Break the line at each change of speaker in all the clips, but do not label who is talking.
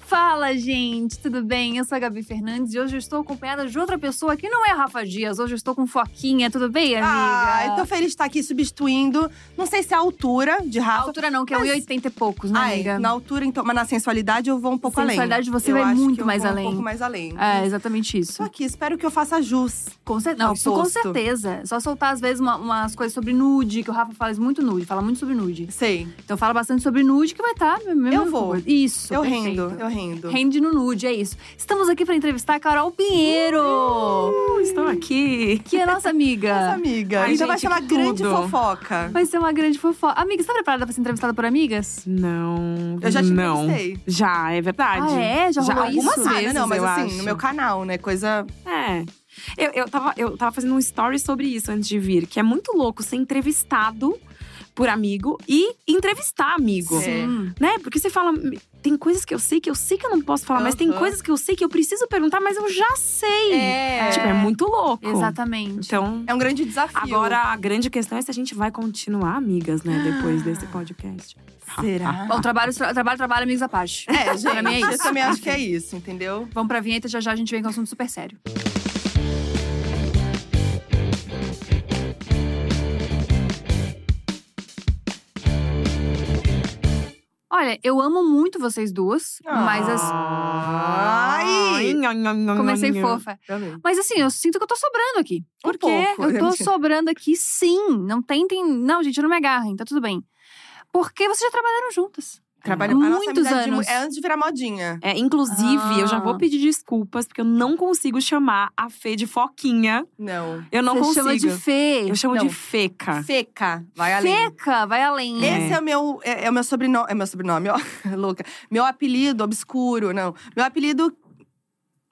Fala, gente, tudo bem? Eu sou a Gabi Fernandes e hoje eu estou acompanhada de outra pessoa que não é a Rafa Dias. Hoje eu estou com Foquinha, tudo bem, amiga?
Ah, eu tô feliz de estar aqui substituindo. Não sei se é a altura de
A
Rafa.
altura não, que é
mas-
1,80 e poucos, né,
Ai,
amiga?
na altura, então, mas na sensualidade eu vou um pouco além.
Sensualidade, você
eu
vai
acho
muito
que eu
mais
vou
além.
Um pouco mais Ah, além.
É, exatamente isso.
Tô aqui, espero que eu faça jus.
Com, cer- não,
Ao
isso com
posto.
certeza. É Só soltar, às vezes, uma- umas coisas sobre nude, que o Rafa fala muito nude, fala muito sobre nude.
Sei.
Então fala bastante sobre nude, que vai tá estar…
Eu vou.
Isso,
eu
perfeito.
rendo, eu rendo.
Rende no nude, é isso. Estamos aqui para entrevistar a Carol Pinheiro,
Hum.
Estou aqui.
que é nossa
Nossa,
amiga.
amiga.
Ai,
então vai
gente,
chamar
que
grande
tudo.
fofoca.
Vai ser uma grande fofoca. Amiga, você tá preparada pra ser entrevistada por amigas?
Não.
Eu já te
não.
entrevistei.
Já, é verdade.
Ah, é? Já
Já
rolou
algumas
isso?
Ah,
vezes,
não, não, mas
eu
assim,
acho.
no meu canal, né? Coisa.
É. Eu, eu, tava, eu tava fazendo um story sobre isso antes de vir, que é muito louco ser entrevistado por amigo e entrevistar amigo.
Sim.
Né? Porque você fala. Tem coisas que eu sei que eu sei que eu não posso falar, mas tem
Aham.
coisas que eu sei que eu preciso perguntar, mas eu já sei.
É.
Tipo, é muito louco.
Exatamente.
Então.
É um grande desafio.
Agora, a grande questão é se a gente vai continuar amigas, né? Depois desse podcast.
Será?
Ah, Bom, trabalho, tra- trabalho, trabalho, amigos à parte.
É, gente,
Pra mim é
eu
isso.
também acho que é isso, entendeu?
Vamos pra vinheta, já já a gente vem com um assunto super sério. Olha, eu amo muito vocês duas, mas as...
Ai!
comecei fofa.
Também.
Mas assim, eu sinto que eu tô sobrando aqui.
Um
Por quê?
pouco,
eu
né,
tô
mentira.
sobrando aqui, sim. Não tentem. Não, gente, não me agarrem, tá tudo bem. Porque vocês já trabalharam juntas.
Trabalha
Há
a nossa
muitos
amizade de mu-
anos.
É antes de virar modinha.
É, inclusive, eu já
Ah.
vou pedir desculpas, porque eu não consigo chamar a Fê de Foquinha.
Não.
Eu não
Você
consigo.
chama de Fê. então.
Eu chamo
Não.
de Feca.
Feca. Vai além.
Feca, vai além.
Ah. É.
Esse é o meu, é, é o meu sobrenome, é meu sobrenome, ó, louca. Meu apelido obscuro, não. Meu apelido,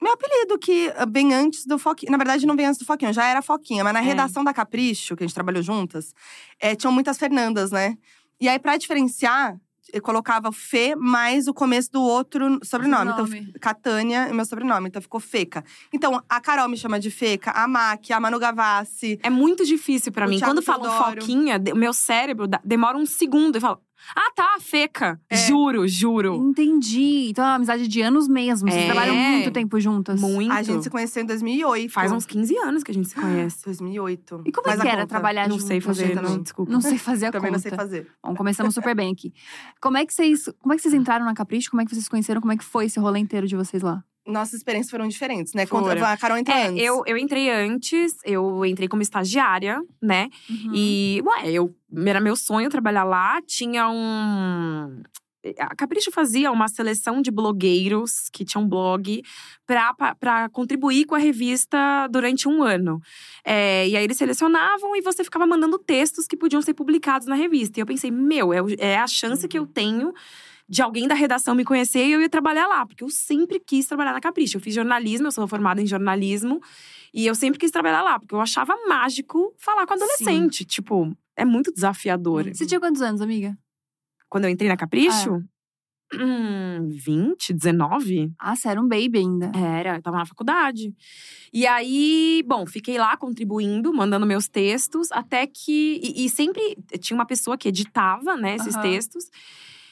meu apelido que ah, vem antes do Foquinha. Na verdade, não vem antes do Foquinha, eu já era Foquinha. Mas na
É.
redação da Capricho, que a gente trabalhou juntas, eh, tinham muitas Fernandas, né? E aí, pra diferenciar, eu colocava o Fê mais o começo do outro sobrenome. Então,
Sobrenome.
Catânia é meu sobrenome, então ficou Feca. Então, a Carol me chama de Feca, a Maqui, a Manu Gavassi.
É muito difícil pra
O
mim.
Thiago
Quando falam
Teodoro.
Foquinha, de- o meu cérebro dá- demora um segundo e fala: Ah, tá, Feca.
É.
Juro, juro.
Entendi. Então é uma amizade de anos mesmo. Vocês
É.
trabalham muito tempo juntas.
Muito.
A gente se conheceu em 2008.
Faz uns 15 anos que a gente se conhece.
2008.
E como
Faz
é
a
que era
conta.
trabalhar
não sei
juntas?
fazer,
também.
não, desculpa.
Não sei fazer a
Também
conta.
não sei fazer.
Bom, começamos super bem aqui. Como é que vocês, como é que vocês entraram na Capricho? Como é que vocês se conheceram? Como é que foi esse rolê inteiro de vocês lá?
Nossas experiências foram diferentes, né?
Foram.
Contra- A Carol entrou
É,
antes.
eu, eu entrei antes, eu entrei como estagiária, né? E, ué, eu, era meu sonho trabalhar lá. Tinha um. A Capricho fazia uma seleção de blogueiros que tinham blog para contribuir com a revista durante um ano. É, e aí eles selecionavam e você ficava mandando textos que podiam ser publicados na revista. E eu pensei, meu, é, o- é a chance que eu tenho de alguém da redação me conhecer e eu ir trabalhar lá, porque eu sempre quis trabalhar na Capricho. Eu fiz jornalismo, eu sou formada em jornalismo, e eu sempre quis trabalhar lá, porque eu achava mágico falar com adolescente. Tipo, é muito desafiador.
Você tinha quantos anos, amiga?
Quando eu entrei na Capricho, hum, 20, 19?
Ah, você era um baby ainda.
Era, eu tava na faculdade. E aí, bom, fiquei lá contribuindo, mandando meus textos, até que. E, e sempre tinha uma pessoa que editava, né, esses
Aham.
textos.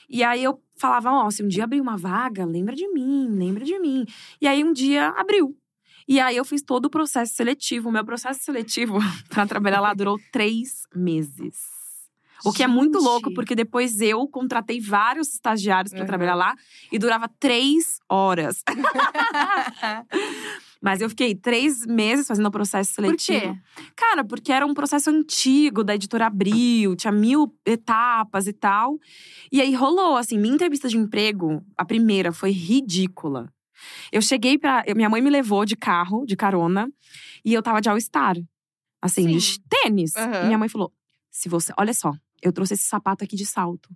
E aí eu falava: Ó, se um dia abrir uma vaga, lembra de mim, lembra de mim. E aí um dia abriu. E aí eu fiz todo o processo seletivo. O meu processo seletivo pra trabalhar lá durou três meses. O que é muito
Gente.
louco, porque depois eu contratei vários estagiários pra
Uhum.
trabalhar lá e durava três horas. Mas eu fiquei três meses fazendo o processo
Por quê?
seletivo. Cara, porque era um processo antigo da editora Abril, tinha mil etapas e tal. E aí rolou, assim, minha entrevista de emprego, a primeira, foi ridícula. Eu cheguei pra. eu- Minha mãe me levou de carro, de carona, e eu tava de All-Star. Assim,
Sim.
de ch- tênis.
Aham.
E minha mãe falou: se você. Olha só, eu trouxe esse sapato aqui de salto.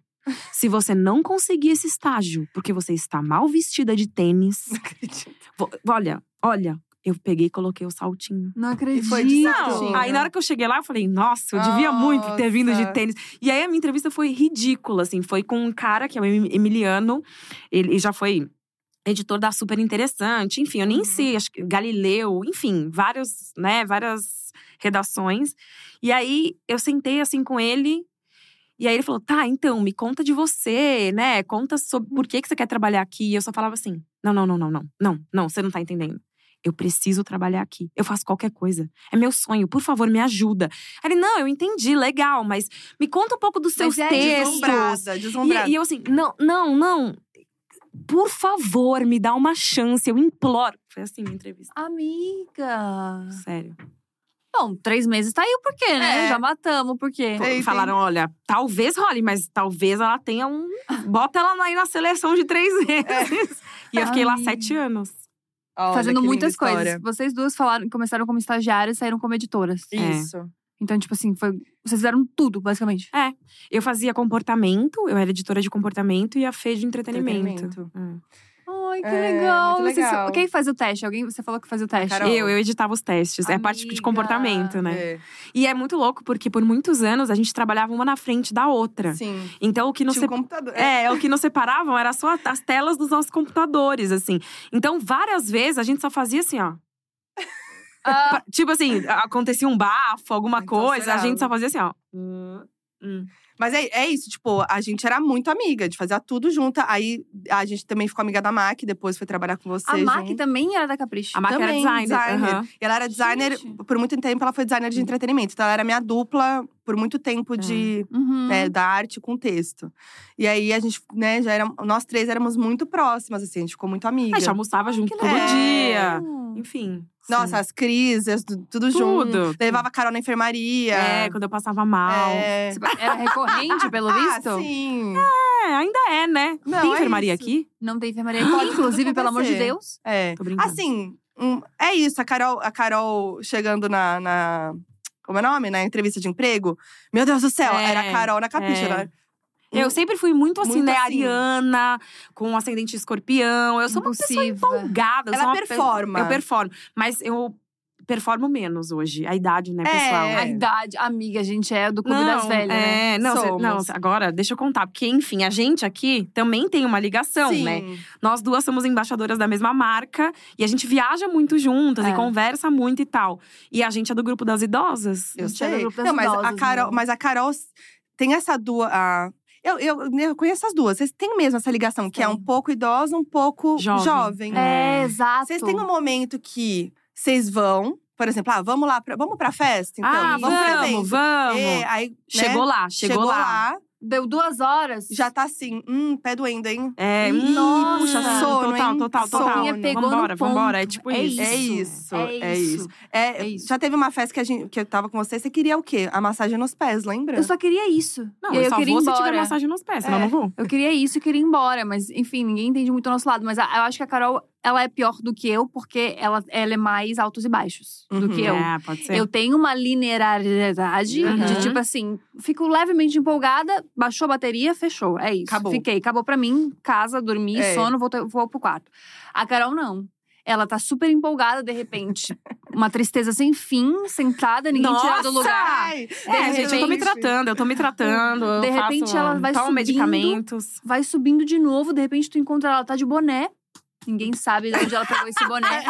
Se você não conseguir esse estágio, porque você está mal vestida de tênis. vo- Olha, olha, eu peguei e coloquei o saltinho.
Não acredito.
foi de
Não,
Tadinho.
aí na hora que eu cheguei lá, eu falei, nossa, eu devia muito ter vindo de
Nossa.
tênis. E aí a minha entrevista foi ridícula, assim. Foi com um cara que é o Em- Emiliano, ele já foi editor da Super Interessante, enfim, eu nem
Uhum.
sei, acho que Galileu, enfim, vários, né, várias redações. E aí eu sentei assim com ele. E aí ele falou: tá, então, me conta de você, né? Conta sobre por que, que você quer trabalhar aqui. E eu só falava assim: não, não, não, não, não, não, não, você não tá entendendo. Eu preciso trabalhar aqui. Eu faço qualquer coisa. É meu sonho. Por favor, me ajuda. Aí ele, não, eu entendi, legal, mas me conta um pouco dos seus
Mas é
textos.
Deslumbrada, deslumbrada.
E, e eu assim, não, não, não. Por favor, me dá uma chance, eu imploro. Foi assim minha entrevista.
Amiga.
Sério.
Bom, três meses tá aí o porquê, né?
É.
Já matamos o porquê.
Foi. Sei,
Falaram, olha, talvez role, mas talvez ela tenha um… Bota ela aí na seleção de três meses. E eu fiquei lá
É. Ai.
sete anos.
Olha,
Fazendo
que
muitas
linda história.
coisas. Vocês duas falaram, começaram como estagiárias e saíram como editoras.
É.
Isso.
Então, tipo assim, foi, vocês fizeram tudo, basicamente.
Eu fazia comportamento, eu era editora de comportamento. E a Fê de entretenimento.
Entretenimento.
É.
Ai, que
É,
legal.
muito
Vocês-
legal.
quem faz o teste? Alguém, você falou que faz o teste.
Carol.
Eu, eu editava os testes. É a parte de
Amiga.
comportamento, né.
É.
E é muito louco, porque por muitos anos a gente trabalhava uma na frente da outra.
Sim.
Então o que não
Tinha
se
um computador.
É, o que nos separavam era só as telas dos nossos computadores, assim. Então, várias vezes a gente só fazia assim, ó.
Ah,
Pa- Tipo assim, acontecia um bafo, alguma
Então,
coisa, a
será?
gente só fazia assim, ó.
Mas é, é isso, tipo, a gente era muito amiga de fazer tudo junta. Aí a gente também ficou amiga da MAC, depois foi trabalhar com você.
a Mac
junto.
também era da Capricho.
A marca era
Também,
designer.
designer.
aham.
E ela era designer,
Gente.
por muito tempo ela foi designer de entretenimento. Então ela era minha dupla por muito tempo de.
Uhum.
né, da arte com texto. E aí a gente, né, já era, nós três éramos muito próximas, assim, a gente ficou muito amiga.
A gente almoçava junto todo
legal.
dia. Enfim. sim.
Nossa, as crises, tu- tudo, junto.
tudo.
Levava Carol na enfermaria.
É, quando eu passava mal. É,
É.
Era recorrente, pelo
Ah,
visto?
sim.
ainda é, né?
Não,
Tem
é
enfermaria
isso.
aqui?
Não tem enfermaria
Pode
aqui,
tudo
inclusive, pelo amor de
acontecer.
Deus.
É.
Tô brincando.
Assim, hum, é isso. A Carol, a Carol chegando na, na- Como é o nome? Na entrevista de emprego. Meu Deus do céu,
É,
era a Carol na capricha. né?
é.
era-
Eu sempre fui muito assim,
Hum. Muito
né?
assim.
Ariana, com ascendente escorpião. Eu sou uma pessoa
Impulsiva.
empolgada. eu
Ela
sou uma pe-
performa.
Eu performo. Mas eu performo menos hoje. A idade, né, pessoal?
É.
A idade, amiga, a gente é do Clube
não,
das Velhas, né?
é, não, cê-
Somos.
não, cê- agora deixa eu contar, porque enfim, a gente aqui também tem uma ligação,
Sim.
né? Nós duas somos embaixadoras da mesma marca e a gente viaja muito juntas
É.
e conversa muito e tal. E a gente é do grupo das idosas.
Eu
Isso era
sei.
grupo das
Não, mas, a
idosas,
Carol,
né?
mas a Carol tem essa duas. a- Eu, eu, né, eu conheço as duas. Vocês têm mesmo essa ligação, que é um
Tem.
pouco idosa, um pouco
Jovem.
jovem.
É,
É.
exato.
Vocês têm um momento que vocês vão, por exemplo, ah, vamos lá, pra, vamos pra festa? Então,
ah,
vamos pra
vamos,
evento.
vamos.
É, aí, né,
Chegou lá, chegou,
chegou
lá.
lá.
Deu duas horas.
já tá assim, hum, pé doendo, hein?
É, hum,
Nossa,
puxa,
sono,
total,
hein?
total, total.
Sono.
Minha pegou
vambora,
no ponto.
vambora. É tipo
É
isso.
É
Isso,
isso,
é
é
isso.
isso. É,
É isso.
Já teve uma festa que, a gente, que eu tava com você, você queria o quê? A massagem nos pés, lembra?
Eu só queria isso.
Não,
E aí
eu só
queria
vou
ir
se tiver
embora.
massagem nos pés, senão
É.
eu não vou.
Eu queria isso e queria ir embora, mas enfim, ninguém entende muito o nosso lado. Mas a- eu acho que a Carol, ela é pior do que eu, porque ela, ela é mais altos e baixos do
Uhum.
que eu.
É, pode ser.
Eu tenho uma linearidade de
Uhum.
tipo assim, fico levemente empolgada, baixou a bateria, fechou. É isso.
Acabou.
Fiquei, acabou pra mim, casa, dormi,
É.
sono, vou, vou pro quarto. A Carol não. Ela tá super empolgada, de repente. uma tristeza sem fim, sentada, ninguém tirou do
Nossa!
lugar.
Ai,
É, gente, eu tô me
Gente.
tratando, eu tô me tratando. eu
De
faço-
repente, ela vai
tomo
subindo.
medicamentos.
Vai subindo de novo, de repente tu encontra ela, ela tá de boné. Ninguém sabe de onde ela pegou esse boné.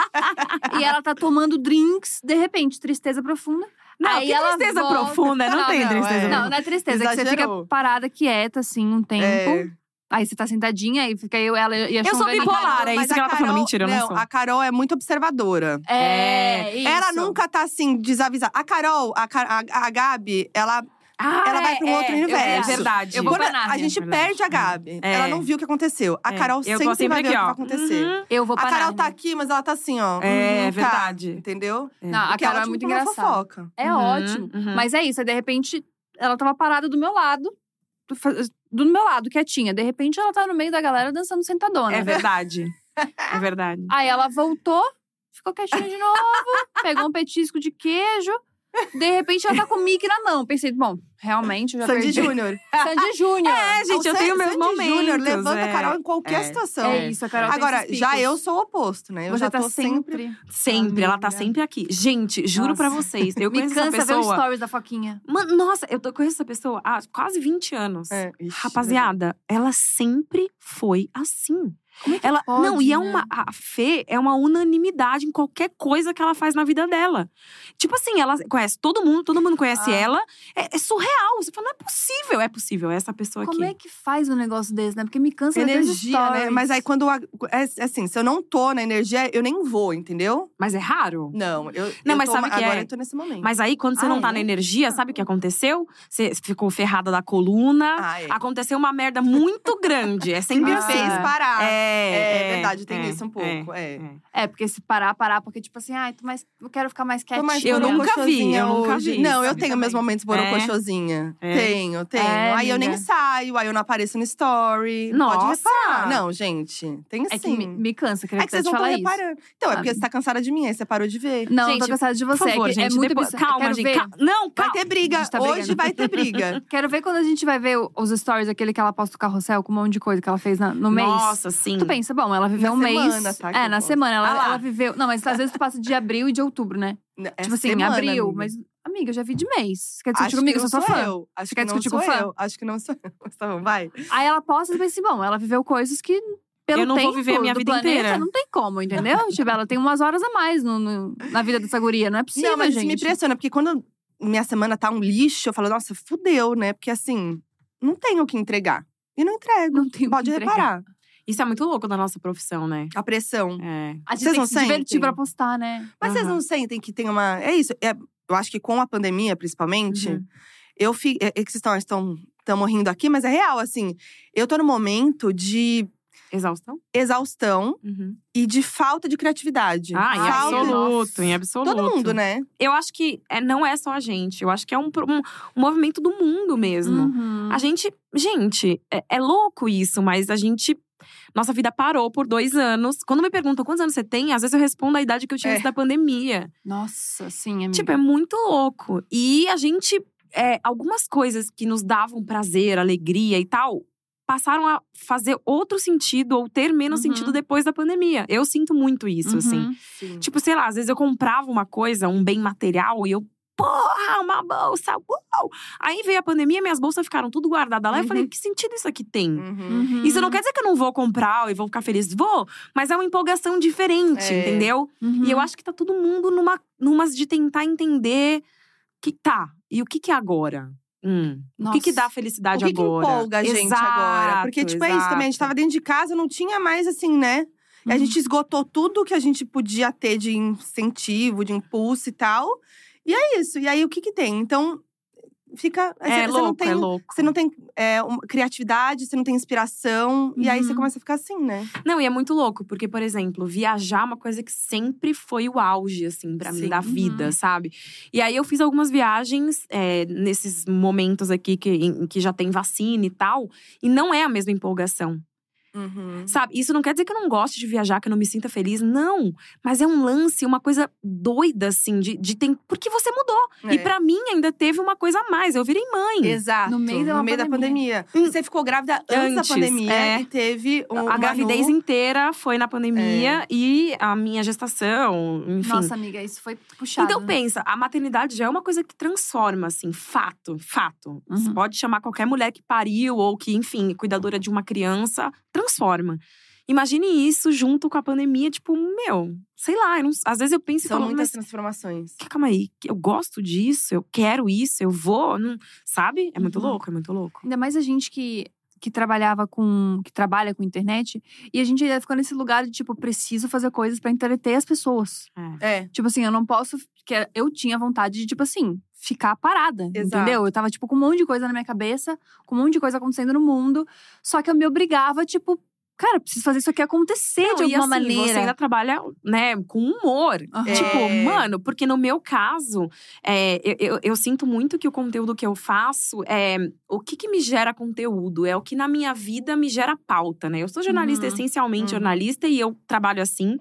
e ela tá tomando drinks, de repente, tristeza profunda.
Não,
Aí
que
ela
tristeza
volta-
profunda, não,
Não,
tem
não,
tristeza.
é.
Não,
profunda.
não é tristeza, é que você
Exagerou.
fica parada, quieta, assim, um tempo.
É.
Aí você tá sentadinha e fica eu, ela e a
Eu sou
Xonga ali.
bipolar, é
Mas
isso que
a
ela tá falando.
Carol-
Mentira, eu não sou.
a Carol é muito observadora.
É, isso.
Ela nunca tá assim, desavisada. A Carol, a, Ca- a, a Gabi, ela.
Ah,
ela vai pra um outro
eu-
universo.
É verdade.
Eu vou
quando
pra
a- a
Nárnia,
gente
é verdade.
perde a Gabi.
É.
Ela não viu o que aconteceu. A
É,
Carol
eu tô
sempre,
sempre
vai ver
aqui,
o que
ó.
vai acontecer.
Uhum.
Eu vou
A
parar. né?
Carol tá aqui, mas ela tá assim, ó.
É,
uhum, tá.
verdade.
Entendeu?
Não, a
Porque
Carol é
ótimo
muito
pra uma
engraçada.
fofoca.
É
Uhum,
ótimo.
uhum.
Mas é isso, aí de repente ela tava parada do meu lado. do fa- Do meu lado, quietinha. De repente ela tá no meio da galera dançando sentadona.
É verdade. É verdade.
Aí ela voltou, ficou quietinha de novo, pegou um petisco de queijo. De repente ela tá com o Mickey na mão. Pensei, bom, realmente eu já
Sandy
perdi.
Júnior.
Sandy Júnior.
É, gente, eu
Sa-
tenho meus
Sandy
momentos.
Júnior levanta
é.
a Carol em qualquer
é.
situação.
É isso, a Carol tem
Agora,
esses
já
picos.
eu sou o oposto, né? Eu
Você
já
tá
tô sempre.
sempre.
Sempre, ela tá
Amiga.
sempre aqui. Gente, juro
Nossa.
pra vocês. Eu
Me
conheço
cansa
essa
ver os
pessoa.
stories da Foquinha.
Mano, nossa, eu tô- conheço essa pessoa há quase 20 anos.
É, ixi,
Rapaziada, ela sempre foi assim.
Como é que
Ela,
pode,
não, e é
né?
uma. A Fê é uma unanimidade em qualquer coisa que ela faz na vida dela. Tipo assim, ela conhece todo mundo, todo mundo conhece
Ah.
ela. É, é surreal. Você fala, não é possível, é possível, é essa pessoa
Como
aqui.
é que faz um negócio desse, né? Porque me
é
cansa até os
Energia, né?
stories.
Mas aí quando. a- é- Assim, se eu não tô na energia, eu nem vou, entendeu?
Mas é raro.
Não, eu.
Não,
eu
mas
tô,
sabe o que
Agora
é?
eu tô nesse momento.
Mas aí, quando você
Ah,
não tá
é?
na energia, sabe o
Ah.
que aconteceu? Você ficou ferrada da coluna.
Ah, é.
Aconteceu uma merda muito grande. É
Me
sempre assim.
fez parar.
É,
É, verdade, tem
é,
isso um
é.
pouco. É.
É, porque se parar, parar, porque tipo assim, ai, tô mais, eu quero ficar mais
Tô
quietinha.
mais
Eu nunca vi,
borocochôzinha
eu nunca
hoje.
vi,
Não, eu
sabe,
tenho meus
também.
momentos borocochôzinha.
É.
Tenho, tenho.
É,
aí eu nem
amiga.
saio, aí eu não apareço no story. Pode
Nossa!
reparar. Não, gente, tem sim.
É que me, me cansa, queria
É que
até
vocês
te
não estão
falar isso.
reparando. Então, é porque
sabe?
você tá cansada de mim, aí você parou de ver.
Não,
Gente,
tô cansada de
Por
você. é
favor,
que
gente,
é muito
depois-
bizarro.
calma,
quero
gente.
Ver,
cal- Não,
Vai
calma.
ter briga.
gente tá
Hoje
brigando.
vai ter briga.
Quero ver quando a gente vai ver o- os stories, aquele que ela posta o carrossel com um monte de coisa que ela fez na- no mês.
Nossa, sim.
Tu pensa, bom, ela viveu
Na
um
semana,
mês.
tá, que
é,
eu
na
posto.
semana. Ela,
Ah lá.
ela viveu. Não, mas às vezes tu passa de abril e de outubro, né?
É
tipo assim,
semana,
abril.
amiga.
Mas, amiga, eu já vi de mês. Quer discutir
Acho
comigo?
que
Eu
não
sou
sou
sua fã.
eu.
quer
Acho que não
discutir com
sou
fã?
eu. Acho que não sou eu. Mas tá bom, vai.
Aí ela posta e pensa assim, bom, ela viveu coisas que pelo
Eu não vou
tempo
viver a minha
do
vida
planeta,
inteira.
não tem como, entendeu? tipo, ela tem umas horas a mais no- no- na vida dessa guria. Não é possível,
não, mas
gente.
isso me impressiona, porque quando minha semana tá um lixo, eu falo, nossa, fudeu, né? Porque assim, não tenho o que entregar. E não entrego.
Não tem o que
Pode
entregar.
reparar.
Isso é muito louco da nossa profissão, né?
A pressão.
É.
A gente
Vocês
tem
não
que se divertir
sentem?
pra postar, né?
Mas vocês
Aham.
não sentem que tem uma. É isso. é- eu acho que com a pandemia, principalmente,
Uhum.
eu fi... é, é que vocês estão estão morrendo aqui, mas é real, assim. Eu tô no momento de
Exaustão?
exaustão
Uhum.
e de falta de criatividade.
Ah, em
falta
absoluto, em absoluto.
Todo mundo, né?
Eu acho que é, não é só a gente. Eu acho que é um, pro- um- um movimento do mundo mesmo.
Uhum.
A gente… Gente, é, é louco isso, mas a gente… Nossa vida parou por dois anos. Quando me perguntam quantos anos você tem, às vezes eu respondo a idade que eu tinha
É.
antes da pandemia.
Nossa, sim, amiga.
Tipo, é muito louco. E a gente. é, algumas coisas que nos davam prazer, alegria e tal, passaram a fazer outro sentido ou ter menos
Uhum.
sentido depois da pandemia. Eu sinto muito isso, assim.
Uhum.
Tipo, sei lá, às vezes eu comprava uma coisa, um bem material, e eu. Porra, uma bolsa! Uau! Aí veio a pandemia, minhas bolsas ficaram tudo guardadas lá. Eu falei,
Uhum.
que sentido isso aqui tem?
Uhum.
Uhum.
Isso não quer dizer que eu não vou comprar e vou ficar feliz. Vou, mas é uma empolgação diferente,
É.
entendeu?
Uhum.
E eu acho que tá todo mundo numa, numas de tentar entender que tá. E o que que é agora? Hum, O que que
Nossa.
dá felicidade
o que, que
agora?
empolga a gente
Exato,
agora? Porque, tipo, é isso também. A gente
exato. Uhum.
tava dentro de casa, não tinha mais, assim, né?
é
E a gente esgotou tudo que a gente podia ter de incentivo, de impulso e tal. E é isso. E aí, o que que tem? Então, fica… aí
É
você- você
louco,
não tem, um,
é louco.
Você não tem é, um- criatividade, você não tem inspiração. E aí, você
Uhum.
começa a ficar assim, né?
Não, e é muito louco, porque, por exemplo, viajar é uma coisa que sempre foi o auge, assim, pra mim,
Sim. uhum.
da vida, sabe? E aí eu fiz algumas viagens é, nesses momentos aqui que, em que já tem vacina e tal, e não é a mesma empolgação. Sabe? Isso não quer dizer que eu não goste de viajar, que eu não me sinta feliz, não. Mas é um lance, uma coisa doida, assim, de, de tem. Porque você mudou.
É.
E pra mim ainda teve uma coisa a mais. Eu virei mãe.
Exato.
No meio da
da
pandemia.
pandemia. Você ficou grávida antes,
Hum. Antes,
da pandemia
é.
e teve um,
a gravidez inteira foi na pandemia e a minha gestação, enfim.
Uhum. Nossa, amiga, isso foi puxado. né?
então pensa, a maternidade já é uma coisa que transforma, assim, fato, fato. Você
Uhum.
pode chamar qualquer mulher que pariu ou que, enfim, é cuidadora de uma criança, transforma. Imagine isso junto com a pandemia, tipo, meu, sei lá, eu não- às vezes eu penso e
São
falo,
muitas
mas
transformações.
que- calma aí, que eu gosto disso, eu quero isso, eu vou, não- sabe? É muito
Uhum.
louco, é muito louco.
Ainda mais a gente que, que trabalhava com. que trabalha com internet. E a gente ainda ficou nesse lugar de, tipo, preciso fazer coisas pra entreter as pessoas.
É.
Tipo assim, eu não posso. Porque eu tinha vontade de, tipo assim, ficar parada.
Exato.
Entendeu? Eu tava, tipo, com um monte de coisa na minha cabeça, com um monte de coisa acontecendo no mundo. Só que eu me obrigava, tipo, cara, preciso fazer isso aqui acontecer de
Não, e
alguma
assim, você
maneira.
ainda trabalha, né, com humor.
Aham.
Tipo,
É.
mano, porque no meu caso, é, eu, eu- eu sinto muito que o conteúdo que eu faço é o que, que me gera conteúdo, é o que na minha vida me gera pauta, né? Eu sou jornalista,
Uhum.
essencialmente
Uhum.
jornalista, e eu trabalho assim.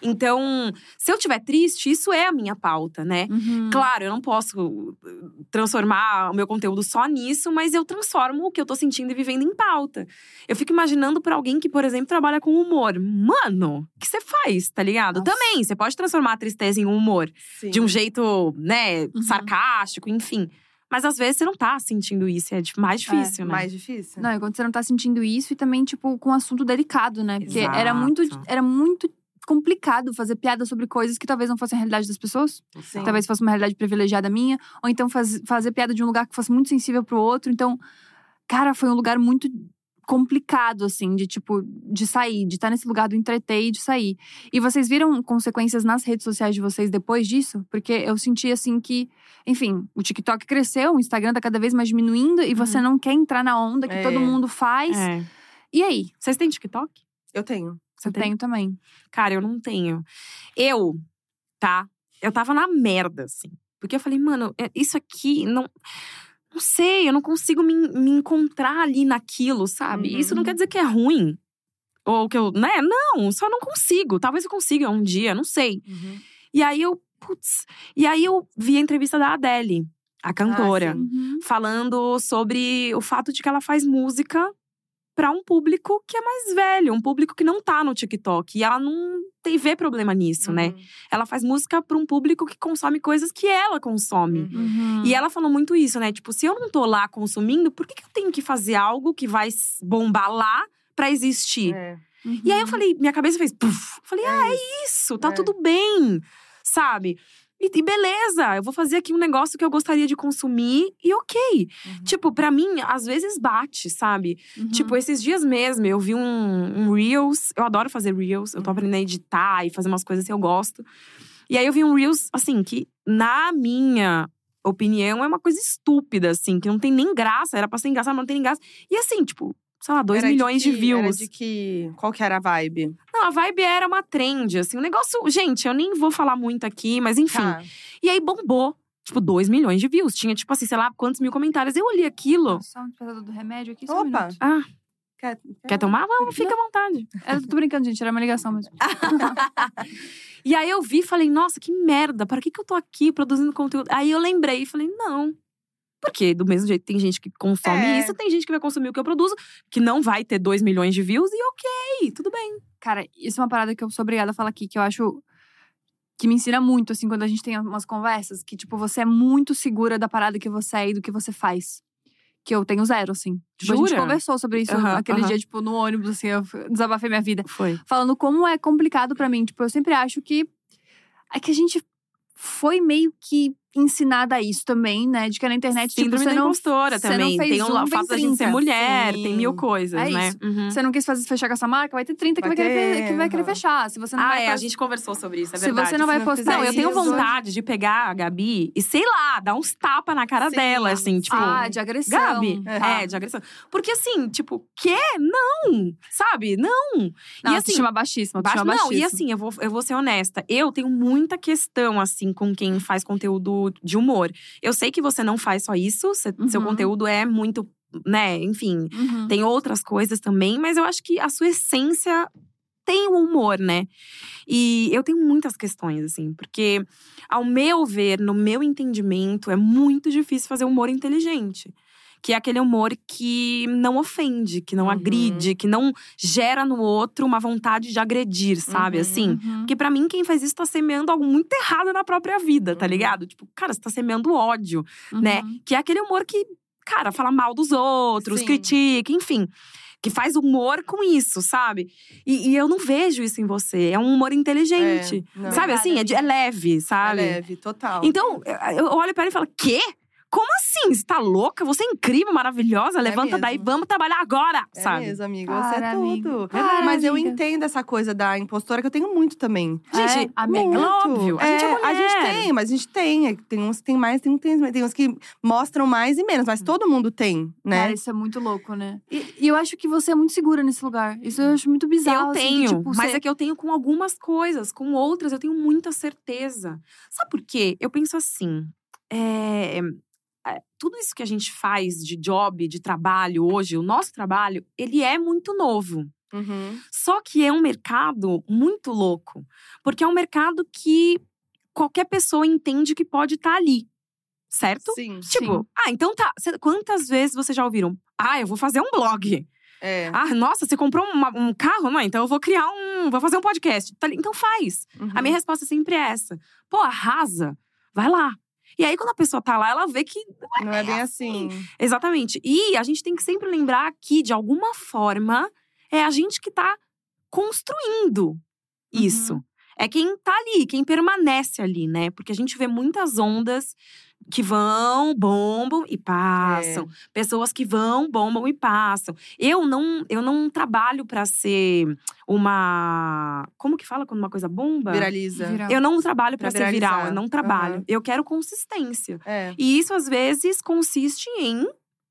Então, se eu estiver triste, isso é a minha pauta, né?
Uhum.
Claro, eu não posso uh, transformar o meu conteúdo só nisso, mas eu transformo o que eu tô sentindo e vivendo em pauta. Eu fico imaginando pra alguém que, por exemplo, trabalha com humor. Mano, o que você faz, tá ligado?
Nossa.
Também, você pode transformar a tristeza em um humor.
Sim.
De um jeito, né,
Uhum.
sarcástico, enfim. Mas às vezes você não tá sentindo isso, é de- mais difícil, né?
Mais difícil.
Não, e quando você não tá sentindo isso, e também, tipo, com um assunto delicado, né? Porque era muito,
Exato.
era muito complicado fazer piada sobre coisas que talvez não fossem a realidade das pessoas.
Sim.
Talvez fosse uma realidade privilegiada minha. Ou então faz- fazer piada de um lugar que fosse muito sensível pro outro. Então, cara, foi um lugar muito complicado, assim, de tipo, de sair, de estar nesse lugar do entreter e de sair. E vocês viram consequências nas redes sociais de vocês depois disso? Porque eu senti, assim, que, enfim, o TikTok cresceu, o Instagram tá cada vez mais diminuindo e você não quer entrar na onda que
É.
todo mundo faz.
Uhum. É.
E aí?
Vocês têm TikTok?
Eu tenho.
Você
eu tenho também.
Cara, eu não tenho. Eu, tá? Eu tava na merda, assim. Porque eu falei, mano, é- isso aqui não. Não sei, eu não consigo me, me encontrar ali naquilo, sabe?
Uhum.
Isso não quer dizer que é ruim. Ou que eu. Né? Não, só não consigo. Talvez eu consiga um dia, não sei. E aí eu. Putz. E aí eu vi a entrevista da Adele, a cantora
Uhum.
falando sobre o fato de que ela faz música pra um público que é mais velho, um público que não tá no TikTok. E ela não tem vê problema nisso,
Uhum.
né? Ela faz música pra um público que consome coisas que ela
Uhum.
consome. Uhum.
Uhum.
E ela falou muito isso, né? Tipo, se eu não tô lá consumindo, por que, que eu tenho que fazer algo que vai s- bombar lá pra existir?
É.
E aí eu falei, minha cabeça fez. Puff. Falei, ah,
é isso.
isso, tá
É.
tudo bem, sabe? E, e beleza, eu vou fazer aqui um negócio que eu gostaria de consumir e ok.
Uhum.
Tipo, pra mim, às vezes bate, sabe?
Uhum.
Tipo, esses dias mesmo, eu vi um, um Reels. Eu adoro fazer Reels. Eu tô
Uhum.
aprendendo a editar e fazer umas coisas que eu gosto. E aí eu vi um Reels, assim, que na minha opinião é uma coisa estúpida, assim. Que não tem nem graça. Era pra ser engraçado, mas não tem nem graça. E assim, tipo… Sei lá, 2
Era
milhões de,
que- Era
views.
de que… Qual que era a vibe?
Não, a vibe era uma trend, assim. O negócio… Gente, eu nem vou falar muito aqui, mas enfim.
Tá.
E aí bombou. Tipo, 2 milhões de views. Tinha, tipo assim, sei lá quantos mil comentários. Eu olhei aquilo…
Só um despertador do remédio aqui, só um
Opa!
minuto.
Ah,
Quer,
quer tomar? Vamos, fica à vontade.
É, Eu tô brincando, gente, era uma ligação mesmo.
E aí eu vi e falei, nossa, que merda, para que, que eu tô aqui produzindo conteúdo? Aí eu lembrei e falei, não. Porque do mesmo jeito tem gente que consome
É.
isso, tem gente que vai consumir o que eu produzo, que não vai ter 2 milhões de views, e ok, tudo bem.
Cara, isso é uma parada que eu sou obrigada a falar aqui, que eu acho que me ensina muito, assim, quando a gente tem umas conversas, que, tipo, você é muito segura da parada que você é e do que você faz. Que eu tenho zero, assim. Tipo, a gente
Jura?
conversou sobre isso
Aham,
aquele
aham.
dia, tipo, no ônibus, assim, eu desabafei minha vida.
Foi.
falando como é complicado pra mim. Tipo, eu sempre acho que é que a gente foi meio que ensinada a isso também, né? De que na internet tipo,
Síndrome
você
da
não
impostora
você não
também.
fez
tem o
um,
la-
vem
fato da gente ser
30.
mulher,
Sim.
tem mil coisas,
É
né?
isso.
Uhum.
você não quis fazer fechar com essa marca, vai ter 30 que vai,
Vai
querer,
ter,
fe- que vai querer
aham.
fechar. Se você não
Ah,
vai
é, a
faz-
gente conversou sobre isso, é
se
verdade.
você não vai
Se não
postar,
fizer
Não, né? eu tenho
isso-
vontade de pegar a Gabi e, sei lá, dar uns tapas na cara
Sim.
dela, assim, tipo.
Ah, de agressão.
Gabi,
Ah.
é, de agressão. Porque assim, tipo, quê? Não! Sabe? Não!
Não,
e
se
assim,
chama baixíssima,
baixo-
chama
não, e
baixíssima.
assim, eu vou, eu vou ser honesta. Eu tenho muita questão, assim, com quem faz conteúdo de humor. Eu sei que você não faz só isso, cê- seu
Uhum.
conteúdo é muito, né, enfim,
Uhum.
tem outras coisas também, mas eu acho que a sua essência tem o humor, né? E eu tenho muitas questões, assim, porque, ao meu ver, no meu entendimento, é muito difícil fazer humor inteligente. Que é aquele humor que não ofende, que não
Uhum.
agride, que não gera no outro uma vontade de agredir, sabe?
Uhum.
Assim.
Uhum.
Porque pra mim, quem faz isso tá semeando algo muito errado na própria vida, tá
Uhum.
ligado? Tipo, cara, você tá semeando ódio né?
Uhum.
Que é aquele humor que, cara, fala mal dos outros,
Sim.
critica, enfim. Que faz humor com isso, sabe? E, e eu não vejo isso em você. É um humor inteligente.
É, não.
Sabe assim? É, de- é leve, sabe?
É leve, total.
Então, eu eu olho pra ela e falo, quê? Como assim? Você tá louca? Você é incrível, maravilhosa. Levanta
É mesmo.
daí, vamos trabalhar agora,
É
sabe?
mesmo, amiga. Você
Para,
é
amiga.
tudo.
Para,
Mas eu
amiga.
entendo essa coisa da impostora, que eu tenho muito também.
Gente,
É, amiga.
Muito.
óbvio, a gente é
A gente
mulher.
tem, mas a gente tem. É que Tem uns que tem mais, tem uns que tem mais. Tem uns que mostram mais e menos.
Hum.
Mas todo mundo tem,
Cara,
né?
isso é muito louco, né? E, e eu acho que você é muito segura nesse lugar. Isso eu acho muito bizarro.
eu
assim, que,
tenho,
tipo,
mas
você-
é que eu tenho com algumas coisas, com outras eu tenho muita certeza. Sabe por quê? Eu penso assim, é, é, tudo isso que a gente faz de job, de trabalho hoje, o nosso trabalho, ele é muito novo.
Uhum.
Só que é um mercado muito louco, porque é um mercado que qualquer pessoa entende que pode estar ali, certo?
Sim.
Tipo, ah, então tá. Cê- Quantas vezes vocês já ouviram? Ah, eu vou fazer um blog.
É.
Ah, nossa, você comprou uma- um carro? Não, então eu vou criar um. Vou fazer um podcast. Tá li- Então faz.
Uhum.
A minha resposta sempre é essa. Pô, arrasa. Vai lá. E aí, quando a pessoa tá lá, ela vê que.
Não é bem assim.
Exatamente. E a gente tem que sempre lembrar que, de alguma forma, é a gente que tá construindo isso.
Uhum.
É quem tá ali, quem permanece ali, né? Porque a gente vê muitas ondas que vão, bombam
É.
e passam. Pessoas que vão, bombam e passam. Eu não, eu não trabalho pra ser uma. Como que fala quando uma coisa bomba?
Viraliza.
Viral.
Eu não trabalho
Pra
pra ser viral, eu
viralizar.
não trabalho.
Aham.
Eu quero consistência.
É.
E isso, às vezes, consiste em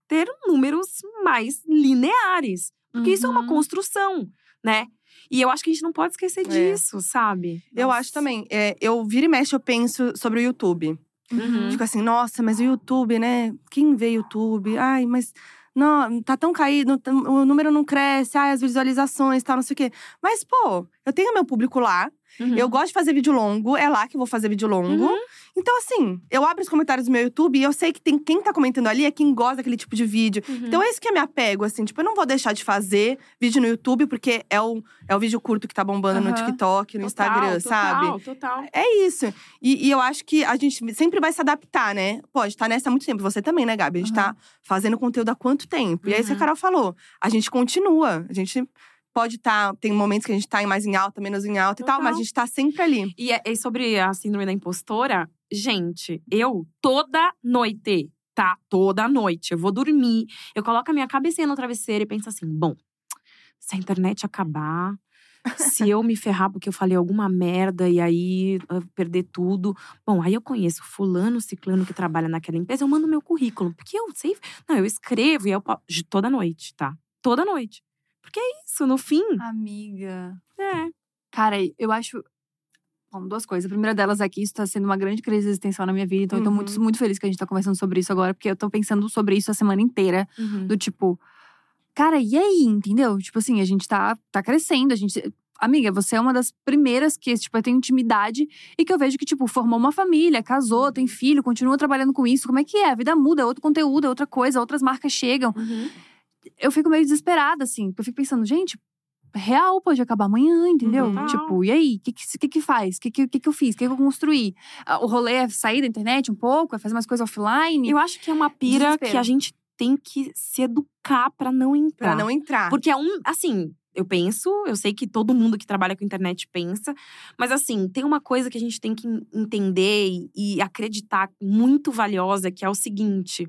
ter números mais lineares. Porque isso é uma
Uhum.
construção, né? E eu acho que a gente não pode esquecer
É.
disso, sabe?
Eu acho também. é, eu vira e mexe, eu penso sobre o YouTube.
Uhum.
Fico assim, nossa, mas o YouTube, né? Quem vê YouTube? Ai, mas. Não, tá tão caído, não tá- o número não cresce, ai, as visualizações, tal, não sei o quê. Mas, pô, eu tenho meu público lá,
Uhum.
eu gosto de fazer vídeo longo, é lá que eu vou fazer vídeo longo.
Uhum.
Então, assim, eu abro os comentários do meu YouTube e eu sei que tem quem tá comentando ali é quem gosta daquele tipo de vídeo.
Uhum.
Então é isso que eu me apego, assim. Tipo, eu não vou deixar de fazer vídeo no YouTube, porque é o, é o vídeo curto que tá bombando no
Aham.
TikTok, no
Total,
Instagram,
Uhum. total,
sabe?
Total,
É isso. E, e eu acho que a gente sempre vai se adaptar, né? Pô, a gente tá nessa há muito tempo. Você também, né, Gabi? A gente tá fazendo conteúdo há quanto tempo? E é isso que a
Uhum.
Carol falou. A gente continua. A gente pode estar. tem momentos que a gente tá em mais em alta, menos em alta e tal, mas a
Total.
gente tá sempre ali.
E, é- e sobre a síndrome da impostora, gente, eu toda noite, tá? Toda noite. Eu vou dormir, eu coloco a minha cabecinha no travesseiro e penso assim: bom, se a internet acabar. Se eu me ferrar porque eu falei alguma merda e aí ah, perder tudo. Bom, aí eu conheço fulano, ciclano que trabalha naquela empresa, eu mando meu currículo. Porque eu sei. Não, eu escrevo e eu. po- de Toda noite, tá? Toda noite. Porque é isso, no fim.
Amiga.
É.
Cara, eu acho. Bom, duas coisas. A primeira delas é que isso tá sendo uma grande crise existencial na minha vida. Então, eu tô
Uhum.
muito, muito feliz que a gente tá conversando sobre isso agora, porque eu tô pensando sobre isso a semana inteira.
Uhum.
Do tipo, cara, e aí, entendeu? Tipo assim, a gente tá, tá crescendo, a gente. Amiga, você é uma das primeiras que, tipo, eu tenho intimidade e que eu vejo que, tipo, formou uma família, casou, tem filho, continua trabalhando com isso. Como é que é? A vida muda, é outro conteúdo, é outra coisa, outras marcas chegam.
Uhum.
Eu fico meio desesperada, assim, porque eu fico pensando, gente, real pode acabar amanhã, entendeu?
Uhum.
Tipo, e aí? O que, que, que que faz? O que, que, que que eu fiz? O que, que eu construí? Ah, O rolê é sair da internet um pouco, é fazer umas coisas offline?
Eu acho que é uma pira
Desespero.
que a gente tem que se educar pra não entrar.
Pra não entrar.
Porque é um, assim, eu penso, eu sei que todo mundo que trabalha com internet pensa, mas assim, tem uma coisa que a gente tem que en- entender e- e acreditar muito valiosa, que é o seguinte: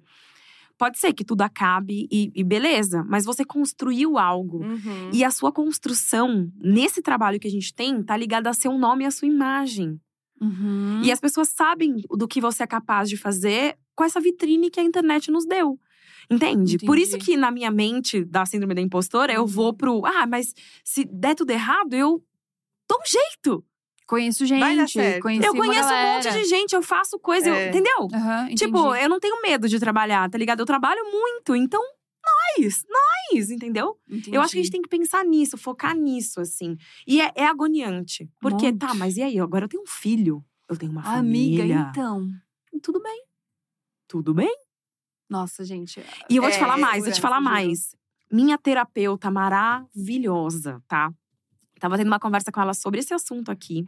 pode ser que tudo acabe e, e beleza, mas você construiu algo.
Uhum.
E a sua construção, nesse trabalho que a gente tem, tá ligada a seu nome e a sua imagem.
Uhum.
E as pessoas sabem do que você é capaz de fazer com essa vitrine que a internet nos deu. Entende? Por isso
Entendi. Uhum.
que na minha mente da síndrome da impostora, eu vou pro, ah, mas se der tudo errado, eu dou um jeito.
Conheço
Vai dar
gente,
certo.
conheci
eu conheço
uma
um monte de gente, eu faço coisa, eu-
É.
entendeu?
Aham,
Tipo, eu não tenho medo de trabalhar, tá ligado? Eu trabalho muito, então nós, nós, entendeu? Eu acho que a gente tem que pensar nisso, focar nisso, assim. E é, é agoniante. Porque,
Muito.
tá, mas e aí? Agora eu tenho um filho. Eu tenho uma
Ah, Amiga,
família.
então.
E tudo bem. Tudo bem.
Nossa, gente.
E eu vou
É,
te falar mais, vou
segurança,
te falar
juro.
mais. Minha terapeuta maravilhosa, tá? Tava tendo uma conversa com ela sobre esse assunto aqui.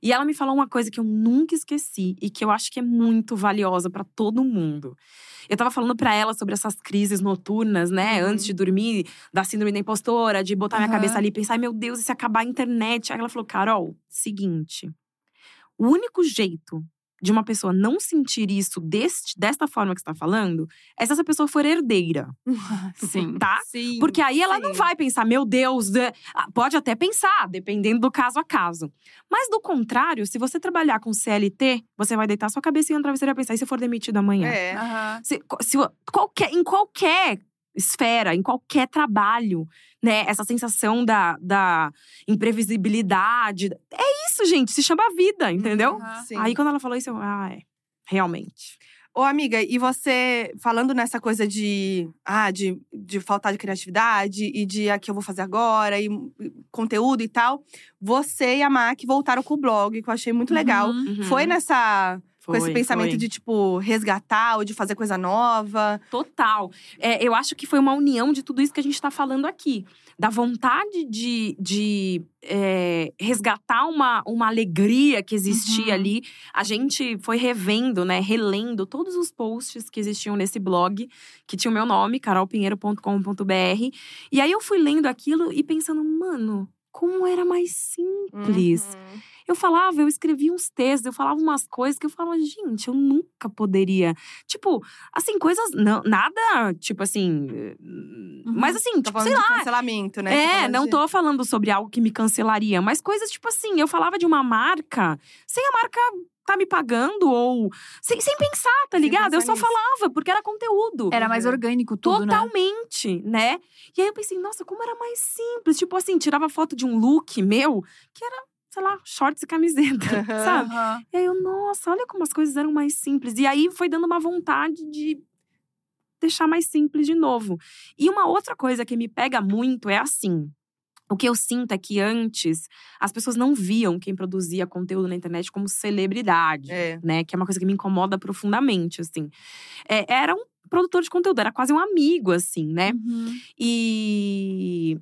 E ela me falou uma coisa que eu nunca esqueci e que eu acho que é muito valiosa pra todo mundo. Eu tava falando pra ela sobre essas crises noturnas, né?
Uhum.
Antes de dormir, da síndrome da impostora, de botar minha
Aham.
cabeça ali e pensar, "Ai, meu Deus, e se acabar a internet? Aí ela falou, Carol, seguinte. O único jeito de uma pessoa não sentir isso deste, desta forma que você tá falando é se essa pessoa for herdeira,
Sim.
tá?
Sim.
Porque aí ela não
sim.
vai pensar, meu Deus, é- Ah, pode até pensar, dependendo do caso a caso. Mas do contrário, se você trabalhar com CLT, você vai deitar sua cabecinha na travesseira e pensar, e se eu for demitido amanhã?
É.
Uhum.
Se- co- se o- qualquer, em qualquer esfera, em qualquer trabalho, né? Essa sensação da, da imprevisibilidade. É isso, gente, se chama vida, entendeu?
Uhum.
Sim.
né? Aí quando ela falou isso, eu, ah, é. Realmente.
Ô, amiga, e você falando nessa coisa de, ah, de, de faltar de criatividade e de ah, que eu vou fazer agora e hum, conteúdo
Uhum.
né,
e tal, você e a Mac voltaram com o blog, que eu achei muito legal. Foi nessa com esse
Uhum. Foi,
pensamento
foi.
de, tipo, resgatar ou de fazer coisa nova.
Total. É, eu acho que foi uma união de tudo isso que a gente está falando aqui. Da vontade de, de, é, resgatar uma, uma alegria que existia
Uhum.
ali. A gente foi revendo, né, relendo todos os posts que existiam nesse blog, que tinha o meu nome, carolpinheiro.com.br. E aí eu fui lendo aquilo e pensando, mano, como era mais simples.
Uhum.
Eu falava, eu escrevia uns textos, eu falava umas coisas que eu falava, gente, eu nunca poderia. Tipo, assim, coisas. Não, nada, tipo assim. eh, Mas assim,
Uhum. Tô
tipo,
falando
sei
de
lá.
cancelamento, né?
É,
falando
não
de-
tô falando sobre algo que me cancelaria, mas coisas tipo assim, eu falava de uma marca, sem a marca tá me pagando ou sem, sem pensar, tá
Sem
ligado? Eu
pensar
só
nisso.
falava porque era conteúdo.
Era mais
Uhum.
orgânico tudo, né?
Totalmente, né? E aí eu pensei, nossa, como era mais simples. Tipo assim, tirava foto de um look meu, que era, sei lá, shorts e camiseta,
Aham.
sabe?
Aham.
E aí eu, nossa, olha como as coisas eram mais simples. E aí foi dando uma vontade de deixar mais simples de novo. E uma outra coisa que me pega muito é assim. O que eu sinto é que antes as pessoas não viam quem produzia conteúdo na internet como celebridade,
É.
né? Que é uma coisa que me incomoda profundamente, assim. É, era um produtor de conteúdo, era quase um amigo, assim, né?
Uhum.
E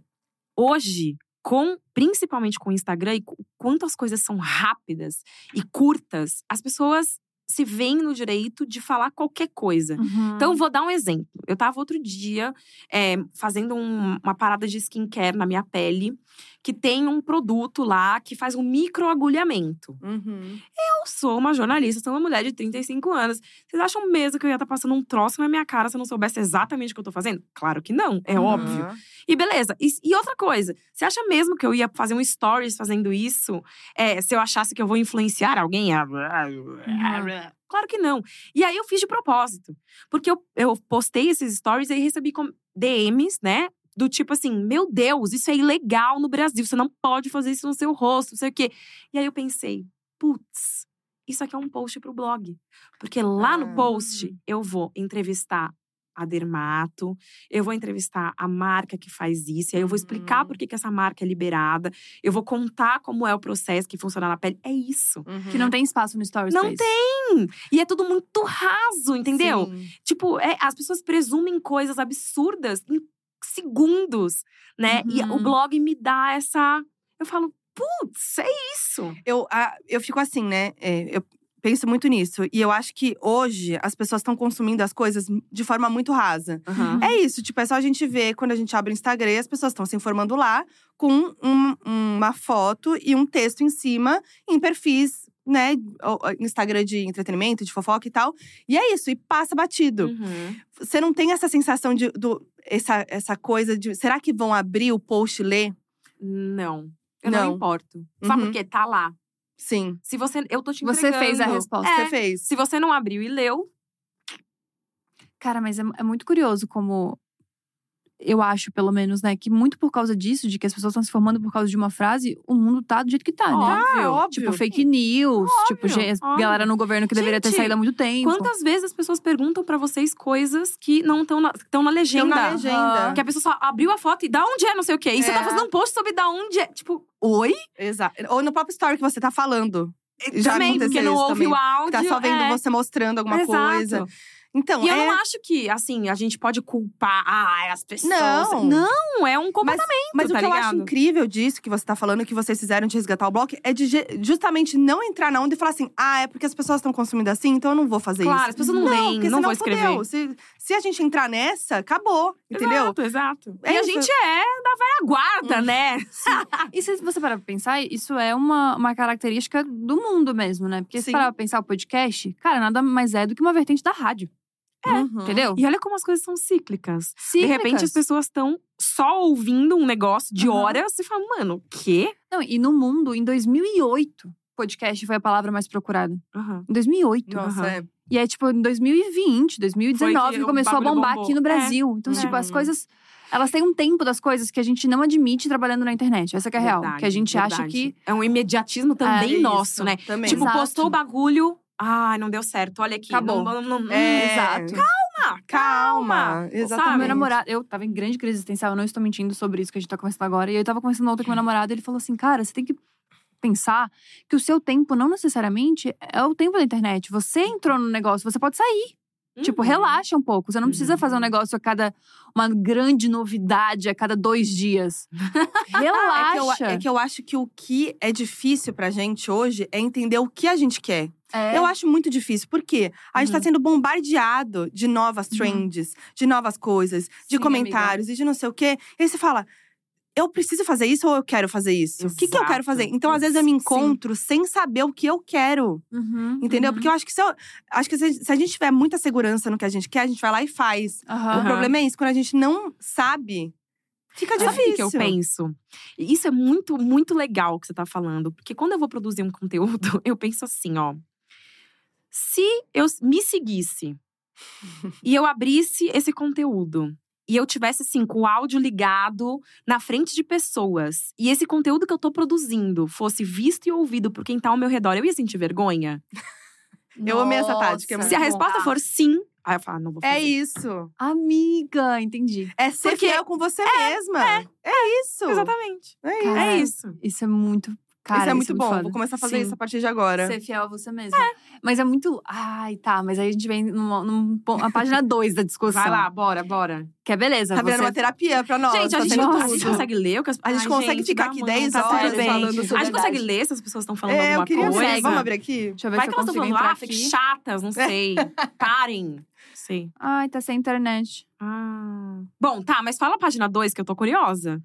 hoje, com principalmente com o Instagram, e cu- quanto as coisas são rápidas e curtas, as pessoas se veem no direito de falar qualquer coisa.
Uhum.
Então, vou dar um exemplo. Eu tava outro dia é, fazendo um- uma parada de skincare na minha pele, que tem um produto lá que faz um microagulhamento.
Uhum.
Eu sou uma jornalista, sou uma mulher de 35 anos. Vocês acham mesmo que eu ia estar passando um troço na minha cara se eu não soubesse exatamente o que eu tô fazendo? Claro que não, é
Uhum.
óbvio. E beleza. E, e outra coisa, você acha mesmo que eu ia fazer um stories fazendo isso? É, se eu achasse que eu vou influenciar alguém? Ah, ah,
Uhum.
ah, Claro que não. E aí eu fiz de propósito. Porque eu, eu postei esses stories e aí recebi com- DMs, né? Do tipo assim, meu Deus, isso é ilegal no Brasil. Você não pode fazer isso no seu rosto, não sei o quê. E aí eu pensei, putz, isso aqui é um post pro blog. Porque lá
Ah.
no post eu vou entrevistar a Dermato, eu vou entrevistar a marca que faz isso, e aí eu vou explicar
Uhum.
por que, que essa marca é liberada, eu vou contar como é o processo que funciona na pele. É isso.
Uhum.
Que não tem espaço no Stories. pra
Não
isso.
E é tudo muito raso, entendeu?
Sim.
Tipo, é, as pessoas presumem coisas absurdas em segundos, né? E o
Uhum.
blog me dá essa. Eu falo, putz, é isso.
eu, a- eu fico assim, né? é, eu penso muito nisso. E eu acho que hoje as pessoas estão consumindo as coisas de forma muito rasa.
Uhum.
É isso, tipo, é só a gente ver quando a gente abre o Instagram, as pessoas estão se informando lá com um- uma foto e um texto em cima, em perfis, né? o- o Instagram de entretenimento, de fofoca e tal. E é isso, e passa batido
Uhum.
você não tem essa sensação de do, essa, essa coisa de será que vão abrir o post e ler?
Não. Eu não,
Não.
me importo. Sabe
Uhum.
por quê? Tá lá.
Sim,
Se você. Eu tô te entregando.
Você fez a resposta.
É.
você fez.
Se você não abriu e leu.
Cara, mas é, é muito curioso como. Eu acho, pelo menos, né, que muito por causa disso, de que as pessoas estão se formando por causa de uma frase, o mundo tá do jeito que tá, né?
Ah, óbvio.
óbvio.
Tipo, fake news, tipo,
Óbvio,
gente,
óbvio.
galera no governo que deveria ter
Gente,
saído há muito tempo.
Quantas vezes as pessoas perguntam pra vocês coisas que não estão na, que tão na legenda?
Tão na legenda.
Aham.
Que a pessoa só abriu a foto e da onde é, não sei o quê. E você
É.
tá fazendo um post sobre da onde é. Tipo, oi?
Exato. Ou no próprio story que você tá falando. Já
também,
aconteceu
porque não
isso
ouve o
também.
áudio.
Tá só vendo
é.
você mostrando alguma
Exato.
coisa. Então,
E eu
é,
não acho que, assim, a gente pode culpar ah, as pessoas.
Não.
Não, é um comportamento.
mas o
tá
que eu acho
ligado?
incrível disso que você tá falando, que vocês fizeram de resgatar o bloco, é de ge- justamente não entrar na onda e falar assim: ah, é porque as pessoas estão consumindo assim, então eu não vou fazer
claro, as
isso.
pessoas não, leem,
porque
não
senão
vou escrever.
fudeu. Se, se a gente entrar nessa, acabou, entendeu?
Exato, exato.
É
e a
isso.
gente é da velha guarda, né?
Ah, E se você parar pra pensar, isso é uma, uma característica do mundo mesmo, né? Porque
Sim.
se parar pra pensar o podcast, cara, nada mais é do que uma vertente da rádio,
é.
Uhum.
entendeu?
E olha como as coisas são cíclicas. De
Cíclicas.
repente, as pessoas estão só ouvindo um negócio de
Aham.
horas e falam, mano, o quê?
Não, e no mundo, em 2008, podcast foi a palavra mais procurada.
Aham.
Em 2008.
Nossa,
Aham.
é.
E é tipo em 2020, 2019
Foi
que,
que o
começou a
bagulho
bombar
bombou.
aqui no Brasil. Então,
É.
tipo, as
Uhum.
coisas. Elas têm um tempo das coisas que a gente não admite trabalhando na internet. Essa que é a real. que a gente acha
verdade.
que.
É um imediatismo também
Isso,
nosso, né?
Também.
Tipo,
Exato.
postou o bagulho. Ah, não deu certo. Olha aqui.
Acabou.
Não, não, não,
É,
Hum, Exato.
Calma,
Calma.
Ah,
Exatamente.
meu namorado, eu tava em grande crise existencial, eu não estou mentindo sobre isso que a gente tá conversando agora. E eu tava conversando ontem com meu namorado, e ele falou assim: Cara, você tem que pensar que o seu tempo não necessariamente é o tempo da internet. Você entrou no negócio, você pode sair. Tipo,
Uhum.
relaxa um pouco. Você não precisa
Uhum.
fazer um negócio a cada. Uma grande novidade a cada dois dias.
É que, eu,
Relaxa.
é que eu acho que o que é difícil pra gente hoje é entender o que a gente quer.
É.
Eu acho muito difícil, porque a gente
Uhum.
tá sendo bombardeado de novas
Uhum.
trends, de novas coisas, de
Sim,
comentários e de não sei o quê. E aí você fala, eu preciso fazer isso ou eu quero fazer isso? O que, que eu quero
Exato.
fazer? Então, às vezes, eu me encontro sem saber o que eu quero.
Uhum,
Entendeu?
uhum.
Porque eu acho que, se, eu- acho que se, se a gente tiver muita segurança no que a gente quer, a gente vai lá e faz. O
Aham.
problema é isso, quando a gente não sabe, fica
Sabe
difícil.
o que eu penso? E Isso é muito, muito legal que você tá falando. Porque quando eu vou produzir um conteúdo, eu penso assim, ó. Se eu s- me seguisse e eu abrisse esse conteúdo e eu tivesse, assim, com o áudio ligado na frente de pessoas e esse conteúdo que eu tô produzindo fosse visto e ouvido por quem tá ao meu redor, eu ia sentir vergonha?
Eu amei essa tática, é
Nossa.
muito
Se a
bom.
resposta for sim, aí eu falo, "Ah, não vou fazer.
É isso.
Amiga, entendi.
É ser
Porque-
fiel com você mesma. É, isso.
Exatamente.
É isso.
Cara,
É isso.
Isso é muito. Cara,
isso é muito bom.
foda.
Vou começar a fazer
Sim.
isso a partir de agora.
Ser fiel a você mesma. Mas é muito. Ai, tá. Mas aí a gente vem numa, num pon- a página 2 da discussão.
Vai lá, bora, bora.
Que é beleza.
Tá virando
você...
uma terapia pra nós.
gente, a
tá
gente,
tendo
não-
a gente
tudo.
consegue ler o que as,
A gente
Ai,
consegue ficar
dá
aqui
uma
10
vontade.
horas
horas
tudo bem.
falando sobre
tá A gente
verdade.
consegue ler se as pessoas estão falando
É, eu
alguma
queria
coisa.
ver. Vamos abrir aqui?
Deixa eu ver
Vai
se eu
que elas estão
consigo
falando,
entrar
ah,
aqui.
fiquem chatas, não sei. Parem. Sei.
Ai, tá sem internet.
Ah. Bom, tá, mas fala a página 2 que eu tô curiosa.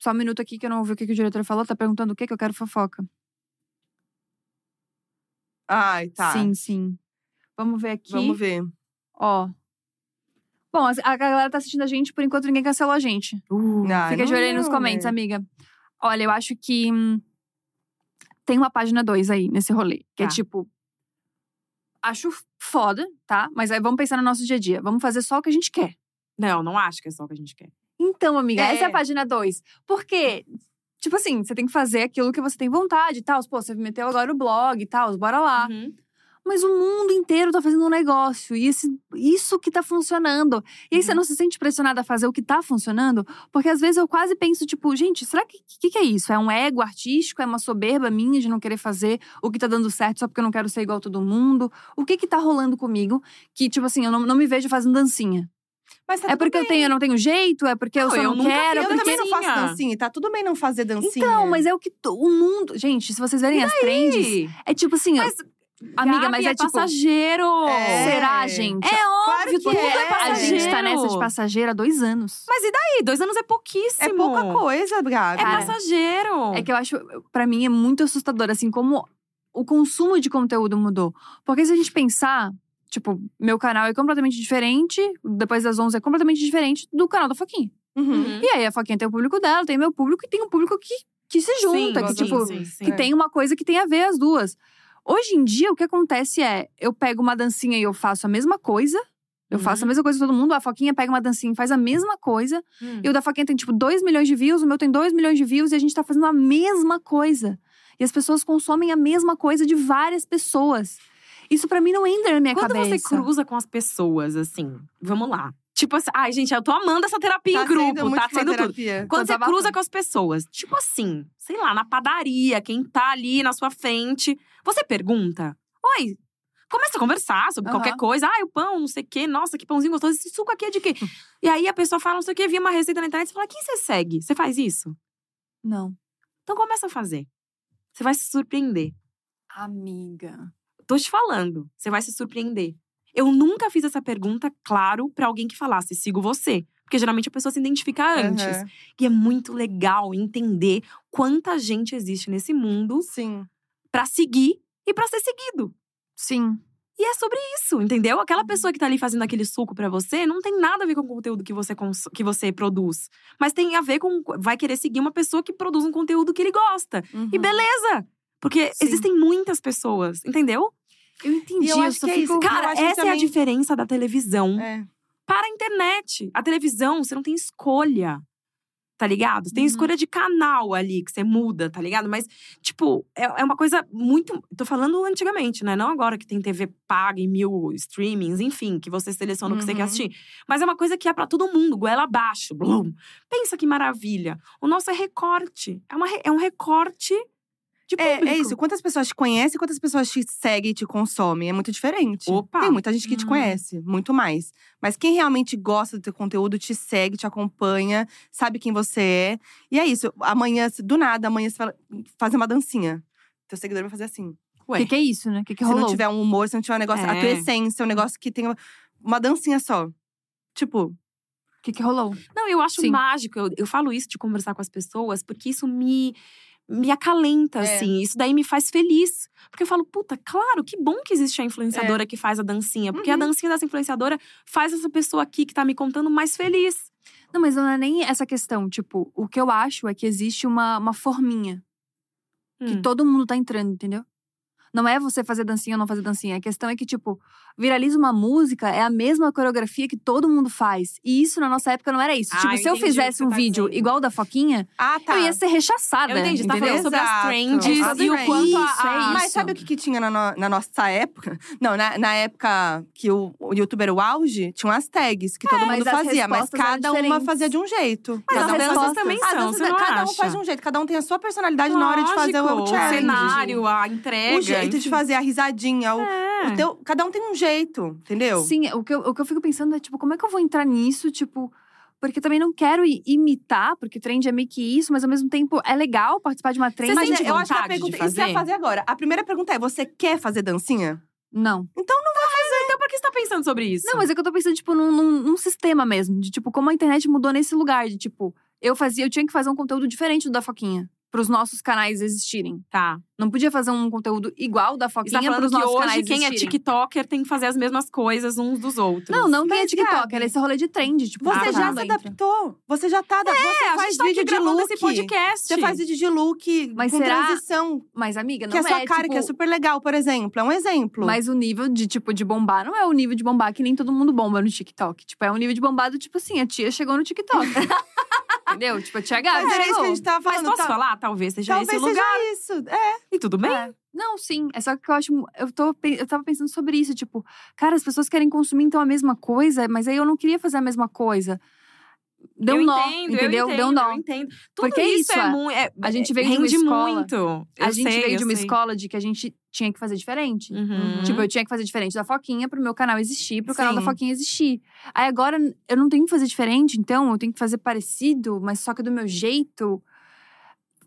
Só um minuto aqui que eu não ouvi o que, que o diretor falou. Tá perguntando o que que eu quero fofoca.
Ai, tá.
Sim, sim. Vamos ver aqui.
Vamos ver.
Ó. Bom, a- a galera tá assistindo a gente, por enquanto ninguém cancelou a gente.
Uh.
Ai,
Fica de olho aí nos
não,
comentários,
né?
amiga. Olha, eu acho que hum, tem uma página 2 aí nesse rolê, que é
Tá.
tipo. Acho foda, tá? Mas aí vamos pensar no nosso dia a dia. Vamos fazer só o que a gente quer.
Não, não acho que é só o que a gente quer.
Então, amiga,
É.
essa é a página 2. Porque, tipo assim, você tem que fazer aquilo que você tem vontade e tal. Pô, você meteu agora o blog e tal, bora lá.
Uhum.
Mas o mundo inteiro tá fazendo um negócio. E esse, isso que tá funcionando. E aí você não se sente pressionada a fazer o que tá funcionando? Porque às vezes eu quase penso, tipo, gente, será que o que, que é isso? É um ego artístico? É uma soberba minha de não querer fazer o que tá dando certo só porque eu não quero ser igual a todo mundo? O que que tá rolando comigo? Que, tipo assim, eu não, não me vejo fazendo dancinha.
Mas tá
é
tudo
porque eu tenho, eu não tenho jeito? É porque eu
Não,
só
eu
não
nunca
quero?
Eu
é
fiz,
porque-
também não faço
dancinha.
dancinha. Tá tudo bem não fazer dancinha.
Então, mas é o que to- o mundo. Gente, se vocês verem as trends,
Ih,
é tipo assim, ó,
Mas,
amiga,
Gabi
mas é, tipo.
passageiro.
É.
Será, gente?
Claro
Viu,
que
todo mundo
é.
é passageiro. A gente tá nessa de passageira há dois anos.
Mas e daí? Dois anos é pouquíssimo.
É pouca coisa, Gabi.
É
Cara,
passageiro.
É que eu acho, pra mim, é muito assustador, assim, como o consumo de conteúdo mudou. Porque se a gente pensar, tipo, meu canal é completamente diferente, depois das 11 é completamente diferente do canal da Foquinha.
Uhum.
Uhum.
E aí a Foquinha tem o público dela, tem meu público e tem um público que, que se junta, que
sim,
tipo,
sim, sim.
que
É.
tem uma coisa que tem a ver as duas. Hoje em dia, o que acontece é, eu pego uma dancinha e eu faço a mesma coisa. Eu
Uhum.
faço a mesma coisa que todo mundo. A Foquinha pega uma dancinha e faz a mesma coisa.
Uhum.
Hum.
E o da Foquinha tem, tipo, 2 milhões de views, o meu tem 2 milhões de views e a gente tá fazendo a mesma coisa. E as pessoas consomem a mesma coisa de várias pessoas. Isso pra mim não entra na minha
Quando
É cabeça.
você cruza com as pessoas, assim, vamos lá. Tipo assim, ai, gente, eu tô amando essa terapia
Tá
em grupo,
sendo muito
tá
uma
sendo tudo.
terapia.
Quando
Tô
você
desabafando.
cruza com as pessoas, tipo assim, sei lá, na padaria, quem tá ali na sua frente, você pergunta: Oi, começa a conversar sobre
Aham.
qualquer coisa. Ah, o pão, não sei o quê, nossa, que pãozinho gostoso, esse suco aqui é de quê?
Hum.
e aí a pessoa fala, não sei o quê, vi uma receita na internet, você fala: Quem você segue? Você faz isso?
Não.
Então começa a fazer. Você vai se surpreender.
Amiga.
Tô te falando, você vai se surpreender. Eu nunca fiz essa pergunta, claro, pra alguém que falasse: sigo você. Porque geralmente a pessoa se identifica antes.
Uhum.
E é muito legal entender quanta gente existe nesse mundo
Sim.
pra seguir e pra ser seguido.
Sim.
E é sobre isso, entendeu? Aquela
Uhum.
pessoa que tá ali fazendo aquele suco pra você não tem nada a ver com o conteúdo que você, cons- que você produz. Mas tem a ver com. Vai querer seguir uma pessoa que produz um conteúdo que ele gosta.
Uhum.
E beleza! Porque
Sim.
existem muitas pessoas, entendeu?
Eu entendi.
E eu acho
só
que é
fico-
isso. Eu
Cara,
acho que
essa é a
também-
diferença da televisão
É.
para a internet. A televisão, você não tem escolha. Tá ligado? Você Tem
Uhum.
escolha de canal ali que você muda, tá ligado? Mas, tipo, é, é uma coisa muito. Tô falando antigamente, né? Não agora que tem TV paga e mil streamings, enfim, que você seleciona o que você quer
Uhum.
assistir. Mas é uma coisa que é pra todo mundo, goela abaixo. Blum. Pensa que maravilha. O nosso é recorte. É, uma, re- é um recorte de
É,
público.
é isso. Quantas pessoas te conhecem, e quantas pessoas te seguem e te consomem. É muito diferente.
Opa!
Tem muita gente que te
Hum.
conhece, muito mais. Mas quem realmente gosta do teu conteúdo, te segue, te acompanha, sabe quem você é. E é isso. Amanhã, se- do nada, amanhã você fala, fazer uma dancinha. Teu seguidor vai fazer assim.
O
Ué,
que, que é isso, né? O que, que
se
rolou?
não tiver um humor, se não tiver um negócio. A tua
É.
essência, um negócio que tenha uma dancinha só. Tipo,
O que, que rolou?
Não, eu acho
Sim.
mágico. Eu, eu falo isso de conversar com as pessoas, porque isso me, me acalenta,
É.
assim. Isso daí me faz feliz. Porque eu falo, puta, claro, que bom que existe a influenciadora que faz a dancinha. Porque
É. Uhum.
a dancinha dessa influenciadora faz essa pessoa aqui que tá me contando mais feliz.
Não, mas não é nem essa questão. Tipo, o que eu acho é que existe uma, uma forminha que
Hum.
todo mundo tá entrando, entendeu? Não é você fazer dancinha ou não fazer dancinha. A questão é que, tipo, viraliza uma música, é a mesma coreografia que todo mundo faz. E isso na nossa época não era isso.
Ah,
tipo,
eu
se eu
entendi o que
fizesse
você
um
tá
vídeo
dizendo.
igual o da Foquinha,
ah, tá.
eu ia ser rechaçada.
Eu entendi, tá
entendeu?
falando sobre as
Exato.
trends
As
e o
trends.
quanto a,
Isso, é
a-
Mas sabe o que, que tinha na, no- na nossa época? Não, na, na época que o, o YouTube era o auge, tinham as tags que todo
mas
mundo
as
fazia, mas
respostas eram
cada uma
diferentes.
fazia de um jeito.
Mas
as
cada um
respostas
fazia-
também
As
são,
danças-
você não
Cada um
acha?
faz de um jeito, cada um tem a sua personalidade na hora de fazer
Lógico,
o challenge. né?
cenário, a entrega.
o jeito de
enfim.
fazer a risadinha. O,
É.
o teu, cada um tem um jeito, entendeu?
Sim, o que, eu, o que eu fico pensando é, tipo, como é que eu vou entrar nisso? Tipo, porque também não quero i- imitar, porque trend é meio que isso, mas ao mesmo tempo é legal participar de uma trend. é
Mas é,
sente
eu acho que a
vontade de
pergunta. E se ia
fazer?
fazer agora? A primeira pergunta é: você quer fazer dancinha?
Não.
Então, por que você tá pensando sobre isso?
Não, mas é que eu tô pensando, tipo, num, num- num sistema mesmo. De, tipo, como a internet mudou nesse lugar. De, tipo, eu fazia… Eu tinha que fazer um conteúdo diferente do da Foquinha. Pros nossos canais existirem.
Tá.
Não podia fazer um conteúdo igual o da
Você tá
Foquinha
falando
pros
que
nossos
hoje
canais
quem é
existirem.
TikToker tem que fazer as mesmas coisas uns dos outros.
Não, não quem é
Mas,
TikTok.
Gabi,
Era esse rolê de trend. Tipo,
Você
Ah,
todo
já
mundo
se
entra.
adaptou. Você já tá. É, você
É, a
faz
gente
vídeo
tá aqui
de
gravando
look.
esse podcast.
Você faz vídeo de look
Mas
com
será-
transição,
Mas, amiga, não
que é a sua cara,
tipo,
que é super legal, por exemplo. É um exemplo.
Mas o nível de, tipo, de bombar não é o nível de bombar que nem todo mundo bomba no TikTok. Tipo, é um nível de bombado, tipo assim, a tia chegou no TikTok. Entendeu? Tipo, a tia Gabi
Mas era isso
chegou.
que a gente tava
é, Mas
falando.
posso
tá-
falar? Talvez seja
Talvez
esse
seja
lugar.
isso. É.
E tudo bem?
Não, sim. É só que eu acho… Eu, tô, pe- eu tava pensando sobre isso, tipo… Cara, as pessoas querem consumir, então, a mesma coisa. Mas aí eu não queria fazer a mesma coisa. Deu
eu
nó,
entendo,
entendeu?
Eu entendo,
Deu nó.
Eu entendo. Tudo
Porque é
isso
isso,
é
é.
muito. É,
A gente veio de uma
rende
escola.
muito.
a
Eu
gente
sei,
veio
eu
de uma
sei.
escola de que a gente tinha que fazer diferente.
Uhum.
Tipo, eu tinha que fazer diferente da Foquinha pro meu canal existir, pro canal da
Sim.
Foquinha existir. Aí agora eu não tenho que fazer diferente, então eu tenho que fazer parecido, mas só que do meu jeito.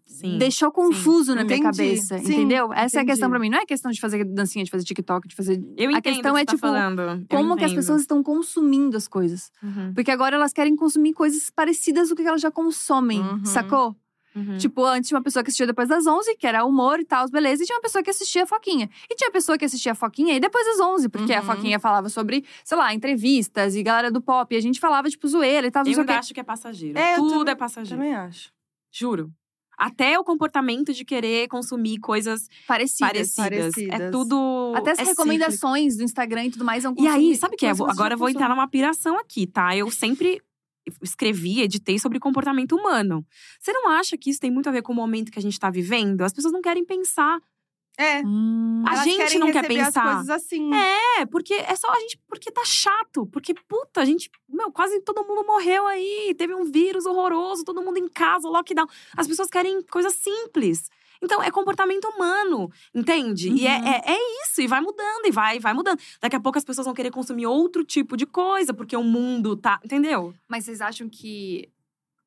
Sim.
Deixou confuso na
Entendi.
minha cabeça,
Sim,
entendeu? Essa é a
entendi.
questão pra mim. Não é questão de fazer dancinha, de fazer TikTok, de fazer.
eu entendo
a questão
o que
é,
você tá
tipo,
falando. Eu
como que as
entendo.
pessoas Tipo, estão consumindo as coisas.
Uhum,
Porque agora elas querem consumir coisas parecidas do que elas já consomem,
Uhum.
sacou?
uhum.
Tipo, antes tinha uma pessoa que assistia depois das 11, que era humor e tal, beleza. E tinha uma pessoa que assistia a Foquinha. E tinha pessoa que assistia a Foquinha e depois das 11. Porque a
Uhum.
Foquinha falava sobre, sei lá, entrevistas e galera do pop. E a gente falava, tipo, zoeira e tal, não
eu
sei o
ainda
quê.
acho que é passageiro.
É, eu
tudo
também-
é passageiro.
Também acho.
Juro. Até o comportamento de querer consumir coisas
Parecidas.
parecidas. É
Parecidas.
tudo.
Até as
é cíclico.
recomendações do Instagram e tudo mais. é um
E aí,
consumo-
sabe o que é?
consumo
Agora eu vou
social.
entrar numa piração aqui, tá? Eu sempre escrevi, editei sobre comportamento humano. Você não acha que isso tem muito a ver com o momento que a gente tá vivendo? As pessoas não querem pensar.
É.
Hum.
A
Elas
gente
querem
não quer
receber
pensar.
As coisas assim.
É, porque é só a gente. Porque tá chato. Porque, puta, a gente. Meu, quase todo mundo morreu aí. Teve um vírus horroroso, todo mundo em casa, lockdown. As pessoas querem coisas simples. Então, é comportamento humano, entende? E é,
Uhum.
é, é isso, e vai mudando, e vai, vai mudando. Daqui a pouco as pessoas vão querer consumir outro tipo de coisa, porque o mundo tá. Entendeu?
Mas vocês acham que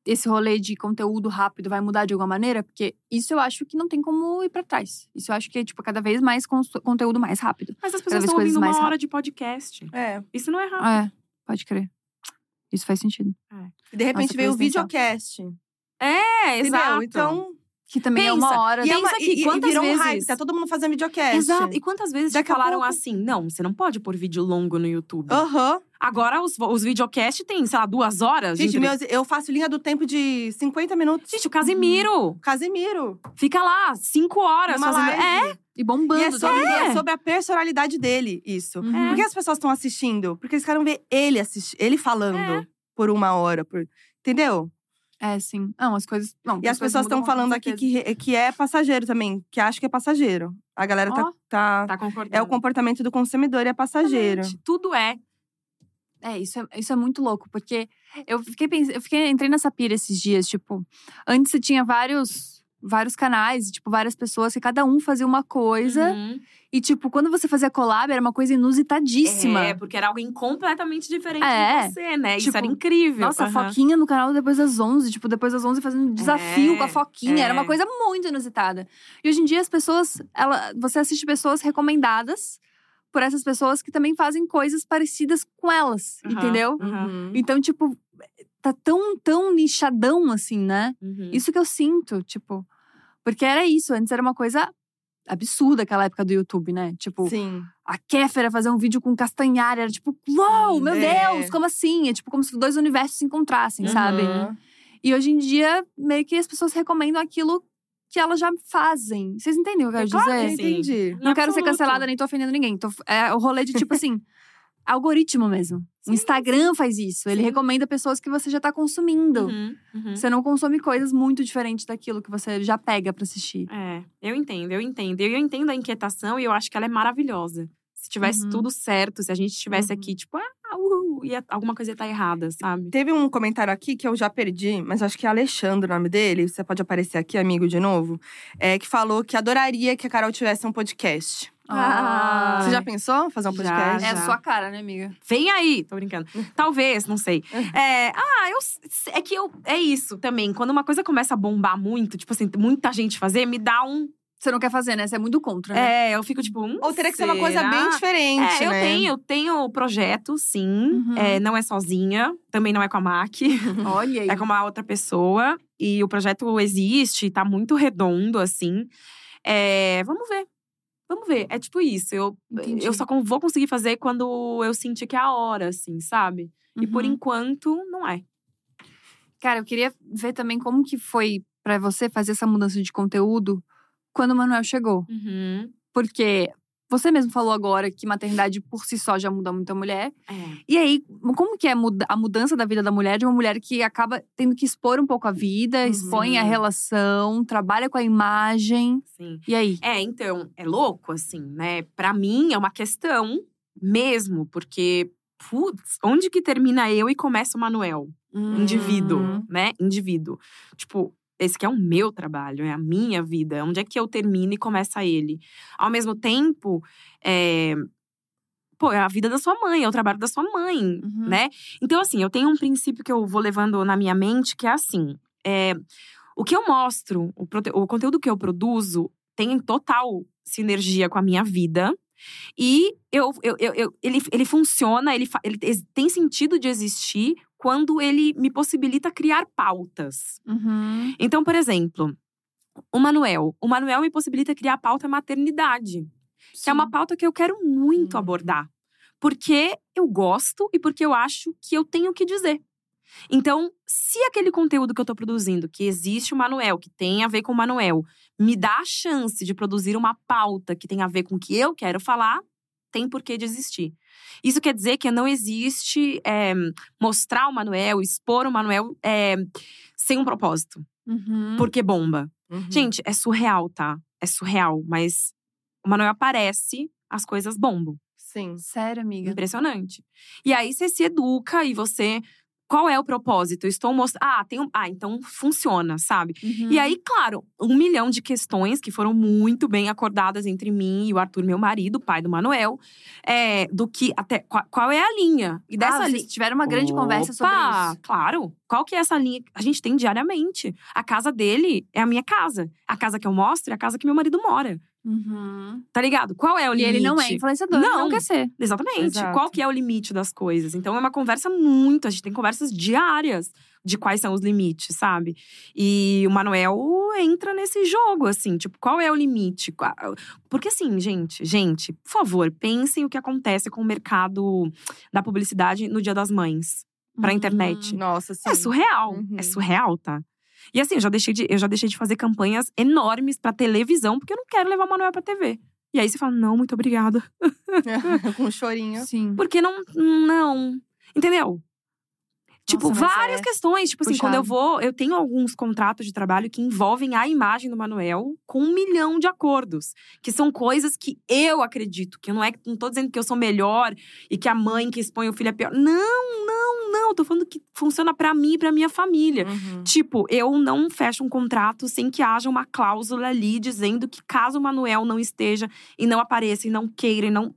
esse rolê de conteúdo rápido vai mudar de alguma maneira? Porque isso eu acho que não tem como ir pra trás. Isso eu acho que é, tipo, cada vez mais cons- conteúdo mais rápido.
Mas as
Cada
pessoas
vez
estão
coisas
ouvindo uma
mais
hora de podcast.
É.
Isso não é rápido.
É, pode crer. Isso faz sentido.
E de repente
Nossa,
veio o
presta atenção.
videocast.
Ah,
É,
Entendeu? Então.
Que também é
Pensa,
uma hora.
E, é
Pensa
uma,
aqui,
e, e
quantas
virou um
vezes-
hype, tá todo mundo fazendo videocast.
Exato. E quantas vezes te
tipo,
Daqui a
um
falaram
pouco-
assim? Não, você não pode pôr vídeo longo no YouTube.
Aham.
Agora os, os videocast tem, sei lá, duas horas. de
Gente,
entre-
meus- eu faço linha do tempo de 50 minutos.
Gente, o
Uhum.
Casimiro
Casimiro.
fica lá cinco horas
Numa
fazendo. É,
live.
E bombando.
E é sobre,
também.
é sobre a personalidade dele, isso.
Uhum.
Por que as pessoas estão assistindo? Porque eles querem ver ele assisti- ele falando por uma hora. por- Entendeu?
É, sim. Não, as coisas. Não,
E as
coisas
pessoas
mudam
estão
com
falando aqui
certeza.
que, re- que é passageiro também, que acha que é passageiro. A galera tá-
Ó,
tá,
tá concordando.
É o comportamento do consumidor e é passageiro.
Exatamente. Tudo é.
É isso, é, isso é muito louco, porque eu fiquei pensando, eu fiquei, entrei nessa pira esses dias, tipo, antes você tinha vários vários canais, tipo, várias pessoas, que cada um fazia uma coisa.
Uhum.
E, tipo, quando você fazia collab, era uma coisa inusitadíssima.
É, porque era alguém completamente diferente
É.
de você, né? Isso
Tipo,
era incrível.
Nossa, a
Aham.
Foquinha no canal depois das 11. Tipo, depois das 11 fazendo desafio
É,
com a Foquinha. Era
é.
uma coisa muito inusitada. E hoje em dia as pessoas… Ela, você assiste pessoas recomendadas por essas pessoas que também fazem coisas parecidas com elas,
Aham, Uhum.
entendeu?
aham,
Então, tipo, tá tão, tão nichadão assim, né?
uhum.
Isso que eu sinto, tipo. Porque era isso, antes era uma coisa absurda aquela época do YouTube, né? Tipo,
Sim.
a Kéfera fazer um vídeo com Castanhari era tipo, uau, meu
É.
Deus, como assim? É tipo como se dois universos se encontrassem,
Uhum.
sabe? E hoje em dia, meio que as pessoas recomendam aquilo que elas já fazem. Vocês entendem o que eu
É
quero
claro
dizer?
que
Sim.
entendi.
Não quero ser
Absoluto.
cancelada, nem tô ofendendo ninguém. Tô- é o rolê de tipo assim, algoritmo mesmo.
Sim,
o Instagram faz isso. Ele
Sim.
recomenda pessoas que você já tá consumindo.
Uhum, uhum.
Você não consome coisas muito diferentes daquilo que você já pega pra assistir.
É, eu entendo, eu entendo. Eu entendo a inquietação e eu acho que ela é maravilhosa. Se tivesse
Uhum.
tudo certo, se a gente estivesse
Uhum.
aqui, tipo, ah, uhul, ia, alguma coisa ia estar errada, sabe?
Teve um comentário aqui que eu já perdi, mas acho que é Alexandre o nome dele. Você pode aparecer aqui, amigo, de novo. É, que falou que adoraria que a Carol tivesse um podcast.
Ah.
Você já pensou em fazer um
Já,
podcast?
É
já.
a sua cara, né, amiga?
Vem aí! Tô brincando. Talvez, não sei. É, ah, eu. É que eu. É isso também. Quando uma coisa começa a bombar muito, tipo assim, muita gente fazer, me dá um.
Você não quer fazer, né? Você é muito contra, né?
É, eu fico tipo. Hum,
Ou teria que ser uma coisa bem
será?
diferente,
É, eu
né?
tenho, eu tenho projeto, sim.
Uhum.
É, não é sozinha, também não é com a MAC.
Olha aí.
É com uma outra pessoa. E o projeto existe, tá muito redondo, assim. É, vamos ver. Vamos ver. É tipo isso. Eu,
Entendi.
eu só con- vou conseguir fazer quando eu sentir que é a hora, assim, sabe? E por
Uhum.
enquanto, não é.
Cara, eu queria ver também como que foi pra você fazer essa mudança de conteúdo quando o Manuel chegou. Uhum. Porque você mesmo falou agora que maternidade por si só já muda muito a mulher.
É.
E aí, como que é muda- a mudança da vida da mulher de uma mulher que acaba tendo que expor um pouco a vida, expõe a relação, trabalha com a imagem.
Sim.
E aí?
É, então, é louco, assim, né? Pra mim é uma questão mesmo, porque, putz, onde que termina eu e começa o Manuel? indivíduo,
Uhum.
né? Indivíduo. Tipo, esse que é o meu trabalho, é a minha vida. Onde é que eu termino e começa ele? Ao mesmo tempo, é, pô, é a vida da sua mãe, é o trabalho da sua mãe,
Uhum.
né? Então, assim, eu tenho um princípio que eu vou levando na minha mente que é assim: é, o que eu mostro, o, prote- o conteúdo que eu produzo tem total sinergia com a minha vida. E eu, eu, eu- eu- ele, ele funciona, ele, fa- ele ex- tem sentido de existir quando ele me possibilita criar pautas.
Uhum.
Então, por exemplo, o Manuel. O Manuel me possibilita criar a pauta maternidade que é uma pauta que eu quero muito
Hum.
abordar. Porque eu gosto e porque eu acho que eu tenho o que dizer. Então, se aquele conteúdo que eu tô produzindo, que existe o Manuel, que tem a ver com o Manuel, me dá a chance de produzir uma pauta que tem a ver com o que eu quero falar, tem por que de existir. Isso quer dizer que não existe é, mostrar o Manuel, expor o Manuel é, sem um propósito.
Uhum.
Porque bomba.
Uhum.
Gente, é surreal, tá? É surreal, mas o Manuel aparece, as coisas bombam.
Sim.
Sério, amiga.
Impressionante. E aí você se educa e você. Qual é o propósito? Estou mostrando. Ah, tem um. Ah, então funciona, sabe? E aí, claro, um milhão de questões que foram muito bem acordadas entre mim e o Arthur, meu marido, pai do Manuel, é, do que até qua- qual, é a linha. E dessa
ah,
linha.
vocês tiveram uma grande conversa sobre
Opa,
isso.
Claro. Qual que é essa linha que a gente tem diariamente? A casa dele é a minha casa. A casa que eu mostro é a casa que meu marido mora.
Uhum.
Tá ligado? Qual é o
E
limite?
ele não é influenciador, ele
Não.
não quer ser.
Exatamente.
Exato.
Qual que é o limite das coisas? Então é uma conversa muito, a gente tem conversas diárias de quais são os limites, sabe? E o Manuel entra nesse jogo assim, tipo, qual é o limite? Qua- Porque assim, gente, gente, por favor, pensem o que acontece com o mercado da publicidade no Dia das Mães. Pra
Uhum.
internet.
Nossa, sim.
É surreal,
Uhum.
é surreal, tá? E assim, eu já deixei de, eu já deixei de fazer campanhas enormes pra televisão, porque eu não quero levar o Manuel pra TV. E aí você fala, não, muito obrigada.
Uhum.
Com um chorinho.
Sim.
Porque não. Não. Entendeu? Tipo,
mas
várias
é
questões. Tipo assim,
puxado.
quando eu vou, eu tenho alguns contratos de trabalho que envolvem a imagem do Manuel com um milhão de acordos. Que são coisas que eu acredito. Que não é. Não tô dizendo que eu sou melhor e que a mãe que expõe o filho é pior. Não, não, não, eu tô falando que funciona pra mim e pra minha família.
Uhum.
Tipo, eu não fecho um contrato sem que haja uma cláusula ali dizendo que caso o Manuel não esteja e não apareça e não queira e não.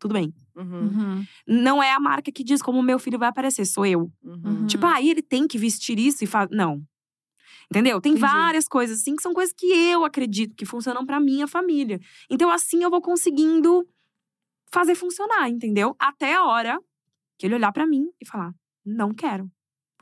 Tudo bem.
Uhum.
Não é a marca que diz como o meu filho vai aparecer, sou eu.
Uhum.
Tipo,
Hum. ah,
aí ele tem que vestir isso e fazer. Não. Entendeu? Tem
Entendi.
várias coisas assim que são coisas que eu acredito que funcionam pra minha família. Então, assim eu vou conseguindo fazer funcionar, entendeu? Até a hora que ele olhar pra mim e falar: não quero,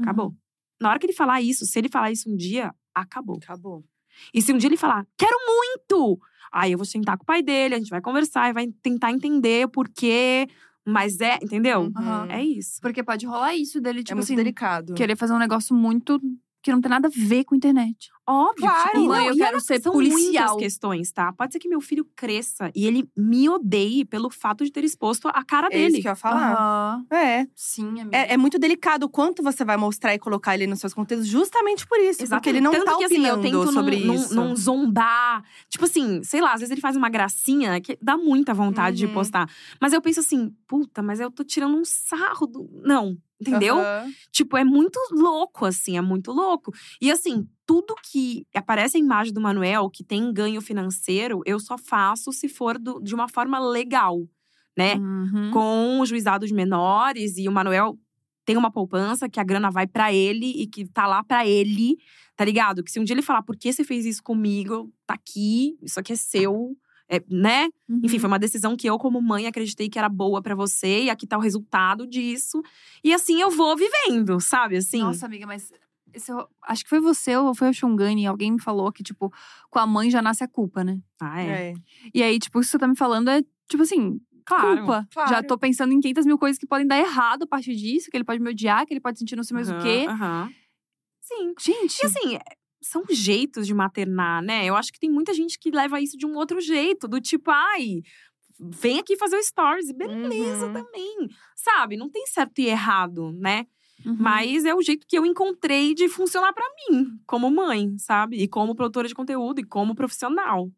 acabou.
uhum.
Na hora que ele falar isso, se ele falar isso um dia, acabou.
Acabou.
E se um dia ele falar, quero muito, aí eu vou sentar com o pai dele, a gente vai conversar e vai tentar entender o porquê, mas é,
Então,
entendeu?
Uhum.
É isso.
Porque pode rolar isso dele, tipo
é muito
assim,
delicado.
querer fazer um negócio muito que não tem nada a ver com a internet.
Óbvio.
Claro,
mãe,
e É, não,
eu
e
quero
olha,
ser
são
policial.
muitas questões, tá? Pode ser que meu filho cresça e ele me odeie pelo fato de ter exposto a cara
É isso
dele.
que eu ia falar.
Aham.
É.
Sim, amiga.
É, é muito delicado o quanto você vai mostrar e colocar ele nos seus conteúdos, justamente por isso. Porque ele não
Tanto
tá
que, assim, eu
opinando
tento
sobre
não,
isso.
Não, não zombar. Tipo assim, sei lá, às vezes ele faz uma gracinha que dá muita vontade
Uhum.
de postar. Mas eu penso assim, puta, mas eu tô tirando um sarro do. Não, entendeu?
Aham.
Tipo, é muito louco, assim, é muito louco. E assim, tudo que aparece a imagem do Manuel, que tem ganho financeiro, eu só faço se for do- de uma forma legal, né?
Uhum.
com o juizado de menores e o Manuel tem uma poupança que a grana vai pra ele e que tá lá pra ele, tá ligado? Que se um dia ele falar por que você fez isso comigo, tá aqui, isso aqui é seu, é, né?
Uhum.
Enfim, foi uma decisão que eu como mãe acreditei que era boa pra você e aqui tá o resultado disso. E assim eu vou vivendo, sabe? Assim,
Nossa, amiga, mas. esse eu- acho que foi você ou foi o Xungani, alguém me falou que, tipo, com a mãe já nasce a culpa, né?
ah, é.
É.
E aí, tipo, isso que você tá me falando é, tipo assim,
Claro.
culpa.
claro.
Já tô pensando em 500 mil coisas que podem dar errado a partir disso, que ele pode me odiar, que ele pode sentir não sei mais o
Aham,
quê.
aham. Sim.
Gente,
E assim, é- são jeitos de maternar, né? Eu acho que tem muita gente que leva isso de um outro jeito, do tipo, ai, vem aqui fazer o stories, e beleza
Uhum.
também. Sabe? Não tem certo e errado, né?
Uhum.
Mas é o jeito que eu encontrei de funcionar pra mim, como mãe, sabe? E como produtora de conteúdo e como profissional.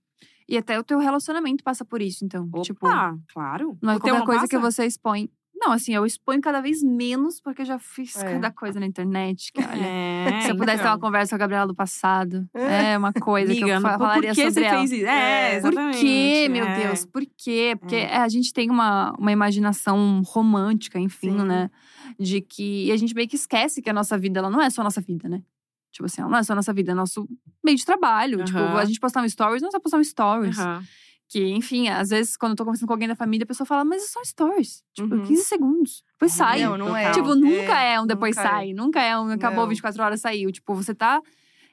E até o teu relacionamento passa por isso, então.
Opa,
Tipo,
ah, claro.
não é
O teu
qualquer coisa
passa?
que você expõe. Não, assim, eu exponho cada vez menos, porque eu já fiz
É.
cada coisa na internet, que olha.
É,
Se eu pudesse ter
então.
uma conversa com a Gabriela do passado, é uma coisa que eu
Amiga,
fa-
por-
falaria
por que
sobre
você
ela.
fez isso? É,
É.
Por
exatamente.
quê, meu
é.
Deus? Por quê? Porque é, a gente tem uma, uma imaginação romântica, enfim,
Sim.
né? De que. E a gente meio que esquece que a nossa vida, ela não é só a nossa vida, né? Tipo assim, ela não é só a nossa vida, é nosso meio de trabalho. Tipo,
Aham.
a gente postar um stories, não é só postar um stories.
Aham.
Que, enfim, às vezes, quando eu tô conversando com alguém da família, a pessoa fala, mas é só stories. Tipo,
Uhum.
15 segundos. Depois sai.
Não, não é.
Total.
Tipo, nunca é, um depois
nunca é.
sai, nunca é um acabou
Não.
24 horas saiu. Tipo, você tá,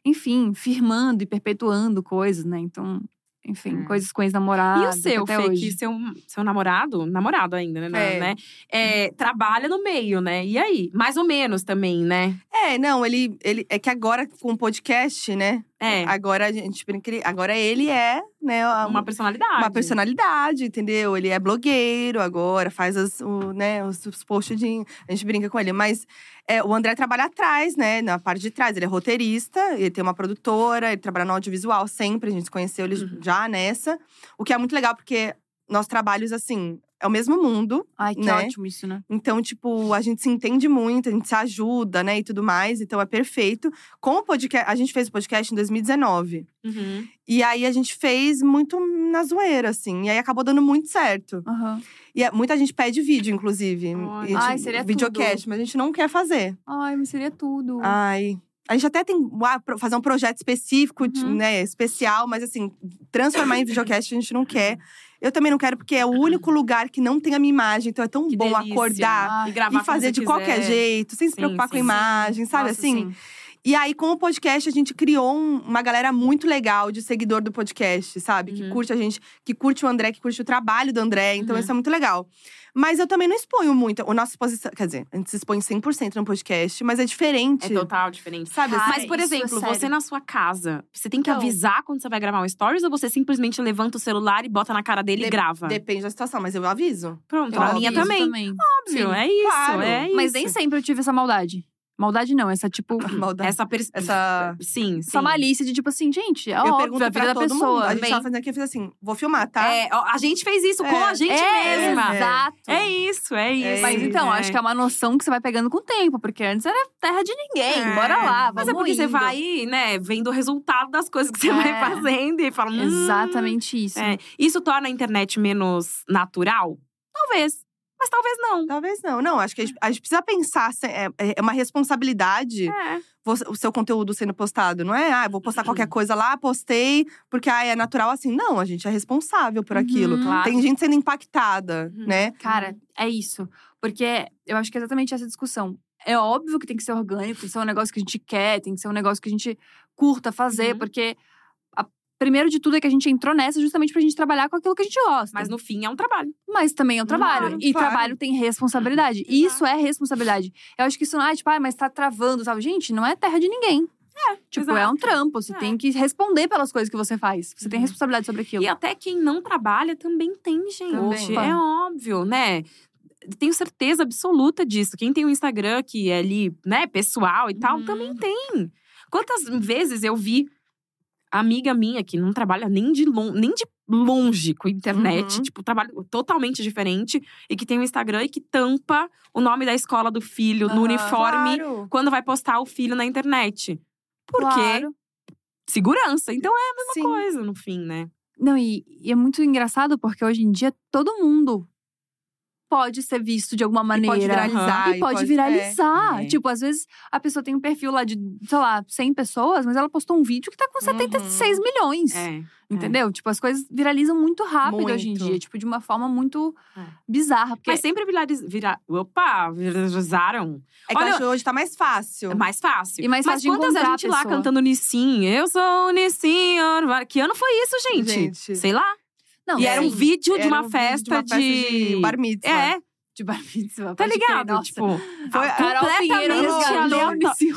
enfim, firmando e perpetuando coisas, né? Então, enfim,
É.
coisas com
E o
ex-namorado.
seu,
até
Fê, que
hoje.
seu, seu namorado, namorado ainda, né? não,
É.
né? É, trabalha no meio, né? E aí? Mais ou menos também, né?
É, não, ele, ele. É que agora, com o podcast, né?
É.
Agora a gente brinca. ele- Agora ele é, né?
Uma personalidade.
uma personalidade, entendeu? Ele é blogueiro agora, faz as, o, né, os, os posts de. A gente brinca com ele. Mas é, o André trabalha atrás, né? Na parte de trás. Ele é roteirista, ele tem uma produtora, ele trabalha no audiovisual sempre. A gente conheceu ele
Uhum.
já nessa. O que é muito legal, porque nós trabalhos, assim, é o mesmo mundo.
Ai, que
né?
ótimo isso, né?
Então, tipo, a gente se entende muito, a gente se ajuda, né? E tudo mais. Então é perfeito. Com o podcast. A gente fez o podcast em 2019.
Uhum.
E aí a gente fez muito na zoeira, assim. E aí acabou dando muito certo.
Aham.
E é- muita gente pede vídeo, inclusive. hum,
Olha.
E a gente-
Ai, seria
videocast, mas a gente não quer fazer.
Ai, mas seria tudo.
Uhum. Ah,
Ai. A gente até tem ah, pro- fazer um projeto específico, de-
Uhum.
né? Especial, mas assim, transformar em videocast a gente não quer. Eu também não quero, porque é o único lugar que não tem a minha imagem. Então é tão
Que
bom
delícia.
acordar
Ah,
E gravar
e fazer de qualquer jeito, sem se
Sim,
preocupar com a
sim, sim.
imagem, sabe
Nossa,
assim?
sim.
E aí, com o podcast, a gente criou um- uma galera muito legal de seguidor do podcast, sabe? Que
Uhum.
curte a gente, que curte o André, que curte o trabalho do André. Então,
Uhum.
isso é muito legal. Mas eu também não exponho muito. O nosso exposição. Quer dizer, a gente se expõe 100% no podcast, mas é diferente.
É total diferente.
Sabe?
Ah,
assim?
Mas, por
isso é
exemplo,
sério.
você na sua casa, você tem que
Então.
avisar quando você vai gravar um stories ou você simplesmente levanta o celular e bota na cara dele
De-
e grava?
Depende da situação, mas eu aviso.
Pronto,
Eu
a
acho
minha
isso
também.
também.
Óbvio,
Sim.
é isso,
Claro.
é isso.
Mas nem sempre eu tive essa maldade. Maldade não, essa tipo.
Maldade.
Essa perspectiva.
Essa.
Sim, sim.
Essa malícia de tipo assim, gente, é
eu
óbvio,
pergunto
a vida
pra
da
todo mundo.
pessoa.
A gente
vem.
tava fazendo aqui, eu fiz assim, vou filmar, tá?
É, ó, a gente fez isso com a gente
é,
mesma.
Exato.
É isso, é isso.
Mas
isso,
então,
né?
acho que é uma noção que você vai pegando com o tempo, porque antes era terra de ninguém.
É.
Bora lá, vamos
Mas é porque você
indo.
vai, né, vendo o resultado das coisas que você
É.
vai fazendo e fala. Hum,
Exatamente isso.
é. Isso torna a internet menos natural? Talvez. Mas talvez não.
Talvez não. Não, acho que a gente, a gente precisa pensar. se- É, é uma responsabilidade
É.
você- o seu conteúdo sendo postado. Não é, ah, eu vou postar
Uhum.
qualquer coisa lá, postei, porque ah, é natural assim. Não, a gente é responsável por
Uhum.
aquilo.
Claro.
Tem gente sendo impactada,
Uhum.
né?
Cara, é isso. Porque eu acho que é exatamente essa discussão. É óbvio que tem que ser orgânico, tem que ser um negócio que a gente quer, tem que ser um negócio que a gente curta fazer,
Uhum.
porque a- primeiro de tudo é que a gente entrou nessa justamente pra gente trabalhar com aquilo que a gente gosta.
Mas no fim é um trabalho.
Mas também é um trabalho.
Claro,
e
claro.
trabalho tem responsabilidade. E
Exato.
Isso é responsabilidade. Eu acho que isso não é tipo, ah, mas tá travando, sabe? Gente, não é terra de ninguém. É, tipo, é um
exato.
trampo. Você
É.
tem que responder pelas coisas que você faz. Você tem
Uhum.
responsabilidade sobre aquilo.
E até quem não trabalha também tem, gente.
Também.
É óbvio, né? Tenho certeza absoluta disso. Quem tem um Instagram que é ali, né, pessoal e tal,
Uhum.
também tem. Quantas vezes eu vi amiga minha que não trabalha nem de, lon nem de longe com internet,
Uhum.
tipo, trabalho totalmente diferente, e que tem um Instagram e que tampa o nome da escola do filho no
Aham.
uniforme
Claro.
quando vai postar o filho na internet. Porque
Claro.
segurança. Então é
Sim.
uma coisa, no fim, né?
Não, e, e é muito engraçado porque hoje em dia todo mundo pode ser visto de alguma
E
maneira.
pode viralizar.
E pode viralizar.
É.
Tipo, às vezes a pessoa tem um perfil lá de, sei lá, 100 pessoas, mas ela postou um vídeo que tá com 76 milhões.
É.
Entendeu? Tipo, as coisas viralizam muito rápido hoje em
Muito.
dia. Tipo, de uma forma muito
É.
bizarra. Porque
Mas sempre viraliz, vira, opa, viralizaram.
É que
Olha-
eu acho que hoje tá mais fácil.
É mais fácil.
E mais fácil
Mas
de
quantas a
encontrar a
gente lá
pessoa.
cantando Nissin? Eu sou o Nissin. Orvar- Que ano foi isso, gente?
Gente.
Sei lá.
Não, é
e era um
sim.
vídeo de
Era
uma
um vídeo
festa
de. Uma festa de bar mitzvah.
É,
de bar mitzvah,
tá
pode crer,
ligado?
nossa.
Tipo,
Foi
a-
a-
Carol
completamente
Pinheiro resgatou
aleatório.
o Nissin.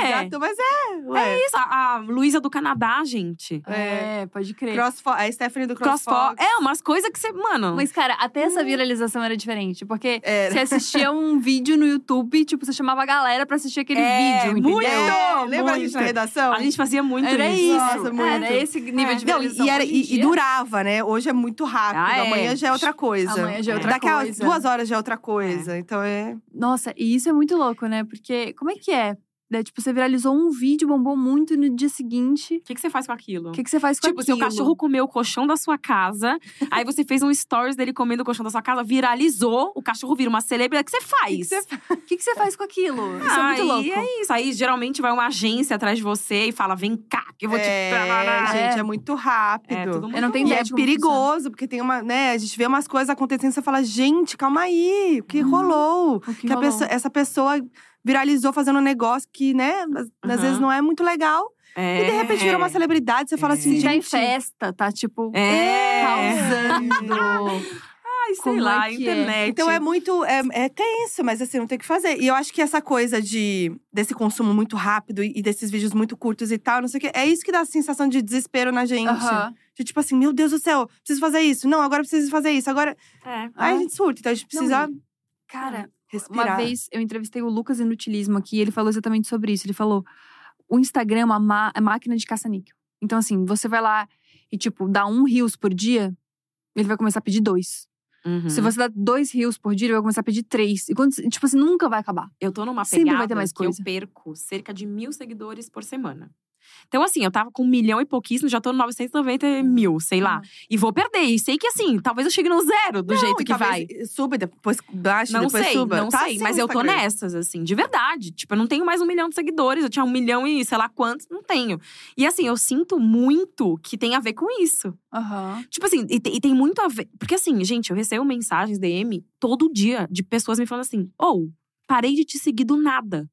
É, exato, mas é. ué.
É isso. A, a Luísa do Canadá, gente.
É, pode crer.
Crossfo- a Stephanie do
Crossfo.
Crossfo.
É, umas coisas que você. Mano.
Mas, cara, até
Hum.
essa viralização era diferente. Porque
Era.
você assistia um vídeo no YouTube, tipo, você chamava a galera pra assistir aquele
É,
vídeo, entendeu?
muito.
É, lembra a gente
muito.
na redação?
a gente fazia muito
então, Era
isso.
isso.
Nossa, muito.
Era esse nível de
É.
Não,
viralização.
e, era-
Hoje
e-
em
e
dia,
durava, né? Hoje é muito rápido.
Ah, é.
Amanhã já é outra coisa.
Amanhã já é outra
Daqui a
coisa.
duas horas já é outra coisa. Então é.
Nossa, e isso é muito louco, né? Porque como é que é? Né, Tipo, você viralizou um vídeo, bombou muito, e no dia seguinte…
O que, que você faz com aquilo?
O que, que você faz com
Tipo, seu
aquilo?
cachorro comeu o colchão da sua casa, aí você fez um stories dele comendo o colchão da sua casa, viralizou, o cachorro vira uma celebridade. O que você faz?
você
O que, que você faz com aquilo? Isso é muito
aí
louco.
é isso. Aí geralmente vai uma agência atrás de você e fala: vem cá, que eu vou te.
é, gente, é muito rápido.
É, tudo muito
Eu não tenho
E
ideia
é
de como
perigoso, porque tem uma, né, a gente vê umas coisas acontecendo e você fala, gente, calma aí, o que
Uhum.
um
rolou?
funciona. O que
Que a
rolou.
pessoa- essa pessoa viralizou fazendo um negócio que, né, às- às
Uhum.
vezes não é muito legal.
É,
E de repente vira uma celebridade, você fala
É.
assim,
tá em
gente…
festa, tá tipo…
É.
Causando.
Ai, sei
Como
lá,
é que é?
internet.
Então é muito. É, é tenso, mas assim, não tem o que fazer. E eu acho que essa coisa de desse consumo muito rápido e, e desses vídeos muito curtos e tal, não sei o quê, é isso que dá a sensação de desespero na gente.
Aham.
De tipo assim, meu Deus do céu, preciso fazer isso. Não, agora preciso fazer isso. Agora.
É.
Aí a gente surta, então a gente precisa Ah,
Não, Cara, Uma
respirar.
vez eu entrevistei o Lucas Inutilismo aqui, e ele falou exatamente sobre isso. Ele falou: o Instagram é uma ma- é máquina de caça-níquel. Então, assim, você vai lá e, tipo, dá um rios por dia, ele vai começar a pedir dois.
Uhum.
Se você dá dois rios por dia, ele vai começar a pedir três. E quando, tipo assim, nunca vai acabar.
Eu tô numa
Sempre vai
pegada
ter mais
que
coisa.
eu perco cerca de mil seguidores por semana. Então, assim, eu tava com um milhão e pouquíssimo, já tô no 990 mil, sei lá.
Uhum.
E vou perder. E sei que, assim, talvez eu chegue no zero do jeito
e
que vai.
talvez Suba, e depois baixa,
Não
depois
sei,
suba.
não
Tá
sei.
assim
Mas
no
eu tô
Instagram.
nessas, assim, de verdade. Tipo, eu não tenho mais um milhão de seguidores. Eu tinha um milhão e sei lá quantos, não tenho. E assim, eu sinto muito que tem a ver com isso.
Aham.
Tipo assim, e, te- e tem muito a ver… Porque assim, gente, eu recebo mensagens, DM, todo dia. De pessoas me falando assim, ou… Parei de te seguir do nada.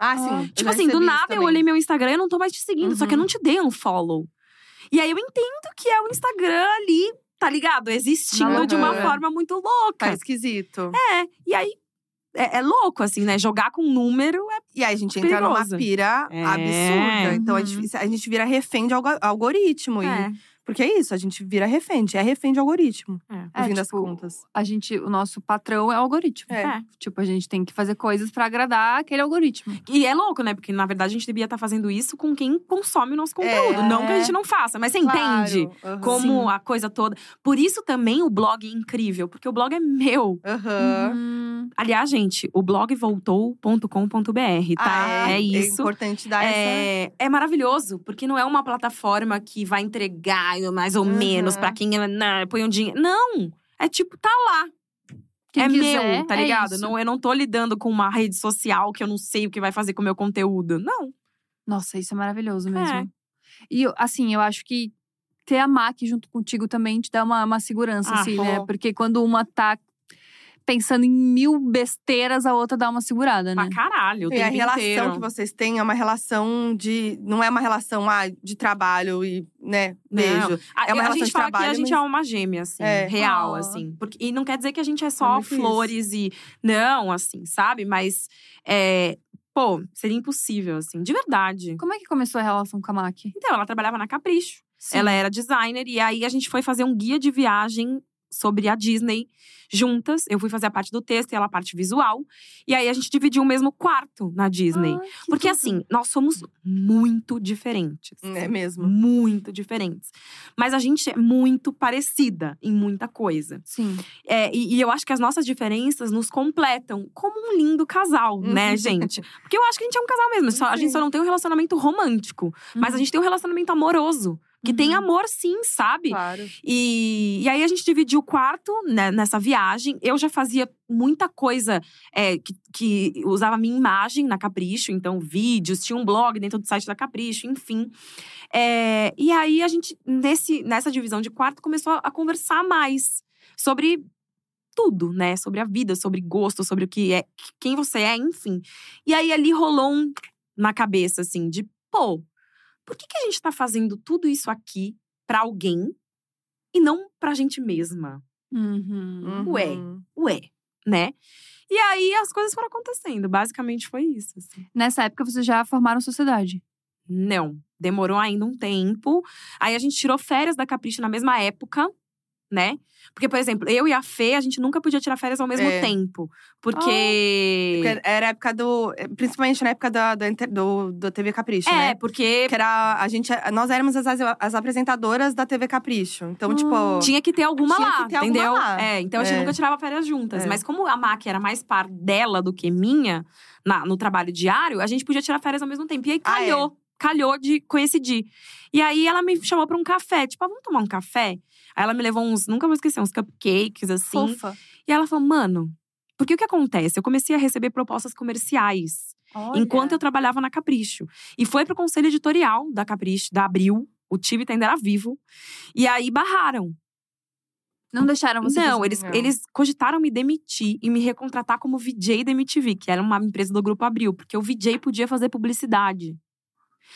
Ah,
Ah.
sim. eu
Tipo
já
assim,
recebi
do
isso
nada eu
também.
olhei meu Instagram e eu não tô mais te seguindo. Só que eu
Uhum.
não te dei um follow. E aí eu entendo que é o Instagram ali, tá ligado? Existindo de uma
loucura.
forma muito louca.
Tá esquisito.
É, e aí é, é louco, assim, né? Jogar com número é.
E aí a gente entra numa
Perigoso.
pira
É.
absurda. Então é
Uhum.
difícil- a gente vira refém de algo- algoritmo. E
é.
Porque é isso, a gente vira refém, é refém de algoritmo, no
É,
fim das
tipo,
contas.
A gente, o nosso patrão é o algoritmo.
É.
É.
Tipo, a gente tem que fazer coisas pra agradar aquele algoritmo.
E é louco, né? Porque na verdade a gente devia estar fazendo isso com quem consome o nosso conteúdo.
É.
Não que a gente não faça, mas você entende
Claro, aham.
como
Sim.
a coisa toda. Por isso também o blog é incrível, porque o blog é meu.
Aham.
Hum,
Aliás, gente, o blog voltou.com.br, tá?
Ah,
é, isso.
É importante dar essa.
É, é maravilhoso, porque não é uma plataforma que vai entregar mais ou
Uhum.
menos pra quem é, né, põe um dinheiro. Não! É tipo, tá lá.
quem
é
quiser,
meu, tá
é
ligado?
isso.
não, eu não tô lidando com uma rede social que eu não sei o que vai fazer com o meu conteúdo. Não.
Nossa, isso é maravilhoso
É.
mesmo. E eu- assim, eu acho que ter a MAC junto contigo também te dá uma, uma segurança,
Ah,
assim, né?
pô.
Porque quando uma tá pensando em mil besteiras, a outra dá uma segurada, né?
Pra caralho. o
E É a
tempo
relação
inteiro.
que vocês têm é uma relação de. Não é uma relação ah, de trabalho e, né,
Não.
beijo.
A,
é uma
a
relação
gente
de
fala que a
trabalho,
gente
mas-
é uma gêmea, assim,
É.
real,
Ah.
assim. Porque, e não quer dizer que a gente é
É
só
muito isso.
flores e. Não, assim, sabe? Mas. é, pô, seria impossível, assim, de verdade.
Como é que começou a relação com a MAC?
Então, ela trabalhava na Capricho. Ela é era designer. E aí a gente foi fazer um guia de viagem sobre a Disney juntas. Eu fui fazer a parte do texto e ela a parte visual. E aí a gente dividiu o mesmo quarto na Disney.
Ai, Ah, que
Porque
tudo.
assim, nós somos muito diferentes.
É mesmo.
Muito diferentes. Mas a gente é muito parecida em muita coisa.
Sim.
É, e, e eu acho que as nossas diferenças nos completam como um lindo casal, né, gente? Porque eu acho que a gente é um casal mesmo. só- a gente só não tem um relacionamento romântico. Mas a gente tem um relacionamento amoroso. Que tem
Uhum.
amor, sim, sabe?
Claro.
E, e aí a gente dividiu o quarto né, nessa viagem. Eu já fazia muita coisa é, que, que usava a minha imagem na Capricho, então vídeos, tinha um blog dentro do site da Capricho, enfim. É, e aí a gente, nesse, nessa divisão de quarto, começou a, a conversar mais sobre tudo, né? Sobre a vida, sobre gosto, sobre o que é, quem você é, enfim. E aí ali rolou um na cabeça, assim, de pô, por que, que a gente tá fazendo tudo isso aqui pra alguém? e não pra gente mesma.
Uhum.
Uhum.
Ué. Ué, né? E aí as coisas foram acontecendo. Basicamente foi isso. assim.
Nessa época vocês já formaram sociedade.
Não, demorou ainda um tempo. Aí a gente tirou férias da Capricho na mesma época, né? Porque, por exemplo, eu e a Fê, a gente nunca podia tirar férias ao mesmo
É.
tempo. Ah, Porque.
Porque era a época do. eh, Principalmente na época da, da, inter- do, da TV Capricho,
É,
né?
porque
Que era. A gente, nós éramos as, as- as apresentadoras da TV Capricho. Então, tipo.
Hum, Tinha que ter alguma
Tinha
lá,
que ter alguma
entendeu?
lá.
É, então a gente
É.
nunca tirava férias juntas.
É.
Mas como a MAC era mais par dela do que minha na- no trabalho diário, a gente podia tirar férias ao mesmo tempo. E aí
Ah, é?
calhou. Calhou de coincidir. E aí ela me chamou pra um café. Tipo, ah, vamos tomar um café? Aí ela me levou uns, nunca vou esquecer, uns cupcakes, assim.
Fofa.
E ela falou, mano, porque o que acontece? Eu comecei a receber propostas comerciais enquanto eu trabalhava na Capricho. E foi pro conselho editorial da Capricho, da Abril. O Tive ainda era vivo. E aí barraram.
Não deixaram vocês.
Não, eles,
não.
eles cogitaram me demitir e me recontratar como VJ da MTV, que era uma empresa do Grupo Abril, porque o VJ podia fazer publicidade.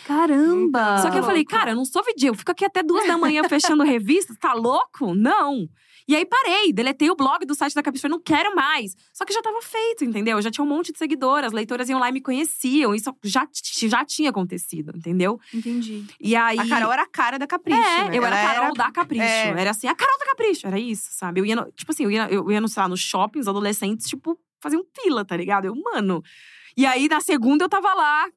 Caramba!
Só que eu
Ah,
falei, cara, eu não sou VJ, eu fico aqui até duas da manhã fechando revista, tá louco? Não. E aí parei, deletei o blog do site da Capricho, falei, não quero mais. Só que já tava feito, entendeu? Eu já tinha um monte de seguidoras, leitoras iam lá e me conheciam, isso já, t- já tinha acontecido, entendeu?
Entendi.
E aí.
A Carol era a cara da Capricho.
É,
né?
eu era
Ela
a Carol da Capricho.
é.
Era assim, a Carol da Capricho, era isso, sabe? Eu ia, no- tipo assim, eu ia, eu ia no, sei lá, nos shoppings, adolescentes, tipo, fazer um fila, tá ligado? Eu, mano. E aí, na segunda, eu tava lá,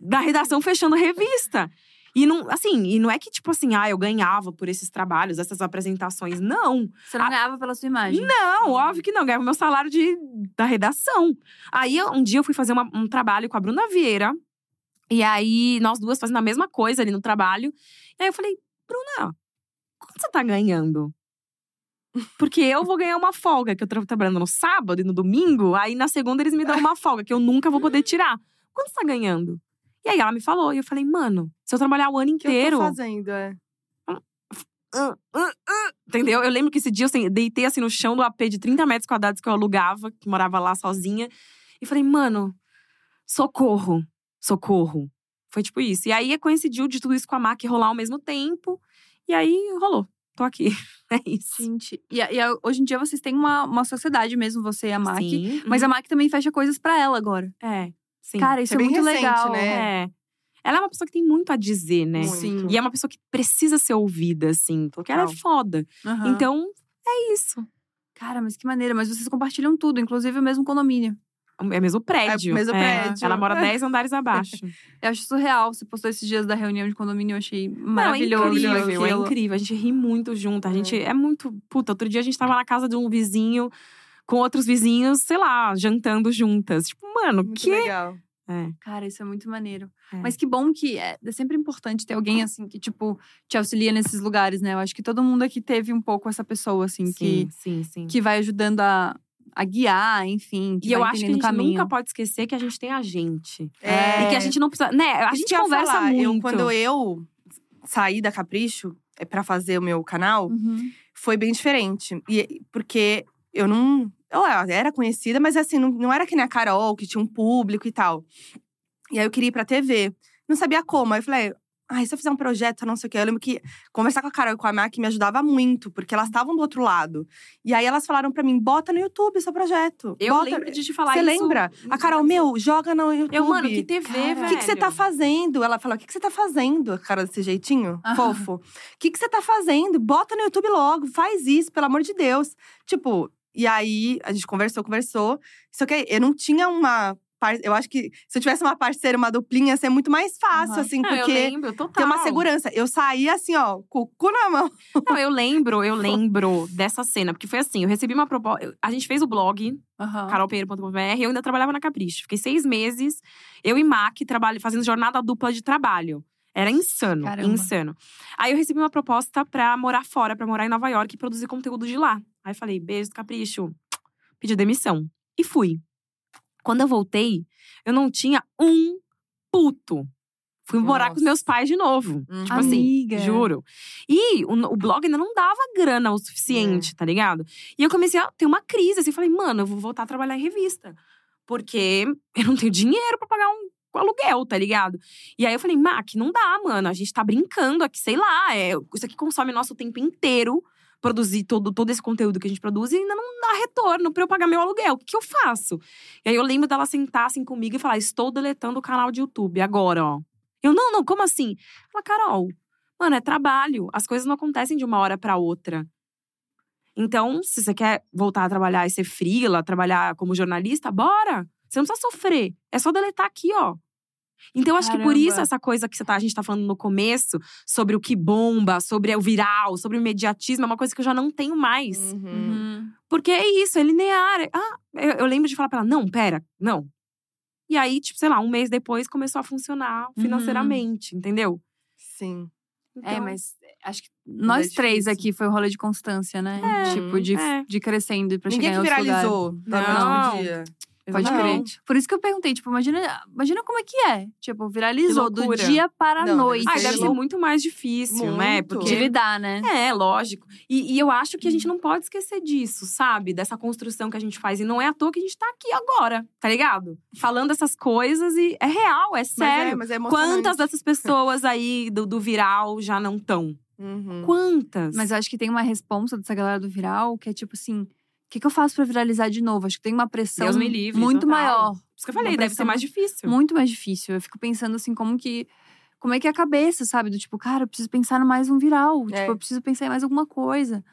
da redação, fechando revista. E não, assim, e não é que, tipo assim, ah, eu ganhava por esses trabalhos, essas apresentações. Não.
Você não
Ah.
ganhava pela sua imagem.
Uhum.
Não, óbvio que não. Eu Ganhava meu salário de, da redação. Aí, eu- um dia, eu fui fazer uma- um trabalho com a Bruna Vieira. E aí, nós duas fazendo a mesma coisa ali no trabalho. E aí, eu falei, Bruna, quanto você tá ganhando? Porque eu vou ganhar uma folga, que eu tô trabalhando no sábado e no domingo. Aí, na segunda, eles me dão uma folga, que eu nunca vou poder tirar. Quanto você tá ganhando? E aí, ela me falou. E eu falei, mano, se eu trabalhar o ano
Que eu
inteiro…
tô fazendo, é.
Ah, ah, ah, Entendeu? Eu lembro que esse dia eu sen- deitei assim no chão do AP de 30 metros quadrados que eu alugava, que morava lá sozinha. E falei, mano, socorro, socorro. Foi tipo isso. E aí coincidiu de tudo isso com a MAC rolar ao mesmo tempo. E aí rolou. Tô aqui. É isso.
Gente, e, e hoje em dia vocês têm uma, uma sociedade mesmo, você e a MAC.
Sim.
Mas a MAC também fecha coisas pra ela agora.
é, sim.
Cara, isso é,
bem
muito
recente,
legal.
né?
é. Ela é uma pessoa que tem muito a dizer, né?
Muito.
Sim.
E é uma pessoa que precisa ser ouvida, assim, porque ela é
Total. Ah.
foda.
Aham.
Então, é isso.
Cara, mas que maneira. Mas vocês compartilham tudo, inclusive o mesmo condomínio.
É mesmo prédio.
É mesmo prédio.
Ela mora 10 andares abaixo.
Eu acho surreal. Você postou esses dias da reunião de condomínio, eu achei maravilhoso.
Não, é incrível, é
aquilo.
incrível. A gente ri muito junto. A gente é muito. Puta, outro dia a gente tava na casa de um vizinho com outros vizinhos, sei lá, jantando juntas. Tipo, mano,
Muito
que.
legal.
É.
Cara, isso é muito maneiro.
É.
Mas que bom que é, é sempre importante ter alguém assim que, tipo, te auxilia nesses lugares, né? Eu acho que todo mundo aqui teve um pouco essa pessoa, assim,
Sim, sim, sim.
que, que vai ajudando a, a guiar, enfim. Que
e eu
vai
acho que a
entendendo
gente
o caminho.
nunca pode esquecer que a gente tem a gente.
É.
E que a gente não precisa. Né? A
Isso
gente
que eu ia
conversa
falar.
muito.
Eu, quando eu saí da Capricho é, pra fazer o meu canal,
Uhum.
foi bem diferente. E, porque eu não. Eu ah, era conhecida, mas assim, não, não era que nem a Carol, que tinha um público e tal. E aí eu queria ir pra TV. Não sabia como. Aí eu falei. Ai, se eu fizer um projeto, não sei o quê. Eu lembro que conversar com a Carol e com a Mac me ajudava muito, porque elas estavam do outro lado. E aí elas falaram pra mim: bota no YouTube seu projeto.
Eu
bota...
lembro de te falar
Você
isso.
lembra? A Carol, meu, joga no YouTube.
Eu, mano, que TV, velho.
O que que você tá fazendo? Ela fala, o que que você tá fazendo? A Cara, desse jeitinho,
Ah.
fofo. O que que você tá fazendo? Bota no YouTube logo, faz isso, pelo amor de Deus. Tipo, e aí a gente conversou, conversou. Só que eu não tinha uma… par- Eu acho que se eu tivesse uma parceira, uma duplinha, ia ser muito mais fácil,
Aham.
assim.
Não, eu
Porque
lembro, total.
tem uma segurança. Eu saí assim, ó, com o cu na mão.
Não, eu lembro, eu lembro dessa cena. Porque foi assim, eu recebi uma proposta… A gente fez o blog
Aham.
carolpinheiro.com.br, eu ainda trabalhava na Capricho. Fiquei seis meses, eu e Mac, trabalho, fazendo jornada dupla de trabalho. Era insano,
Caramba.
insano. Aí eu recebi uma proposta pra morar fora, pra morar em Nova York e produzir conteúdo de lá. Aí falei, beijo, Capricho. Pedi demissão. E fui. Quando eu voltei, eu não tinha um puto. Fui morar com os
Nossa.
meus pais de novo. Tipo assim,
Amiga.
Juro. E o, o blog ainda não dava grana o suficiente, tá ligado? E eu comecei a ter uma crise, assim. Falei, mano, eu vou voltar a trabalhar em revista. Porque eu não tenho dinheiro pra pagar um aluguel, tá ligado? E aí eu falei, Mac, não dá, mano. A gente tá brincando aqui, sei lá. É, isso aqui consome nosso tempo inteiro. Produzir todo, todo esse conteúdo que a gente produz e ainda não dá retorno pra eu pagar meu aluguel. O que, que eu faço? E aí eu lembro dela sentar assim comigo e falar: estou deletando o canal de YouTube agora, ó. Eu, não, não, como assim? Ela, Carol, Mano, é trabalho. As coisas não acontecem de uma hora pra outra. Então, se você quer voltar a trabalhar e ser frila, trabalhar como jornalista, bora! Você não precisa sofrer. É só deletar aqui, ó. Então, acho que por
Caramba.
isso essa coisa que você tá- a gente tá falando no começo, sobre o que bomba, sobre o viral, sobre o imediatismo, é uma coisa que eu já não tenho mais.
Uhum.
Porque é isso, é linear. Ah, eu, eu lembro de falar pra ela, não, pera, não. E aí, tipo, sei lá, um mês depois começou a funcionar
Uhum.
financeiramente, entendeu?
Sim.
É,
Então-
mas acho que nós
é
três
difícil.
aqui foi o rolê de constância, né?
É,
tipo, de,
é.
de crescendo pra
Ninguém que
chegar em outro lugar.
viralizou da noite
Não.
pro dia.
Pode
Não.
crer. Por isso que eu perguntei, tipo, imagina, imagina como é que é. Tipo, viralizou
Que
do
loucura.
dia para a
Não,
noite.
deve
Ah, deve ser
Sim.
muito mais difícil, né?
Muito.
de
Porque.
lidar, né?
É, lógico. E, e eu acho que a
Uhum.
gente não pode esquecer disso, sabe? Dessa construção que a gente faz. E não é à toa que a gente tá aqui agora, tá ligado? Falando essas coisas e é real, é
Mas é,
sério.
mas é emocionante.
Quantas dessas pessoas aí do, do viral já não estão?
Uhum.
Quantas?
Hum. Mas eu acho que tem uma responsa dessa galera do viral que é tipo assim: o que, que eu faço pra viralizar de novo? Acho que tem uma pressão
Deus me livre,
muito
total.
maior,
Por isso que eu falei,
uma
deve ser
pressão
mais difícil.
muito mais difícil. Eu fico pensando assim, como que. Como é que é a cabeça, sabe? Do tipo, cara, eu preciso pensar em mais um viral.
É.
Tipo, eu preciso pensar em mais alguma coisa.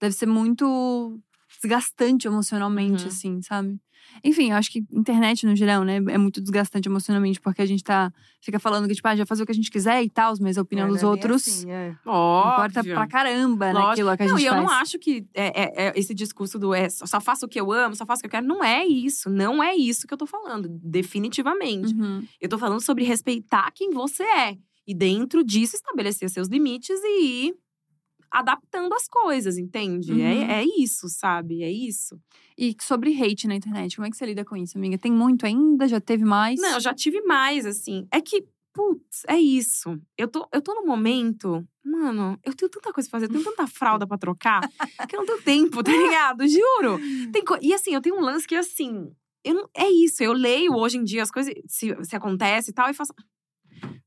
Deve ser muito desgastante emocionalmente,
Uhum.
assim, sabe? Enfim, eu acho que internet, no geral, né, é muito desgastante emocionalmente, porque a gente tá. Fica falando que, tipo, ah, a gente vai fazer o que a gente quiser e tal, mas a opinião
É, não é
dos
bem
outros
assim, é.
Óbvio.
importa pra caramba
Lógico.
naquilo que a gente
não, e eu
faz.
não acho que é, é, é esse discurso do é, só faço o que eu amo, só faço o que eu quero. Não é isso. Não é isso que eu tô falando, definitivamente.
Uhum.
Eu tô falando sobre respeitar quem você é. E dentro disso, estabelecer seus limites e ir adaptando as coisas, entende?
Uhum.
É, é isso, sabe? É isso.
E sobre hate na internet, como é que você lida com isso, amiga? Tem muito ainda? Já teve mais?
Não, eu já tive mais, assim. É que, putz, é isso. Eu tô, eu tô num momento. Mano, eu tenho tanta coisa pra fazer, eu tenho tanta fralda pra trocar, que eu não tenho tempo, tá ligado? Juro. Tem co- E assim, eu tenho um lance que, assim. Eu não- É isso, eu leio hoje em dia as coisas, se, se acontece e tal, e faço.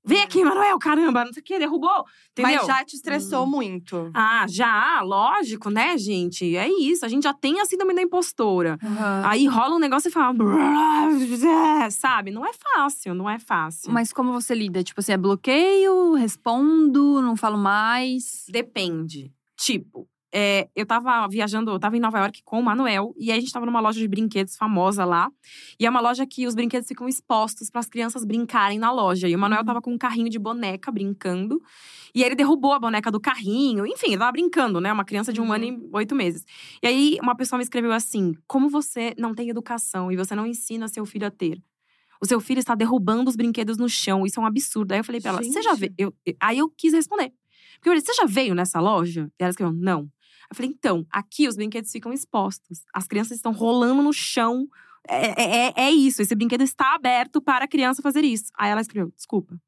Vem aqui, Manuel, caramba, não sei o que, derrubou. Entendeu?
Mas já te estressou muito.
Ah, já, lógico, né, gente? É isso, a gente já tem a síndrome da impostora. Aí rola um negócio e fala. "Brrr", Sabe? Não é fácil, não é fácil.
Mas como você lida? Tipo assim, é bloqueio, respondo, não falo mais.
Depende. Tipo, é, eu tava viajando, eu tava em Nova York com o Manuel, e aí a gente tava numa loja de brinquedos famosa lá. E é uma loja que os brinquedos ficam expostos para as crianças brincarem na loja. E o Manuel tava com um carrinho de boneca brincando. E aí ele derrubou a boneca do carrinho. Enfim, ele tava brincando, né? Uma criança de um
Uhum.
ano e oito meses. E aí uma pessoa me escreveu assim: Como você não tem educação e você não ensina seu filho a ter? O seu filho está derrubando os brinquedos no chão, isso é um absurdo. Aí eu falei pra ela: Você já
Gente.
veio? Eu, eu- aí eu quis responder. Porque eu falei: Você já veio nessa loja? E ela escreveu: Não. Eu falei, então, aqui os brinquedos ficam expostos. As crianças estão rolando no chão. É, é- é, é isso, esse brinquedo está aberto para a criança fazer isso. Aí ela escreveu, desculpa.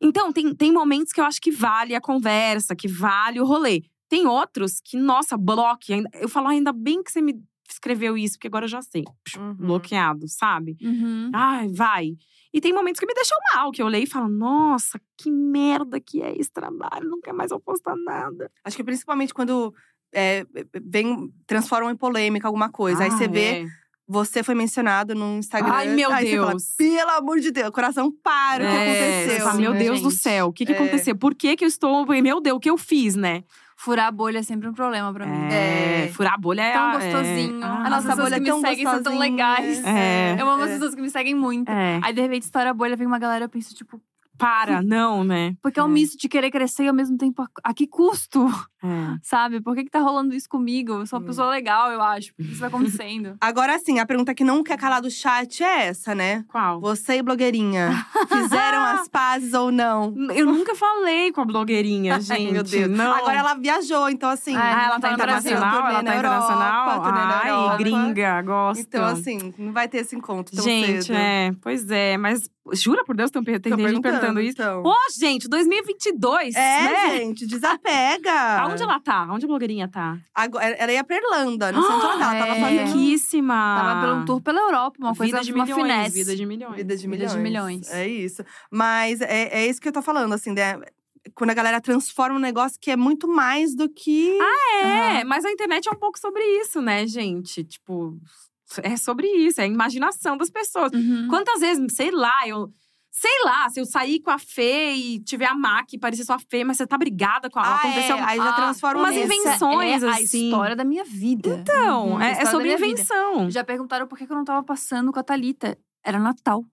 Então, tem, tem momentos que eu acho que vale a conversa, que vale o rolê. Tem outros que, nossa, bloque. ainda- Eu falo, ainda bem que você me escreveu isso, porque agora eu já sei.
Uhum.
Bloqueado, sabe?
Uhum.
Ai, vai. E tem momentos que me deixam mal, que eu leio e falo, nossa, que merda que é esse trabalho, nunca mais vou postar nada.
Acho que principalmente quando é, vem, transformam em polêmica alguma coisa. aí você
Ah,
vê,
é.
você foi mencionado no Instagram.
Ai, meu
aí você fala,
Deus.
Pelo amor de Deus, coração para o que
É,
aconteceu,
você fala, meu
né,
Deus do
gente?
céu, o que, que
É.
aconteceu? Por que, que eu estou. Meu Deus, o que eu fiz, né?
Furar a bolha é sempre um problema pra mim.
É,
É.
Furar a bolha é.
Tão
é-
gostosinho.
Ah,
A nossa
as pessoas
bolha
que
é
me
tão seguem são tão
gostosinhas.
legais.
É.
Eu amo as
É.
pessoas que me seguem muito.
É.
Aí, de repente, estoura a bolha, vem uma galera, eu penso, tipo…
Para, não, né?
Porque é um
É.
misto de querer crescer e, ao mesmo tempo, a, a que custo?
É.
Sabe? Por que que tá rolando isso comigo? Eu sou uma
É.
pessoa legal, eu acho. Isso vai acontecendo.
Agora sim, a pergunta que não quer calar do chat é essa, né?
Qual?
Você e blogueirinha, fizeram as pazes ou não?
Eu nunca falei com a blogueirinha, gente.
Meu Deus.
Não.
Agora ela viajou, então assim.
Ah,
Ah, ela tá
tá no Brasil,
internacional,
turnê né?
ela
na
tá internacional.
Europa, turnê na
Ai,
Europa.
gringa, gosto.
Então, assim, não vai ter esse encontro tão
gente,
cedo.
é. Pois é, mas jura por Deus, tem, tem
Tô
gente perguntando, isso.
então.
Ô, gente, 2022, né?
É, gente, desapega.
Aonde ela tá? Onde a blogueirinha tá?
Agora, ela ia pra Irlanda, não sei onde ela tá. Ela tava
É.
fazendo
Riquíssima.
Tava pelo tour pela Europa, uma coisa de uma finesse.
Vida de milhões.
vida de
Vida
milhões.
de milhões.
É isso. Mas é, é isso que eu tô falando, assim, né? Quando a galera transforma um negócio que é muito mais do que…
Ah,
É, mas a internet é um pouco sobre isso, né, gente? Tipo, é sobre isso, é a imaginação das pessoas.
Uhum.
Quantas vezes, sei lá, eu. Sei lá, se eu sair com a Fê e tiver a Mac e parecer sua Fê, mas você tá brigada com ela.
Ah,
aconteceu
é, aí já
ah,
transforma
umas
nesse.
invenções.
Essa é
assim.
a história da minha vida.
Então,
Uhum, a
é, é
história
sobre
da minha vida.
invenção.
Já perguntaram por que que eu não tava passando com a Thalita. Era Natal.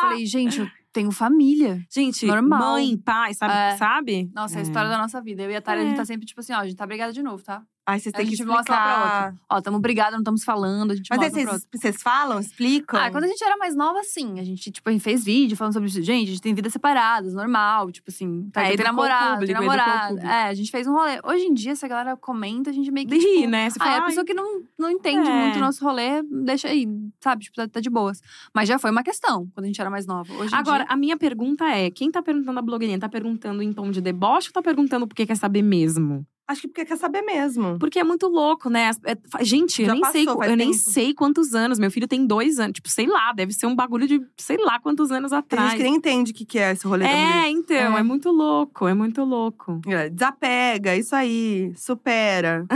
Falei, gente, eu tenho família.
Gente,
Normal.
mãe, pai, sabe?
É.
sabe?
Nossa, é
É.
a história da nossa vida. Eu e a Thalita, a
É.
gente tá sempre tipo assim, ó, a gente tá brigada de novo, tá?
Aí vocês
A
têm que
gente mostra pra
explicar.
Ó, tamo brigada, não estamos falando, a gente
Mas aí
mostra pra
vocês,
outra.
vocês falam, explicam?
Ah, quando a gente era mais nova, sim. A gente, tipo, a gente fez vídeo falando sobre isso. Gente, a gente tem vidas separadas, normal. Tipo assim, tá,
É,
tem
educou o
namorado,
público,
tem
educou o
namorado.
público.
É, a gente fez um rolê. Hoje em dia, se a galera comenta, a gente meio que.
De rir,
tipo,
né? Você
Ah, é
fala,
a pessoa que não, não entende
É.
muito o nosso rolê, deixa aí, sabe? Tipo, tá, tá de boas. Mas já foi uma questão quando a gente era mais nova. Hoje em
Agora,
dia,
a minha pergunta é: quem tá perguntando a blogueirinha? Tá perguntando em tom de deboche ou tá perguntando porque quer saber mesmo?
Acho que porque quer saber mesmo.
Porque é muito louco, né? As- é, fa- gente, eu,
Já
nem, sei,
passou,
qu-
faz
eu nem
tempo.
sei quantos anos. Meu filho tem dois anos. Tipo, sei lá, deve ser um bagulho de sei lá quantos anos
Tem
atrás.
gente que nem entende o que, que é esse rolê da mulher.
é, então, é.
É.
muito louco, é muito louco.
É, Desapega, isso aí, supera.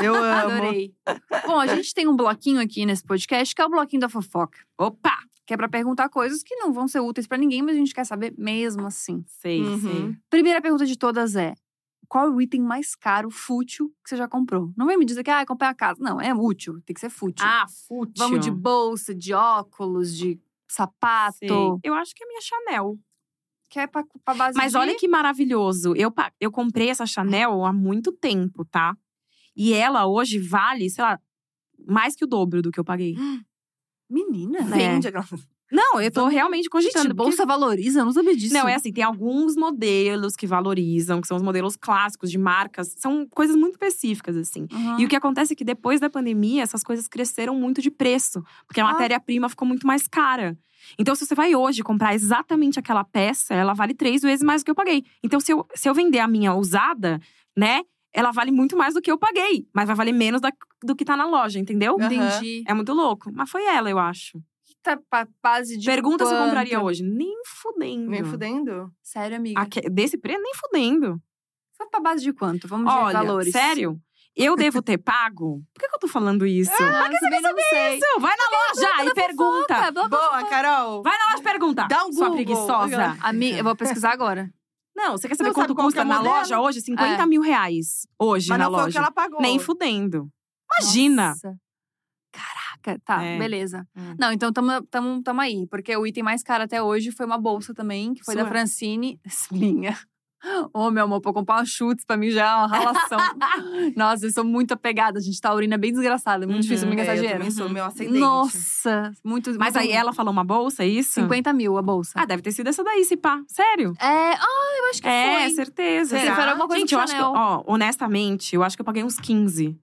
Eu amo.
adorei. Bom, a gente tem um bloquinho aqui nesse podcast, que é o bloquinho da fofoca.
Opa!
Que é pra perguntar coisas que não vão ser úteis pra ninguém, mas a gente quer saber mesmo assim.
Sei,
Uhum.
sei.
Primeira pergunta de todas é: qual é o item mais caro, fútil, que você já comprou? Não vem me dizer que, ah, eu comprei a casa. Não, é útil, tem que ser fútil.
Ah, fútil.
Vamos de bolsa, de óculos, de sapato.
Sei. Eu acho que é minha Chanel.
Que é pra, pra base
Mas
de-
olha que maravilhoso. Eu, pa- eu comprei essa Chanel há muito tempo, tá? E ela hoje vale, sei lá, mais que o dobro do que eu paguei.
Menina, né?
Vende aquela-
Não, eu tô realmente cogitando.
Gente,
porque-
bolsa valoriza, eu não sabia disso.
Não, é assim, tem alguns modelos que valorizam, que são os modelos clássicos de marcas. São coisas muito específicas, assim.
Uhum.
E o que acontece é que depois da pandemia, essas coisas cresceram muito de preço. Porque a
Ah.
matéria-prima ficou muito mais cara. Então, se você vai hoje comprar exatamente aquela peça, ela vale três vezes mais do que eu paguei. Então, se eu, se eu vender a minha usada, né, ela vale muito mais do que eu paguei. Mas vai valer menos da- do que tá na loja, entendeu?
Aham.
Entendi.
É muito louco. Mas foi ela, eu acho.
Que Pergunta Tá pra base de.
Pergunta se eu
quanto?
compraria hoje. Nem fudendo.
Nem fudendo.
Sério, amiga.
Aque- Desse preço, nem fudendo.
Foi pra base de quanto? Vamos ver
Olha,
valores.
sério? Eu devo ter pago? Por que, que eu tô falando isso?
Ah, que você não sei.
Isso, vai na loja e pergunta.
Tá, blá, blá,
Boa, Carol!
Vai na loja e pergunta.
Dá um
Sua
Google.
preguiçosa.
Amiga, eu vou pesquisar agora.
Não, você quer saber
Não sabe
quanto
qual que
custa
é o
na
modelo?
loja hoje? 50 mil reais. Hoje
Mas
na
não foi o que
loja.
ela pagou.
Nem fudendo. Imagina.
Nossa. Caraca, tá,
É.
beleza.
É.
Não, então tamo, tamo, tamo aí. Porque o item mais caro até hoje foi uma bolsa também, que foi da
Sua.
Francine. Minha. Ô, meu amor, pra eu comprar um chutes pra mim já é uma ralação. Nossa, eu sou muito apegada. A gente tá urina bem desgraçada. É muito
Uhum,
difícil me
É,
gastar
eu
dinheiro.
também sou meu ascendente.
Nossa, muito.
Mas
muito-
aí ela falou uma bolsa, é isso?
50 mil a bolsa.
Ah, deve ter sido essa daí, se pá. Sério?
É, ah, eu acho que
É,
foi.
certeza.
Sim,
Será?
foi alguma coisa
Gente,
com
eu acho que,
Chanel.
ó, honestamente, eu acho que eu paguei uns 15.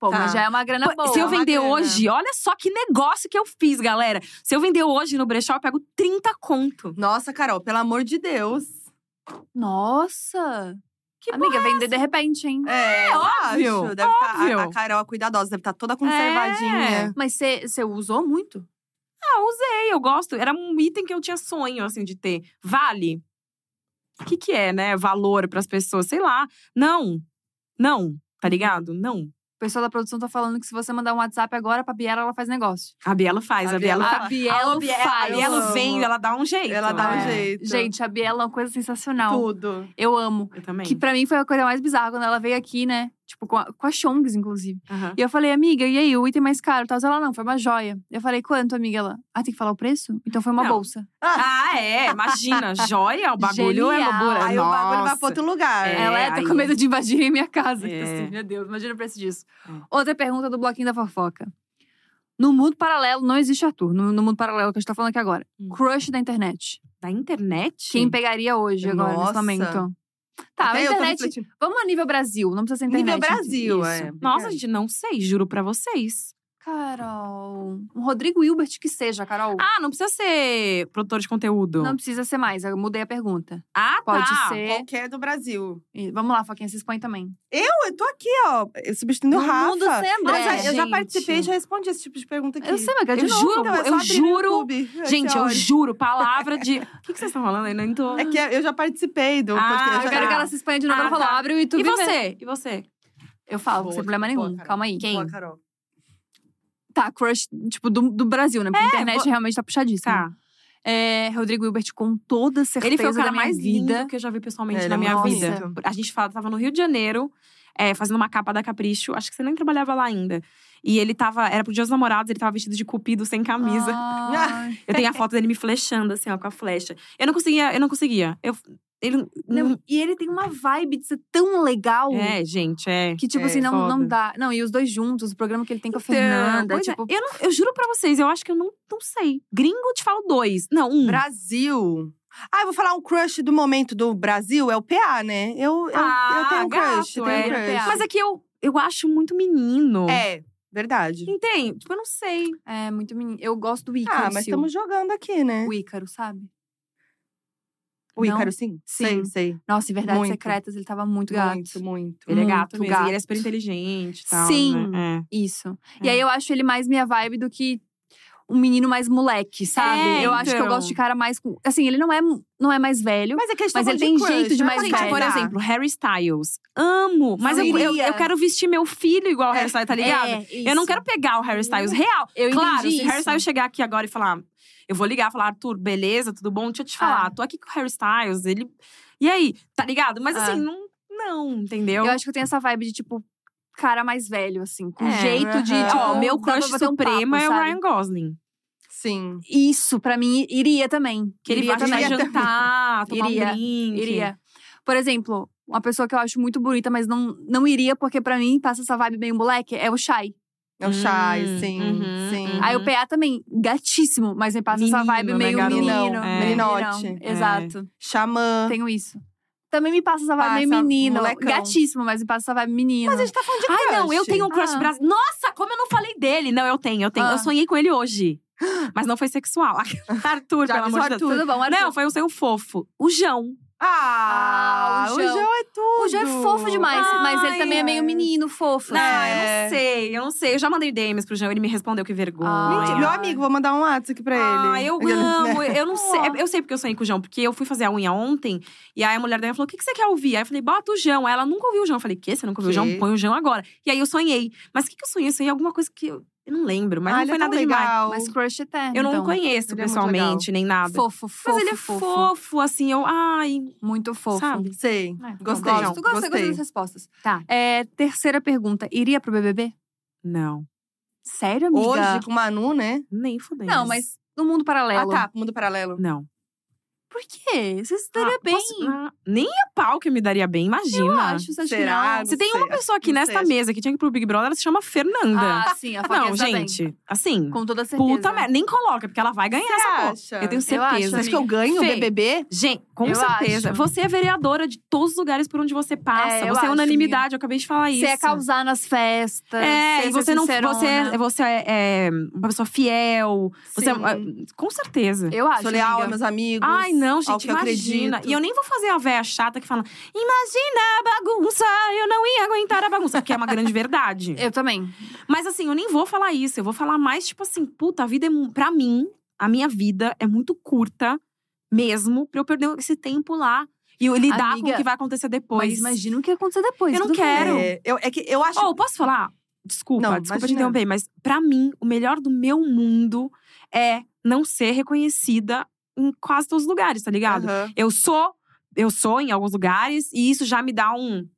Pô,
Tá.
mas já é uma grana
Pô,
boa.
se eu
é uma
vender
grana.
hoje, olha só que negócio que eu fiz, galera. Se eu vender hoje no brechó, eu pego 30 conto.
Nossa, Carol, pelo amor de Deus.
Nossa!
Que
Amiga, vender de repente, hein?
É, eu
óbvio,
acho. Deve tá- a-
óbvio. É.
a, Carol é cuidadosa, deve estar toda conservadinha.
É. Mas você usou muito?
Ah, usei, eu gosto. Era um item que eu tinha sonho, assim, de ter. Vale? O que que é, né? Valor pras pessoas, sei lá. Não. Não, tá ligado? Não.
O pessoal da produção tá falando que se você mandar um WhatsApp agora pra Biela, ela faz negócio.
A Bielo faz, a,
A
Bielo
Bielo
faz.
A Biela
a Bielo,
faz.
a Bielo
Eu amo.
vende, ela dá um jeito.
Ela dá um
É.
jeito.
Gente, a Biela é uma coisa sensacional.
Tudo.
Eu amo.
Eu também.
Que pra mim foi a coisa mais bizarra quando ela veio aqui, né? Tipo, com a, com a Chongs, inclusive.
Aham.
E eu falei, amiga, e aí, o item mais caro? Tal, ela, não, foi uma joia. Eu falei, quanto, amiga? Ela, ah, tem que falar o preço? Então foi uma
Não.
bolsa.
Ah, é, imagina, joia, o bagulho é
Genial.
loucura.
Aí o bagulho vai pra outro lugar.
É,
ela é, tá com
aí-
medo de invadirem minha casa.
É.
Então, assim, meu Deus, imagina o preço disso.
É.
Outra pergunta do bloquinho da fofoca. No mundo paralelo não existe Arthur. No, no mundo paralelo que a gente tá falando aqui agora.
Hum.
Crush da internet.
Da internet?
Quem pegaria hoje, agora, nesse
Nossa.
momento? Tá,
Até
a
eu tô
internet.
refletindo.
Vamos a nível Brasil, não precisa ser internet.
Nível
gente.
Brasil,
Isso.
é.
é Nossa, gente, não sei, juro pra vocês.
Carol. Um Rodrigo Hilbert que seja, Carol.
Ah, não precisa ser produtor de conteúdo.
Não precisa ser mais, eu mudei a pergunta.
ah,
Pode
tá.
ser.
Qualquer do Brasil.
E Vamos lá, Foquinha, se expõe também.
Eu, eu tô aqui, ó, substituindo o
No
Rafa.
mundo sem André,
Mas eu já
gente.
participei e já respondi esse tipo de pergunta aqui.
Eu sei, mas eu,
É, Eu
de novo.
juro,
Então, é só abrir
eu
no
juro.
YouTube. É
Gente,
Você
eu
olha.
juro, palavra de. O que, que vocês estão falando aí? Não tô.
É que eu já participei do
Ah,
podcast.
Eu
já
quero
tá.
que ela se expanha de novo.
Ah,
ela falou,
tá.
abre o YouTube
E
vê.
você? E você?
Eu falo,
Boa,
sem problema
boa,
nenhum.
Carol.
Calma aí.
Quem?
Boa, Carol.
Tá, crush, tipo, do, do Brasil, né? Porque a internet
vo-
realmente tá puxadíssima.
Tá.
É, Rodrigo Hilbert, com toda certeza
Ele foi o cara
da minha
mais
vida.
lindo que eu já vi pessoalmente
Ele
na
é
minha
muito
vida.
bonito.
A gente fala, tava no Rio de Janeiro, é, fazendo uma capa da Capricho. Acho que você nem trabalhava lá ainda. E ele tava. Era pro Dia dos Namorados, ele tava vestido de cupido, sem camisa.
Ah. Ai.
Eu tenho a foto dele me flechando, assim, ó, com a flecha. Eu não conseguia, eu não conseguia. Eu, ele, não,
Não, e ele é tem uma vibe de ser tão legal.
é, gente, é.
Que, tipo
É,
assim, não, não
foda.
dá. Não, e os dois juntos, o programa que ele tem com a
Então,
Fernanda.
pois é.
tipo,
eu, não- eu juro pra vocês, eu acho que eu não, não sei. Gringo, te falo dois. Não, um.
Brasil. Ah, eu vou falar um crush do momento do Brasil. É o PA, né? Eu, eu,
Ah,
eu tenho um crush.
gato,
tenho
é.
crush.
Mas é que eu, eu acho muito menino.
É, verdade.
Entende? Tipo, eu não sei.
é muito menino. Eu gosto do Ícaro.
Ah, mas
Sil.
estamos jogando aqui, né?
O Ícaro, sabe?
O
Não?
Ícaro, sim?
Sim.
Sei, sei.
Nossa, em Verdades
Muito.
Secretas, ele tava muito gato.
Muito, muito.
Ele é
Muito
gato mesmo. e
gato.
ele é super inteligente e tal.
Sim.
Né?
Isso. E
É.
aí eu acho ele mais minha vibe do que um menino mais moleque, sabe?
É,
eu acho que eu
então.
gosto de cara mais. com- Assim, ele não é, não é mais velho.
Mas é questão
Mas ele
de
tem
crush,
jeito de
não é
mais
É.
pra
Gente, por
Cara.
exemplo, Harry Styles. Amo. Mas
Não
eu, eu,
iria.
eu quero vestir meu filho igual o Harry
É.
Styles, tá ligado?
É,
Eu não
isso. Uhum.
quero pegar o Harry Styles real.
Eu
claro,
entendi
se o Harry
isso.
Styles chegar aqui agora e falar, eu vou ligar, falar, Arthur, beleza, tudo bom? Deixa eu te
Ah.
falar, tô aqui com o Harry Styles, ele. E aí, tá ligado? Mas
É.
assim, não, não, entendeu?
Eu... acho que eu tenho essa vibe de, tipo, cara mais velho, assim. Com
É,
jeito de.
aham.
tipo,
Ó,
eu-
meu
dá pra
crush
bater um
supremo
papo,
é o
sabe?
Ryan Gosling.
Sim.
Isso, pra mim, iria também.
Que ele
iria
vai
também.
também. jantar, tomar
Iria,
um drink.
Iria. Por exemplo, uma pessoa que eu acho muito bonita, mas não, não iria, porque pra mim passa essa vibe meio moleque, é o Shai.
É o Chai,
Hum,
sim.
uhum,
sim.
uhum.
Aí o PA também, gatíssimo, mas me passa essa
Menino,
vibe
né,
meio
garoto?
menino.
Meninão, é. meninote.
meninão.
É.
Exato.
Xamã.
Tenho isso. Também me passa essa vibe meio
Passa,
menino.
molecão.
Gatíssimo, mas me passa essa vibe menino.
é
Mas a gente tá falando de crush.
Ai, não, eu tenho um crush
Ah.
brasileiro. Nossa, como eu não falei dele? Não, eu tenho, eu tenho.
Ah.
Eu sonhei com ele hoje. Mas não foi sexual. Arthur,
Já
pelo
avisou
amor de Deus. um
Arthur.
Tudo bom, Arthur?
Não, foi um sonho fofo. O João.
Ah,
Ah,
o
o
João.
João é tudo.
O Joe é fofo demais, mas ele
Ai,
também é meio
ai.
menino fofo.
Não,
né?
Ah, eu
É.
não sei, eu não sei. Eu já mandei DMs pro João, ele me respondeu, que vergonha.
Ai.
Meu amigo, vou mandar um WhatsApp aqui pra Ah, ele. é
Ah, eu
Aquele-
amo. Eu não sei.
Ó.
Eu sei porque eu sonhei com o João, porque eu fui fazer a unha ontem e aí a mulher da minha falou: o que, que você quer ouvir? Aí eu falei, bota o João. Aí ela nunca ouviu o João. Eu falei, quê? Você nunca ouviu o
Quê?
João? Põe o João agora. E aí eu sonhei. Mas o que, que eu sonhei? Eu sonhei alguma coisa que eu, eu não lembro, mas
Ah,
não
ele
foi
é tão
nada demais.
legal.
Mas crush eterno.
Eu não
então.
conheço
Ele é muito
pessoalmente, nem nada.
Fofo, fofo.
Mas ele é fofo, assim, eu. Ai,
Muito fofo. Então,
sabe?
Sei.
É,
Gostei.
não.
Gosto, gosto,
Gostei.
gosto das respostas.
Tá.
É, terceira pergunta: iria pro BBB?
Não,
Sério, amiga?
Hoje, com Manu, né?
nem fudendo.
Não, mas no mundo paralelo.
Ah, tá. Mundo paralelo.
Não.
Por quê? Você se daria
Ah,
bem.
posso- ah, nem a pau que eu me daria bem, imagina.
Eu acho, você acha que
Será?
não?
Se
Não
tem
sei,
uma pessoa aqui
não
nesta
sei, acho-
mesa que tinha que ir pro Big Brother, ela se chama Fernanda.
Ah, sim, a
não,
Fabiana tá bem.
gente, assim,
Com toda certeza.
puta merda. Nem coloca, porque ela vai ganhar
Você
essa porra.
acha?
Eu tenho
Eu acho,
certeza.
Você acha que eu ganho o
Fê.
BBB?
Gente, com
Eu
certeza.
acho.
Você é vereadora de todos os lugares por onde você passa.
É, eu
você é
acho,
unanimidade, eu acabei de falar é isso.
Você ia é causar nas festas.
É,
você
e
ia
você
ser
não.
sincerona.
Você, é- você é, é uma pessoa fiel. Você é-
Sim.
com certeza.
Eu acho.
Sou leal aos
amiga.
meus amigos.
Ai, não, gente,
ao que eu
imagina.
acredito.
E eu nem vou fazer a véia chata que fala: imagina a bagunça, eu não ia aguentar a bagunça, que é uma grande verdade.
Eu também.
Mas assim, eu nem vou falar isso. Eu vou falar mais, tipo assim, puta, a vida é. mu- Pra mim, a minha vida é muito curta mesmo pra eu perder esse tempo lá. E eu lidar com o
Amiga,
que vai acontecer
Mas
depois.
imagina o que ia acontecer depois.
Eu não
tudo bem.
quero.
É, eu, é que eu acho…
Oh, posso falar? Desculpa,
Não,
desculpa te
imagina.
interromper, mas pra mim, o melhor do meu mundo é não ser reconhecida em quase todos os lugares, tá ligado?
Aham.
Eu sou, eu sou em alguns lugares, e isso já me dá um.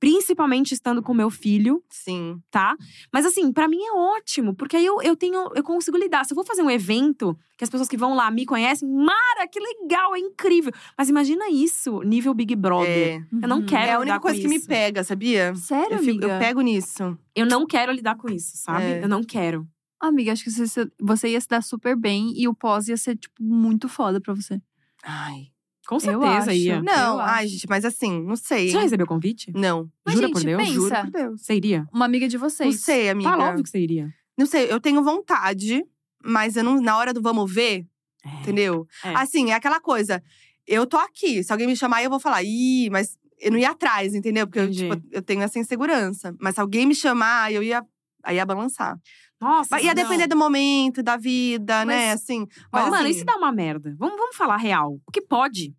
Principalmente estando com meu filho,
Sim.
tá? Mas assim, pra mim é ótimo, porque aí eu, eu tenho, eu consigo lidar. Se eu vou fazer um evento que as pessoas que vão lá me conhecem, Mara, que legal, é incrível. Mas imagina isso, nível Big Brother.
É.
Eu não
Uhum.
É
quero
a
lidar
única
com
coisa que me
isso.
pega, sabia?
Sério,
Eu, fico-
amiga?
eu pego nisso.
Eu não quero lidar com isso, sabe?
É.
Eu não quero.
Amiga, acho que você, você ia se dar super bem. E o pós ia ser, tipo, muito foda pra você.
Ai.
Com certeza
acho.
ia.
Não,
Eu
ai,
acho.
gente, mas assim, não sei.
Você já recebeu convite?
Não.
Mas,
Jura
gente,
por Deus?
pensa.
Juro por Deus.
Você iria?
Uma amiga de
Não
vocês.
sei, amiga.
Fala, óbvio que você iria.
Não sei, eu tenho vontade, mas eu não, na hora do vamos ver,
É.
entendeu?
É.
Assim, é aquela coisa. Eu tô aqui, se alguém me chamar, eu vou falar, ih, mas eu não ia atrás, entendeu? Porque eu,
Entendi.
tipo, eu tenho essa insegurança. Mas se alguém me chamar, eu ia. Aí ia balançar.
Nossa,
Mas ia
não.
depender do momento, da vida,
Mas-
né? Assim.
Ó,
Mas,
mano,
assim,
e se dá uma merda? Vamos, vamos falar real. Porque pode.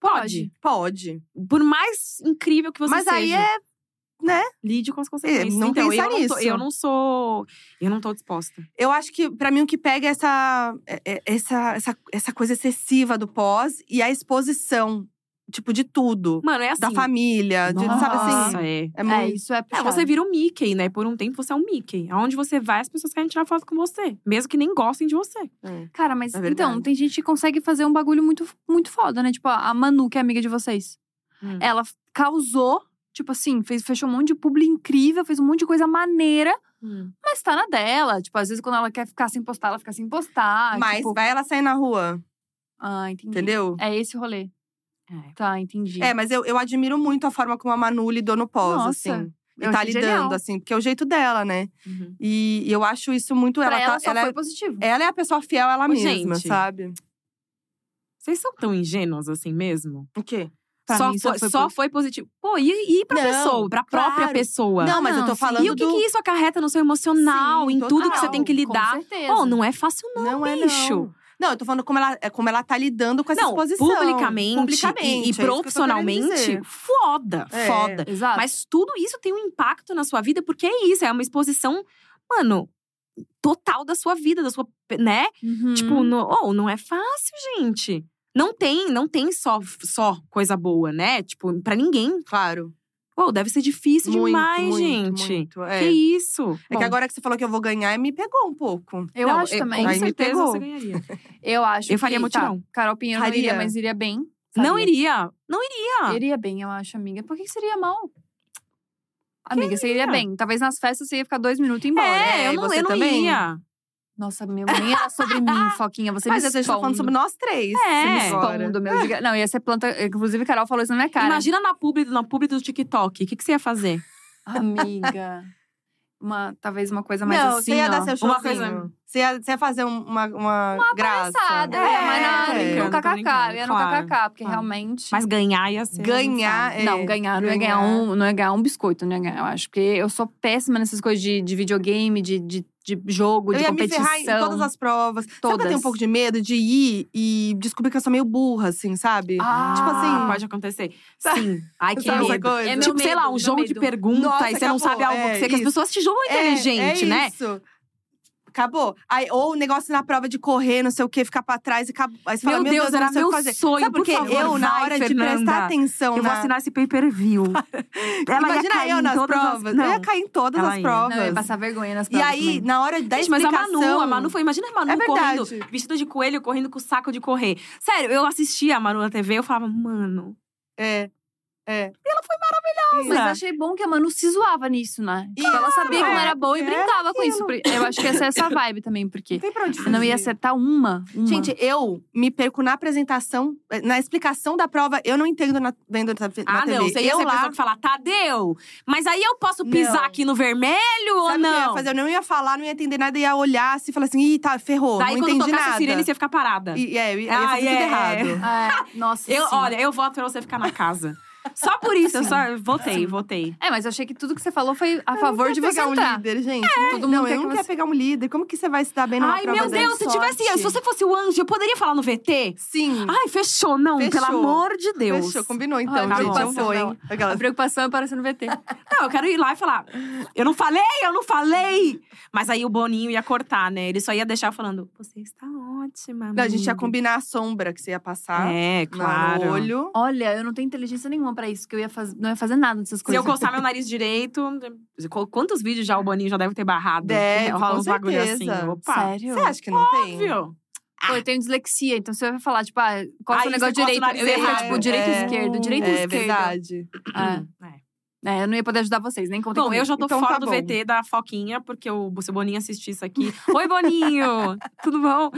Pode.
Pode.
Por mais incrível que você
mas
seja.
aí é.
Lide com as consequências.
não
então,
pensar
eu não tô-
nisso.
eu não sou. Eu não tô disposta.
Eu acho que, pra mim, o que pega é essa, é- é- essa, essa, essa coisa excessiva do pós e a exposição, tipo, de tudo.
Mano, é assim.
Da família, de,
Nossa,
sabe assim.
é.
É
É,
muito.
isso é
É,
puxado.
você vira o Mickey, né? Por um tempo você é um Mickey. Aonde você vai, as pessoas querem tirar foto com você. Mesmo que nem gostem de você.
Cara, mas
É
então,
verdade.
tem gente que consegue fazer um bagulho muito, muito foda, né? Tipo, a Manu, que é amiga de vocês.
Hum.
Ela f- causou, tipo assim, fez, fechou um monte de publi incrível, fez um monte de coisa maneira,
Hum,
mas tá na dela. Tipo, às vezes quando ela quer ficar sem postar, ela fica sem
Ah,
postar.
Mas
tipo-
vai ela sair na
Hum.
rua,
Ah, entendi.
entendeu?
É esse o rolê.
É.
Tá, entendi.
É, mas eu, eu admiro muito a forma como a Manu lidou no pós,
Nossa,
assim. E
eu
tá
achei
lidando,
genial.
assim, porque é o jeito dela, né? E, e eu acho isso muito.
pra
Ela,
ela,
tá-
só
ela
foi positivo.
é, ela é a pessoa fiel a ela
Ô,
mesma,
gente.
sabe?
Vocês são tão ingênuos assim mesmo?
O quê?
Pra
só,
mim, só
foi,
foi
só
positivo.
foi positivo. Pô, e, e pra
Não,
pessoa? Pra própria
claro.
pessoa?
Não, mas eu
não,
tô
sim.
falando
E o que,
do.
que isso acarreta no seu emocional,
Sim,
em tudo que você
total,
tem que lidar?
Com certeza.
Pô, não é fácil não.
não é,
bicho.
não. Não, eu tô falando como ela, é como ela tá lidando com essa
não,
exposição.
publicamente,
Publicamente,
e,
é
e
isso que eu tô querendo
profissionalmente,
dizer.
foda,
É.
foda.
Exato.
Mas tudo isso tem um impacto na sua vida, porque é isso, é uma exposição, mano, total da sua vida, da sua, né?
Uhum.
Tipo, no, oh, não é fácil, gente. Não tem, não tem só, só coisa boa, né? Tipo, pra ninguém.
Claro.
Oh, deve ser difícil
Muito,
demais,
muito,
gente.
muito, é.
Que isso?
É que agora que você falou que eu vou ganhar, me pegou um pouco.
eu
Não, é,
acho também.
Com
Aí me
certeza
pegou.
você ganharia.
Eu acho.
Eu faria
que,
mutirão.
Tá, Carol Pinheiro não
Faria.
iria, mas iria bem.
Não
Faria.
iria. Não
Ah.
iria.
Iria bem, eu acho, amiga. Por que que seria mal? Amiga, você iria
iria?
bem. Talvez nas festas você ia ficar dois minutos e ir embora.
É,
É,
eu
e
não,
você
eu não
também?
iria.
Nossa, meu, nem era sobre mim, Foquinha. Você
Mas
me
eu tô falando
expondo.
sobre nós três.
É.
me
Me
agora.
expondo, meu. desgra- Não, ia ser planta… Inclusive, Carol falou isso na minha cara.
Imagina na publi, na publi do TikTok. O que, que você ia fazer?
Amiga… uma, talvez uma coisa mais
não,
assim,
você ia
ó.
dar seu showzinho.
Uma coisa-
Você, ia, você ia fazer um- uma, uma, graça.
Engraçada, é, mas nada,
é.
no
Tô brincando,
kkk, eu ia no
claro,
kkk, porque
claro.
realmente…
Mas ganhar ia ser.
Ganhar,
engraçado.
é,
Não, ganhar, não ia ganhar um, não ia ganhar um biscoito, não ia ganhar, eu acho. Porque eu sou péssima nessas coisas de, de videogame, de, de, de jogo,
Eu
de
ia me
competição.
ferrar em todas as provas. Sabe que eu tenho
Todas.
um pouco de medo de ir e descobrir que eu sou meio burra, assim, sabe?
Ah,
Tipo assim,
Ah.
pode acontecer. Sim. Ai, que
sabe essa
medo.
coisa?
É meu
Tipo, sei lá,
medo,
um
meu
jogo de
medo.
pergunta
Nossa,
e você não
acabou,
sabe algo.
é,
que você- que as
isso.
pessoas te julgam inteligente,
é
né?
Isso. Acabou. Aí, ou o negócio na prova de correr, não sei o quê, ficar pra trás e acabou. Aí você fala,
Meu
meu
Deus,
eu
era
não sei o
meu
que fazer.
sonho,
Sabe
por
porque
favor,
eu, na
vai,
hora
Fernanda.
de prestar atenção
Eu vou
na…
assinar esse pay-per-view. Ela ia
Então, né? Imagina
cair
eu
em
nas
todas as-
provas. Eu
Não.
ia cair em todas
Ela
as
ia.
provas.
Não, eu ia passar vergonha nas
e
provas
aí,
também.
na hora da
Tá, Gente, mas a
explicação…
Manu, a Manu foi. Imagina a Manu
É verdade.
correndo, vestida de coelho, correndo com o saco de correr. Sério, eu assistia a Manu na TV, eu falava, mano.
É, é.
Mas achei bom que a Manu se zoava nisso, né? Tipo, ela sabia que não
É.
é era boa e
porque
brincava com isso. Eu acho que essa é essa vibe também, porque…
tem pra onde
Eu não ia
fugir.
acertar uma. uma.
Gente, eu me perco na apresentação, eh, na explicação da prova. Eu não entendo na, vendo na, na
Ah,
TV.
não, você ia
eu
ser a
lá,
pessoa que fala, Tadeu, mas aí eu posso pisar
Não.
aqui no vermelho ou
sabe o que eu ia
não?
fazer? Eu não ia falar, não ia entender nada. Ia olhar assim, e falar assim, ih, tá, ferrou,
Daí
não
quando
entendi
tocasse
nada.
a sirene, você ia ficar parada.
E, é, eu ia
Ah,
fazer tudo
é,
errado.
É, nossa,
Eu,
sim.
olha, eu voto pra você ficar na casa. Só por isso, eu só votei, votei.
É, mas eu achei que tudo que você falou foi a
Eu
favor
não
de
quero
você
pegar
entrar.
um líder, gente.
É.
Todo
não,
mundo quer
eu não
que
quero
você-
pegar um líder. Como que você vai se dar bem numa
Ai,
prova
meu
dessa?
Deus, se
sorte.
tivesse. Se você fosse o anjo, eu poderia falar no VT?
Sim.
Ai, fechou, não,
Fechou.
pelo amor de Deus.
Fechou, combinou então,
Ai,
tá
gente.
bom.
Eu vou, hein.
A
Aquelas-
preocupação é aparecer no VT.
Não, eu quero ir lá e falar. Eu não falei, eu não falei! Mas aí o Boninho ia cortar, né? Ele só ia deixar falando: você está ótima.
Não, a gente ia
amiga."
combinar a sombra que você ia passar
É,
na-
claro.
no olho.
Olha, eu não tenho inteligência nenhuma pra isso, que eu ia faz... não ia fazer nada dessas
Se eu
coisas.
coçar meu nariz direito. qu- Quantos vídeos já o Boninho já deve ter barrado?
Deve,
Rola
com
uns bagulho assim.
certeza.
Opa.
Sério?
Você acha que não tem?
Óbvio.
Pô, eu tenho dislexia, então você vai falar, tipo, ah, qual
Aí
o negócio
você coça o
direito?
nariz
Eu ia ficar,
errado.
tipo, direito
É.
e esquerdo, direito e
É
esquerdo.
verdade.
É.
Hum, é.
É, eu não ia poder ajudar vocês, nem contei
Bom, eu já tô
Então
fora
tá
do
bom.
VT da Foquinha, porque o, se o Boninho assistir isso aqui. Oi, Boninho! Tudo bom?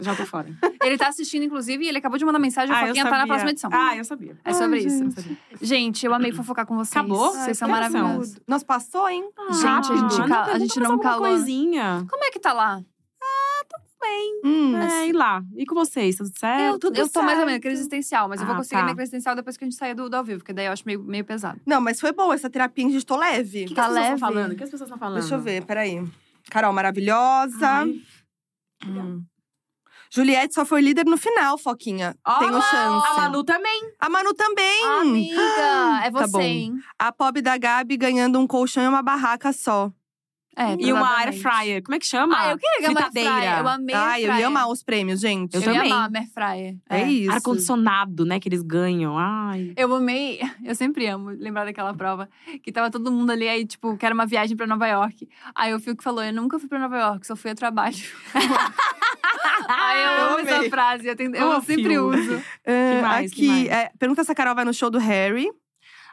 Já tô fora.
Ele tá assistindo, inclusive, e ele acabou de mandar mensagem, a
Ah, eu
Foquinha tá na
sabia.
próxima edição.
Ah, eu sabia.
É sobre
Ai,
isso.
gente.
Gente, eu amei fofocar com vocês.
Acabou? Ah,
Vocês são
que emoção.
maravilhosos.
Tudo. Nós passou, hein?
Gente, a gente
Ah,
ca- a
pergunta
gente
mais
não
alguma
calou, né?
coisinha.
Como é que tá lá?
Hum.
É, e lá? E com vocês? É, Tudo certo?
eu, eu tô mais ou menos crise existencial, mas eu vou
Ah,
conseguir
tá.
minha crise existencial depois que a gente sair do, do ao vivo, porque daí eu acho meio, meio pesado.
Não, mas foi boa essa terapia, a gente tô leve.
O que, que
Tá
as pessoas estão
leve.
falando? O que as pessoas estão falando?
Deixa eu ver, peraí. Carol maravilhosa.
Ai.
Hum. Juliette só foi líder no final, Foquinha.
Ó,
Tenho chance.
A Manu também. Tá
A Manu também.
Ah,
Amiga, é você,
bom.
hein?
A pobre da Gabi ganhando um colchão e uma barraca só.
É,
E uma air
provavelmente.
fryer. Como é que chama?
Ah, eu queria ganhar uma air
Fritadeira.
fryer. Eu amei
Ai,
air
eu ia
fryer.
amar os prêmios, gente.
um. Eu
Eu,
também.
ia amar a air fryer.
É isso.
Ar-condicionado, né? Que eles ganham. Ai.
Eu amei, eu sempre amo lembrar daquela prova que tava todo mundo ali, aí, tipo, que era uma viagem pra Nova York. Aí o Fiuk falou: Eu nunca fui pra Nova York, só fui a trabalho. aí Ah, eu
Eu
amo essa
Ah, amei.
frase, eu, tenho- eu
Ô,
sempre
Fiuk.
uso.
Ah,
Que mais,
aqui,
que mais?
é, pergunta se a Carol vai no show do Harry.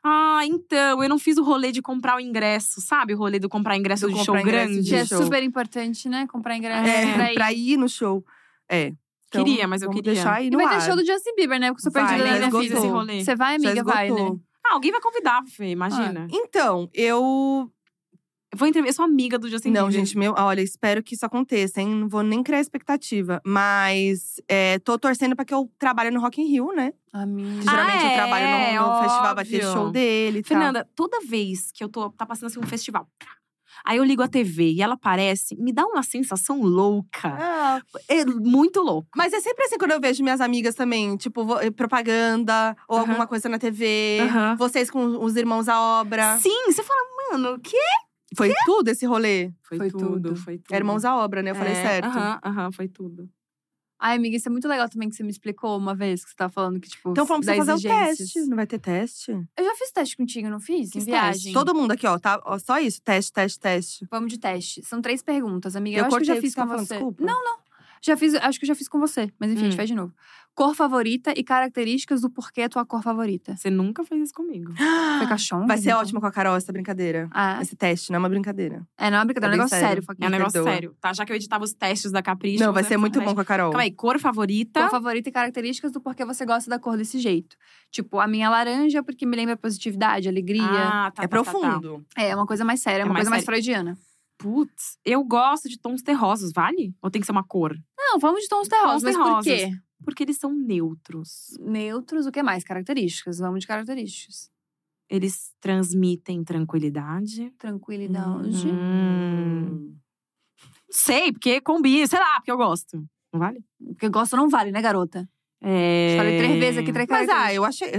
Ah, então, eu não fiz o rolê de comprar o ingresso, sabe? O rolê do comprar ingresso
Do
de
comprar
show
ingresso
grande.
de
Que é
show.
super importante, né? Comprar ingresso pra
É,
ir.
pra ir no show. É. Então,
Queria, mas eu
vamos
queria.
deixar aí
E
no
vai
ar.
ter show do Justin Bieber, né? Porque eu sou
Vai,
perdida
né?
na minha
eu fiz
Esgotou.
esse
vida.
rolê.
Você vai,
Já
amiga? Vai, né?
esgotou.
Ah, alguém vai convidar, Fê, imagina.
Então, eu
Ah.
Eu vou entrevistar, eu sou amiga do Justin
Não,
Bieber.
gente, meu, olha, espero que isso aconteça, hein? Não vou nem criar expectativa. Mas é, tô torcendo pra que eu trabalhe no Rock in Rio, né? Que
Amiga.
Ah,
geralmente
é?
eu trabalho no, no festival, vai ter
Óbvio.
show dele e tal.
Fernanda, toda vez que eu tô, tá passando assim um festival, aí eu ligo a TV e ela aparece, me dá uma sensação louca.
Ah,
É muito louco.
mas é sempre assim quando eu vejo minhas amigas também, tipo, vo- eh, propaganda ou
Aham.
alguma coisa na TV.
Aham.
Vocês com os irmãos à obra.
Sim, você fala, mano, o quê?
Foi tudo esse rolê.
Foi tudo.
foi tudo.
É irmãos à obra, né? Eu falei
É,
certo.
Aham, aham, foi tudo.
Ai, amiga, isso é muito legal também que você me explicou uma vez que você tava falando que, tipo,
Então vamos
da
fazer
exigências.
o teste. Não vai ter teste?
Eu já fiz teste contigo, não fiz?
Que
em
teste?
viagem.
Todo mundo aqui, ó, tá? Ó, só isso. Teste, teste, teste.
Vamos de teste. São três perguntas, amiga.
Eu
acho que eu já
cortei o que
fiz
você
com
tava falando,
você.
desculpa.
Não, não. Já fiz, acho que eu já fiz com você, mas enfim, a
Hum.
gente faz de novo. Cor favorita e características do porquê a tua cor favorita.
Você nunca fez isso comigo.
Foi cachorro?
Vai ser ótimo com a Carol essa brincadeira.
Ah,
Esse teste, não é uma brincadeira.
é, não é brincadeira, é um
É bem
negócio sério.
sério.
Foquinha.
É um negócio
perdoa.
sério, tá? Já que eu editava os testes da Capricho.
não,
vou
vai
fazer
ser muito
mais.
bom com a Carol.
Calma aí, cor favorita.
Cor favorita e características do porquê você gosta da cor desse jeito. Tipo, a minha laranja porque me lembra positividade, alegria.
Ah, tá,
é
tá, tá, tá.
profundo.
É, é uma coisa mais séria, é
É
uma
mais
coisa mais freudiana.
Putz, eu gosto de tons terrosos, vale? Ou tem que ser uma cor?
Não, vamos de tons terrosos, mas por
terrosos.
quê?
Porque eles são neutros.
Neutros, o que mais? Características, vamos de características.
Eles transmitem tranquilidade.
Tranquilidade.
Uhum. Hum. Sei, porque combina, sei lá, porque eu gosto. Não vale?
Porque gosto não vale, né, garota?
É...
Falei três vezes aqui, três
Mas ah,
características.
eu achei.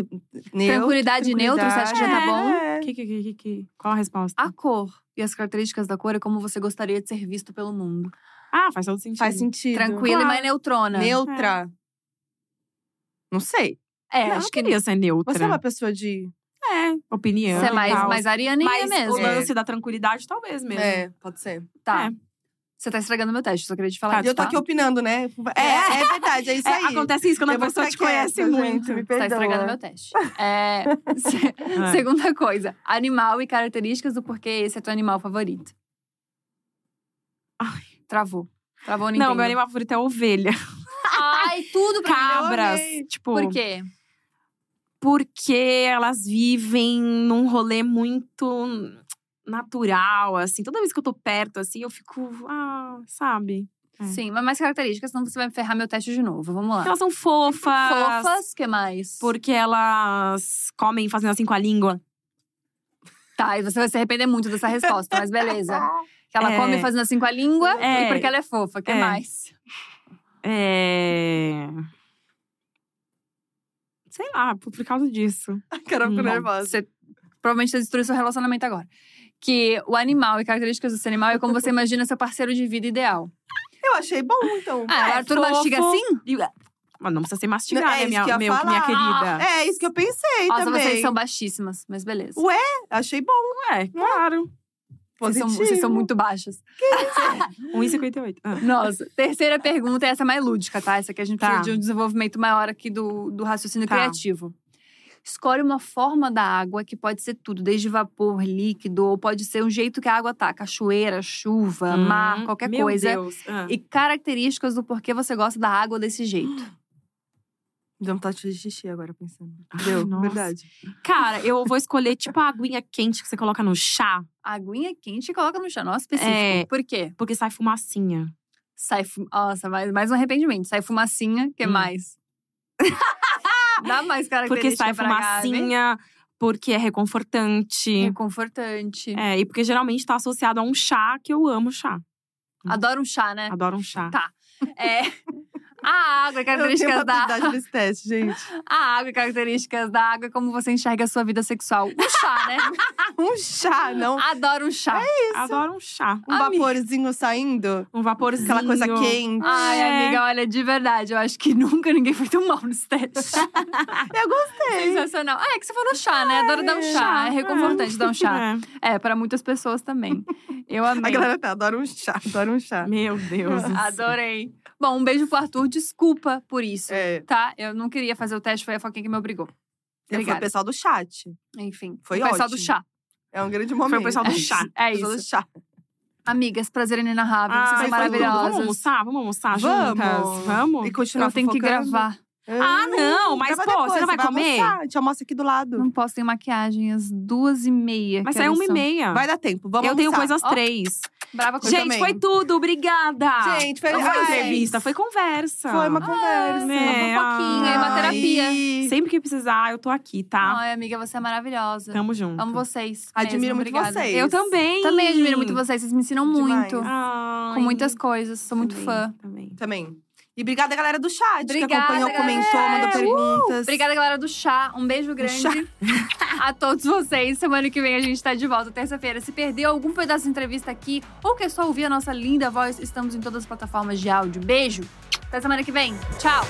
Neutro,
Tranquilidade e neutro, você acha que já tá bom?
É.
Que, que, que, que, que- Qual a resposta?
A cor e as características da cor é como você gostaria de ser visto pelo mundo.
Ah, faz todo sentido.
Faz sentido.
tipo Tranquila É. e
Claro.
mais neutrona.
Neutra. Não sei.
É,
É,
acho que
queria ser neutra.
Você é uma pessoa de.
É, opinião.
você é mais,
e tal.
mais arianinha
Mas
mesmo.
o lance da tranquilidade, talvez mesmo.
É, pode ser.
Tá.
É.
Você tá estragando meu teste, só queria te falar
Tá,
E
isso,
eu tô
tá?
aqui opinando, né? É, é verdade, é isso
É,
aí.
acontece isso quando
Eu
a
vou
pessoa te
ficar
conhece
quieta,
muito.
gente, me
Tá
perdoa.
estragando meu teste. É, se-
Ah.
Segunda coisa, animal e características do porquê esse é teu animal favorito. Travou. Travou o Nintendo.
Não, meu animal favorito é ovelha.
Ai, tudo pra mim.
Cabras.
amei.
Tipo,
Por quê?
porque elas vivem num rolê muito natural, assim. Toda vez que eu tô perto, assim, eu fico, ah, sabe? É. Então,
Sim, mas mais características, senão você vai ferrar meu teste de novo. Vamos lá.
Elas são Ah. fofas.
Fofas, que mais?
Porque elas comem fazendo assim com a língua.
Tá, e você vai se arrepender muito dessa resposta, mas beleza. Que ela
É.
come fazendo assim com a língua e
É.
porque ela é fofa. que
É.
mais?
É. Sei lá, por, por causa disso.
A Carol ficou
Não,
nervosa.
Você provavelmente você destruiu seu relacionamento agora. Que o animal e características desse animal é como você imagina seu parceiro de vida ideal.
Eu achei bom, então.
Ah, agora tudo
é fofo.
mastiga assim?
E- Mas não precisa ser mastigada,
Não, é
né,
isso
minha,
que eu ia
meu-
falar.
minha querida.
É, isso que eu pensei
Nossa,
também.
vocês são baixíssimas, mas beleza.
Ué, Achei bom.
Ué, claro.
Vocês são,
Positivo.
vocês são muito baixas.
1,58. Ah.
Nossa, terceira pergunta, essa é mais lúdica, tá? Essa aqui a gente
Tá.
precisa de um desenvolvimento maior aqui do, do raciocínio
Tá.
criativo. Escolhe uma forma da água que pode ser tudo, desde vapor, líquido, ou pode ser um jeito que a água tá. Cachoeira, chuva,
Hum,
mar, qualquer
meu
coisa.
Deus. Ah.
E características do porquê você gosta da água desse jeito.
Deu vontade de xixi agora, pensando.
Ai,
Deu,
nossa.
verdade.
Cara, eu vou escolher tipo a aguinha quente que você coloca no chá,
A aguinha quente e coloca no chá. Nossa, específico.
É.
Por quê?
porque sai fumacinha.
Sai fu- Nossa, mais, mais um arrependimento. Sai fumacinha, que
Hum.
mais? Dá mais característica
Porque sai
pra Gabi.
fumacinha, porque é reconfortante.
Reconfortante.
É, e porque geralmente tá associado a um chá, que eu amo chá.
Adoro um chá, né?
Adoro um chá.
Tá. É. A água, e características
eu tenho
da
maturidade nesse teste, gente.
A água, e características da água, como você enxerga a sua vida sexual. Um chá, né?
Um chá, não?
Adoro um chá.
Adoro um chá.
Um
Amiga.
vaporzinho saindo?
Um vaporzinho.
Aquela coisa quente.
Ai,
É.
amiga, olha, de verdade, eu acho que nunca ninguém foi tão mal nesse teste.
Eu gostei.
Sensacional. Ah, É que você falou chá, né? Adoro dar um chá. É reconfortante dar um chá. É, pra muitas pessoas também. Eu
A
amei.
galera tá, adora um chá, adora um
É.
chá.
Meu Deus.
Ah,
do céu.
Adorei. Bom, um beijo pro Arthur. Desculpa por isso,
É.
tá? Eu não queria fazer o teste, foi a Foquinha que me obrigou.
Foi
Obrigada.
o pessoal do chat.
Enfim,
Foi
o pessoal do
ótimo.
chá.
É um grande momento.
Foi o pessoal do chá.
É
O pessoal do
isso.
chá.
Amigas, prazer inenarrável. Ah, Vocês são
Ai, foi tudo. Vamos
maravilhosas.
almoçar? Vamos almoçar
Vamos.
Tá juntas? Vamos?
E continuar
Eu tenho que
fofocando?
gravar.
É.
Ah, não, mas
Grava
pô,
depois,
você não vai, comer?
almoçar, A gente almoça aqui do lado.
Não posso ter maquiagem às duas e meia.
Mas
que
é
horas
uma e
são?
meia.
Vai dar tempo, vamos
eu tenho
almoçar.
coisa às
Ó.
três.
Brava com
Eu
Gente,
também.
foi tudo. Obrigada.
Gente, foi,
não foi
ai,
entrevista, foi conversa.
Foi uma conversa.
né?
uma fofoquinha, é
Ai.
uma terapia.
Sempre que precisar, eu tô aqui, tá?
Ai, amiga, você é maravilhosa.
Tamo junto.
Amo vocês.
Admiro
mesmo,
muito
obrigada.
vocês.
Eu também.
Também admiro muito vocês, vocês me ensinam
Demais.
muito.
Ai.
Com muitas coisas, sou muito
Também,
fã.
Também.
Também. E obrigada, galera do chat, que
Obrigada,
acompanhou,
galera.
comentou, mandou
Uh!
perguntas.
Obrigada, galera do chá. Um beijo grande
chá.
a todos vocês. Semana que vem a gente tá de volta, terça-feira. Se perdeu algum pedaço de entrevista aqui ou quer só ouvir a nossa linda voz, estamos em todas as plataformas de áudio. Beijo. Até semana que vem. Tchau.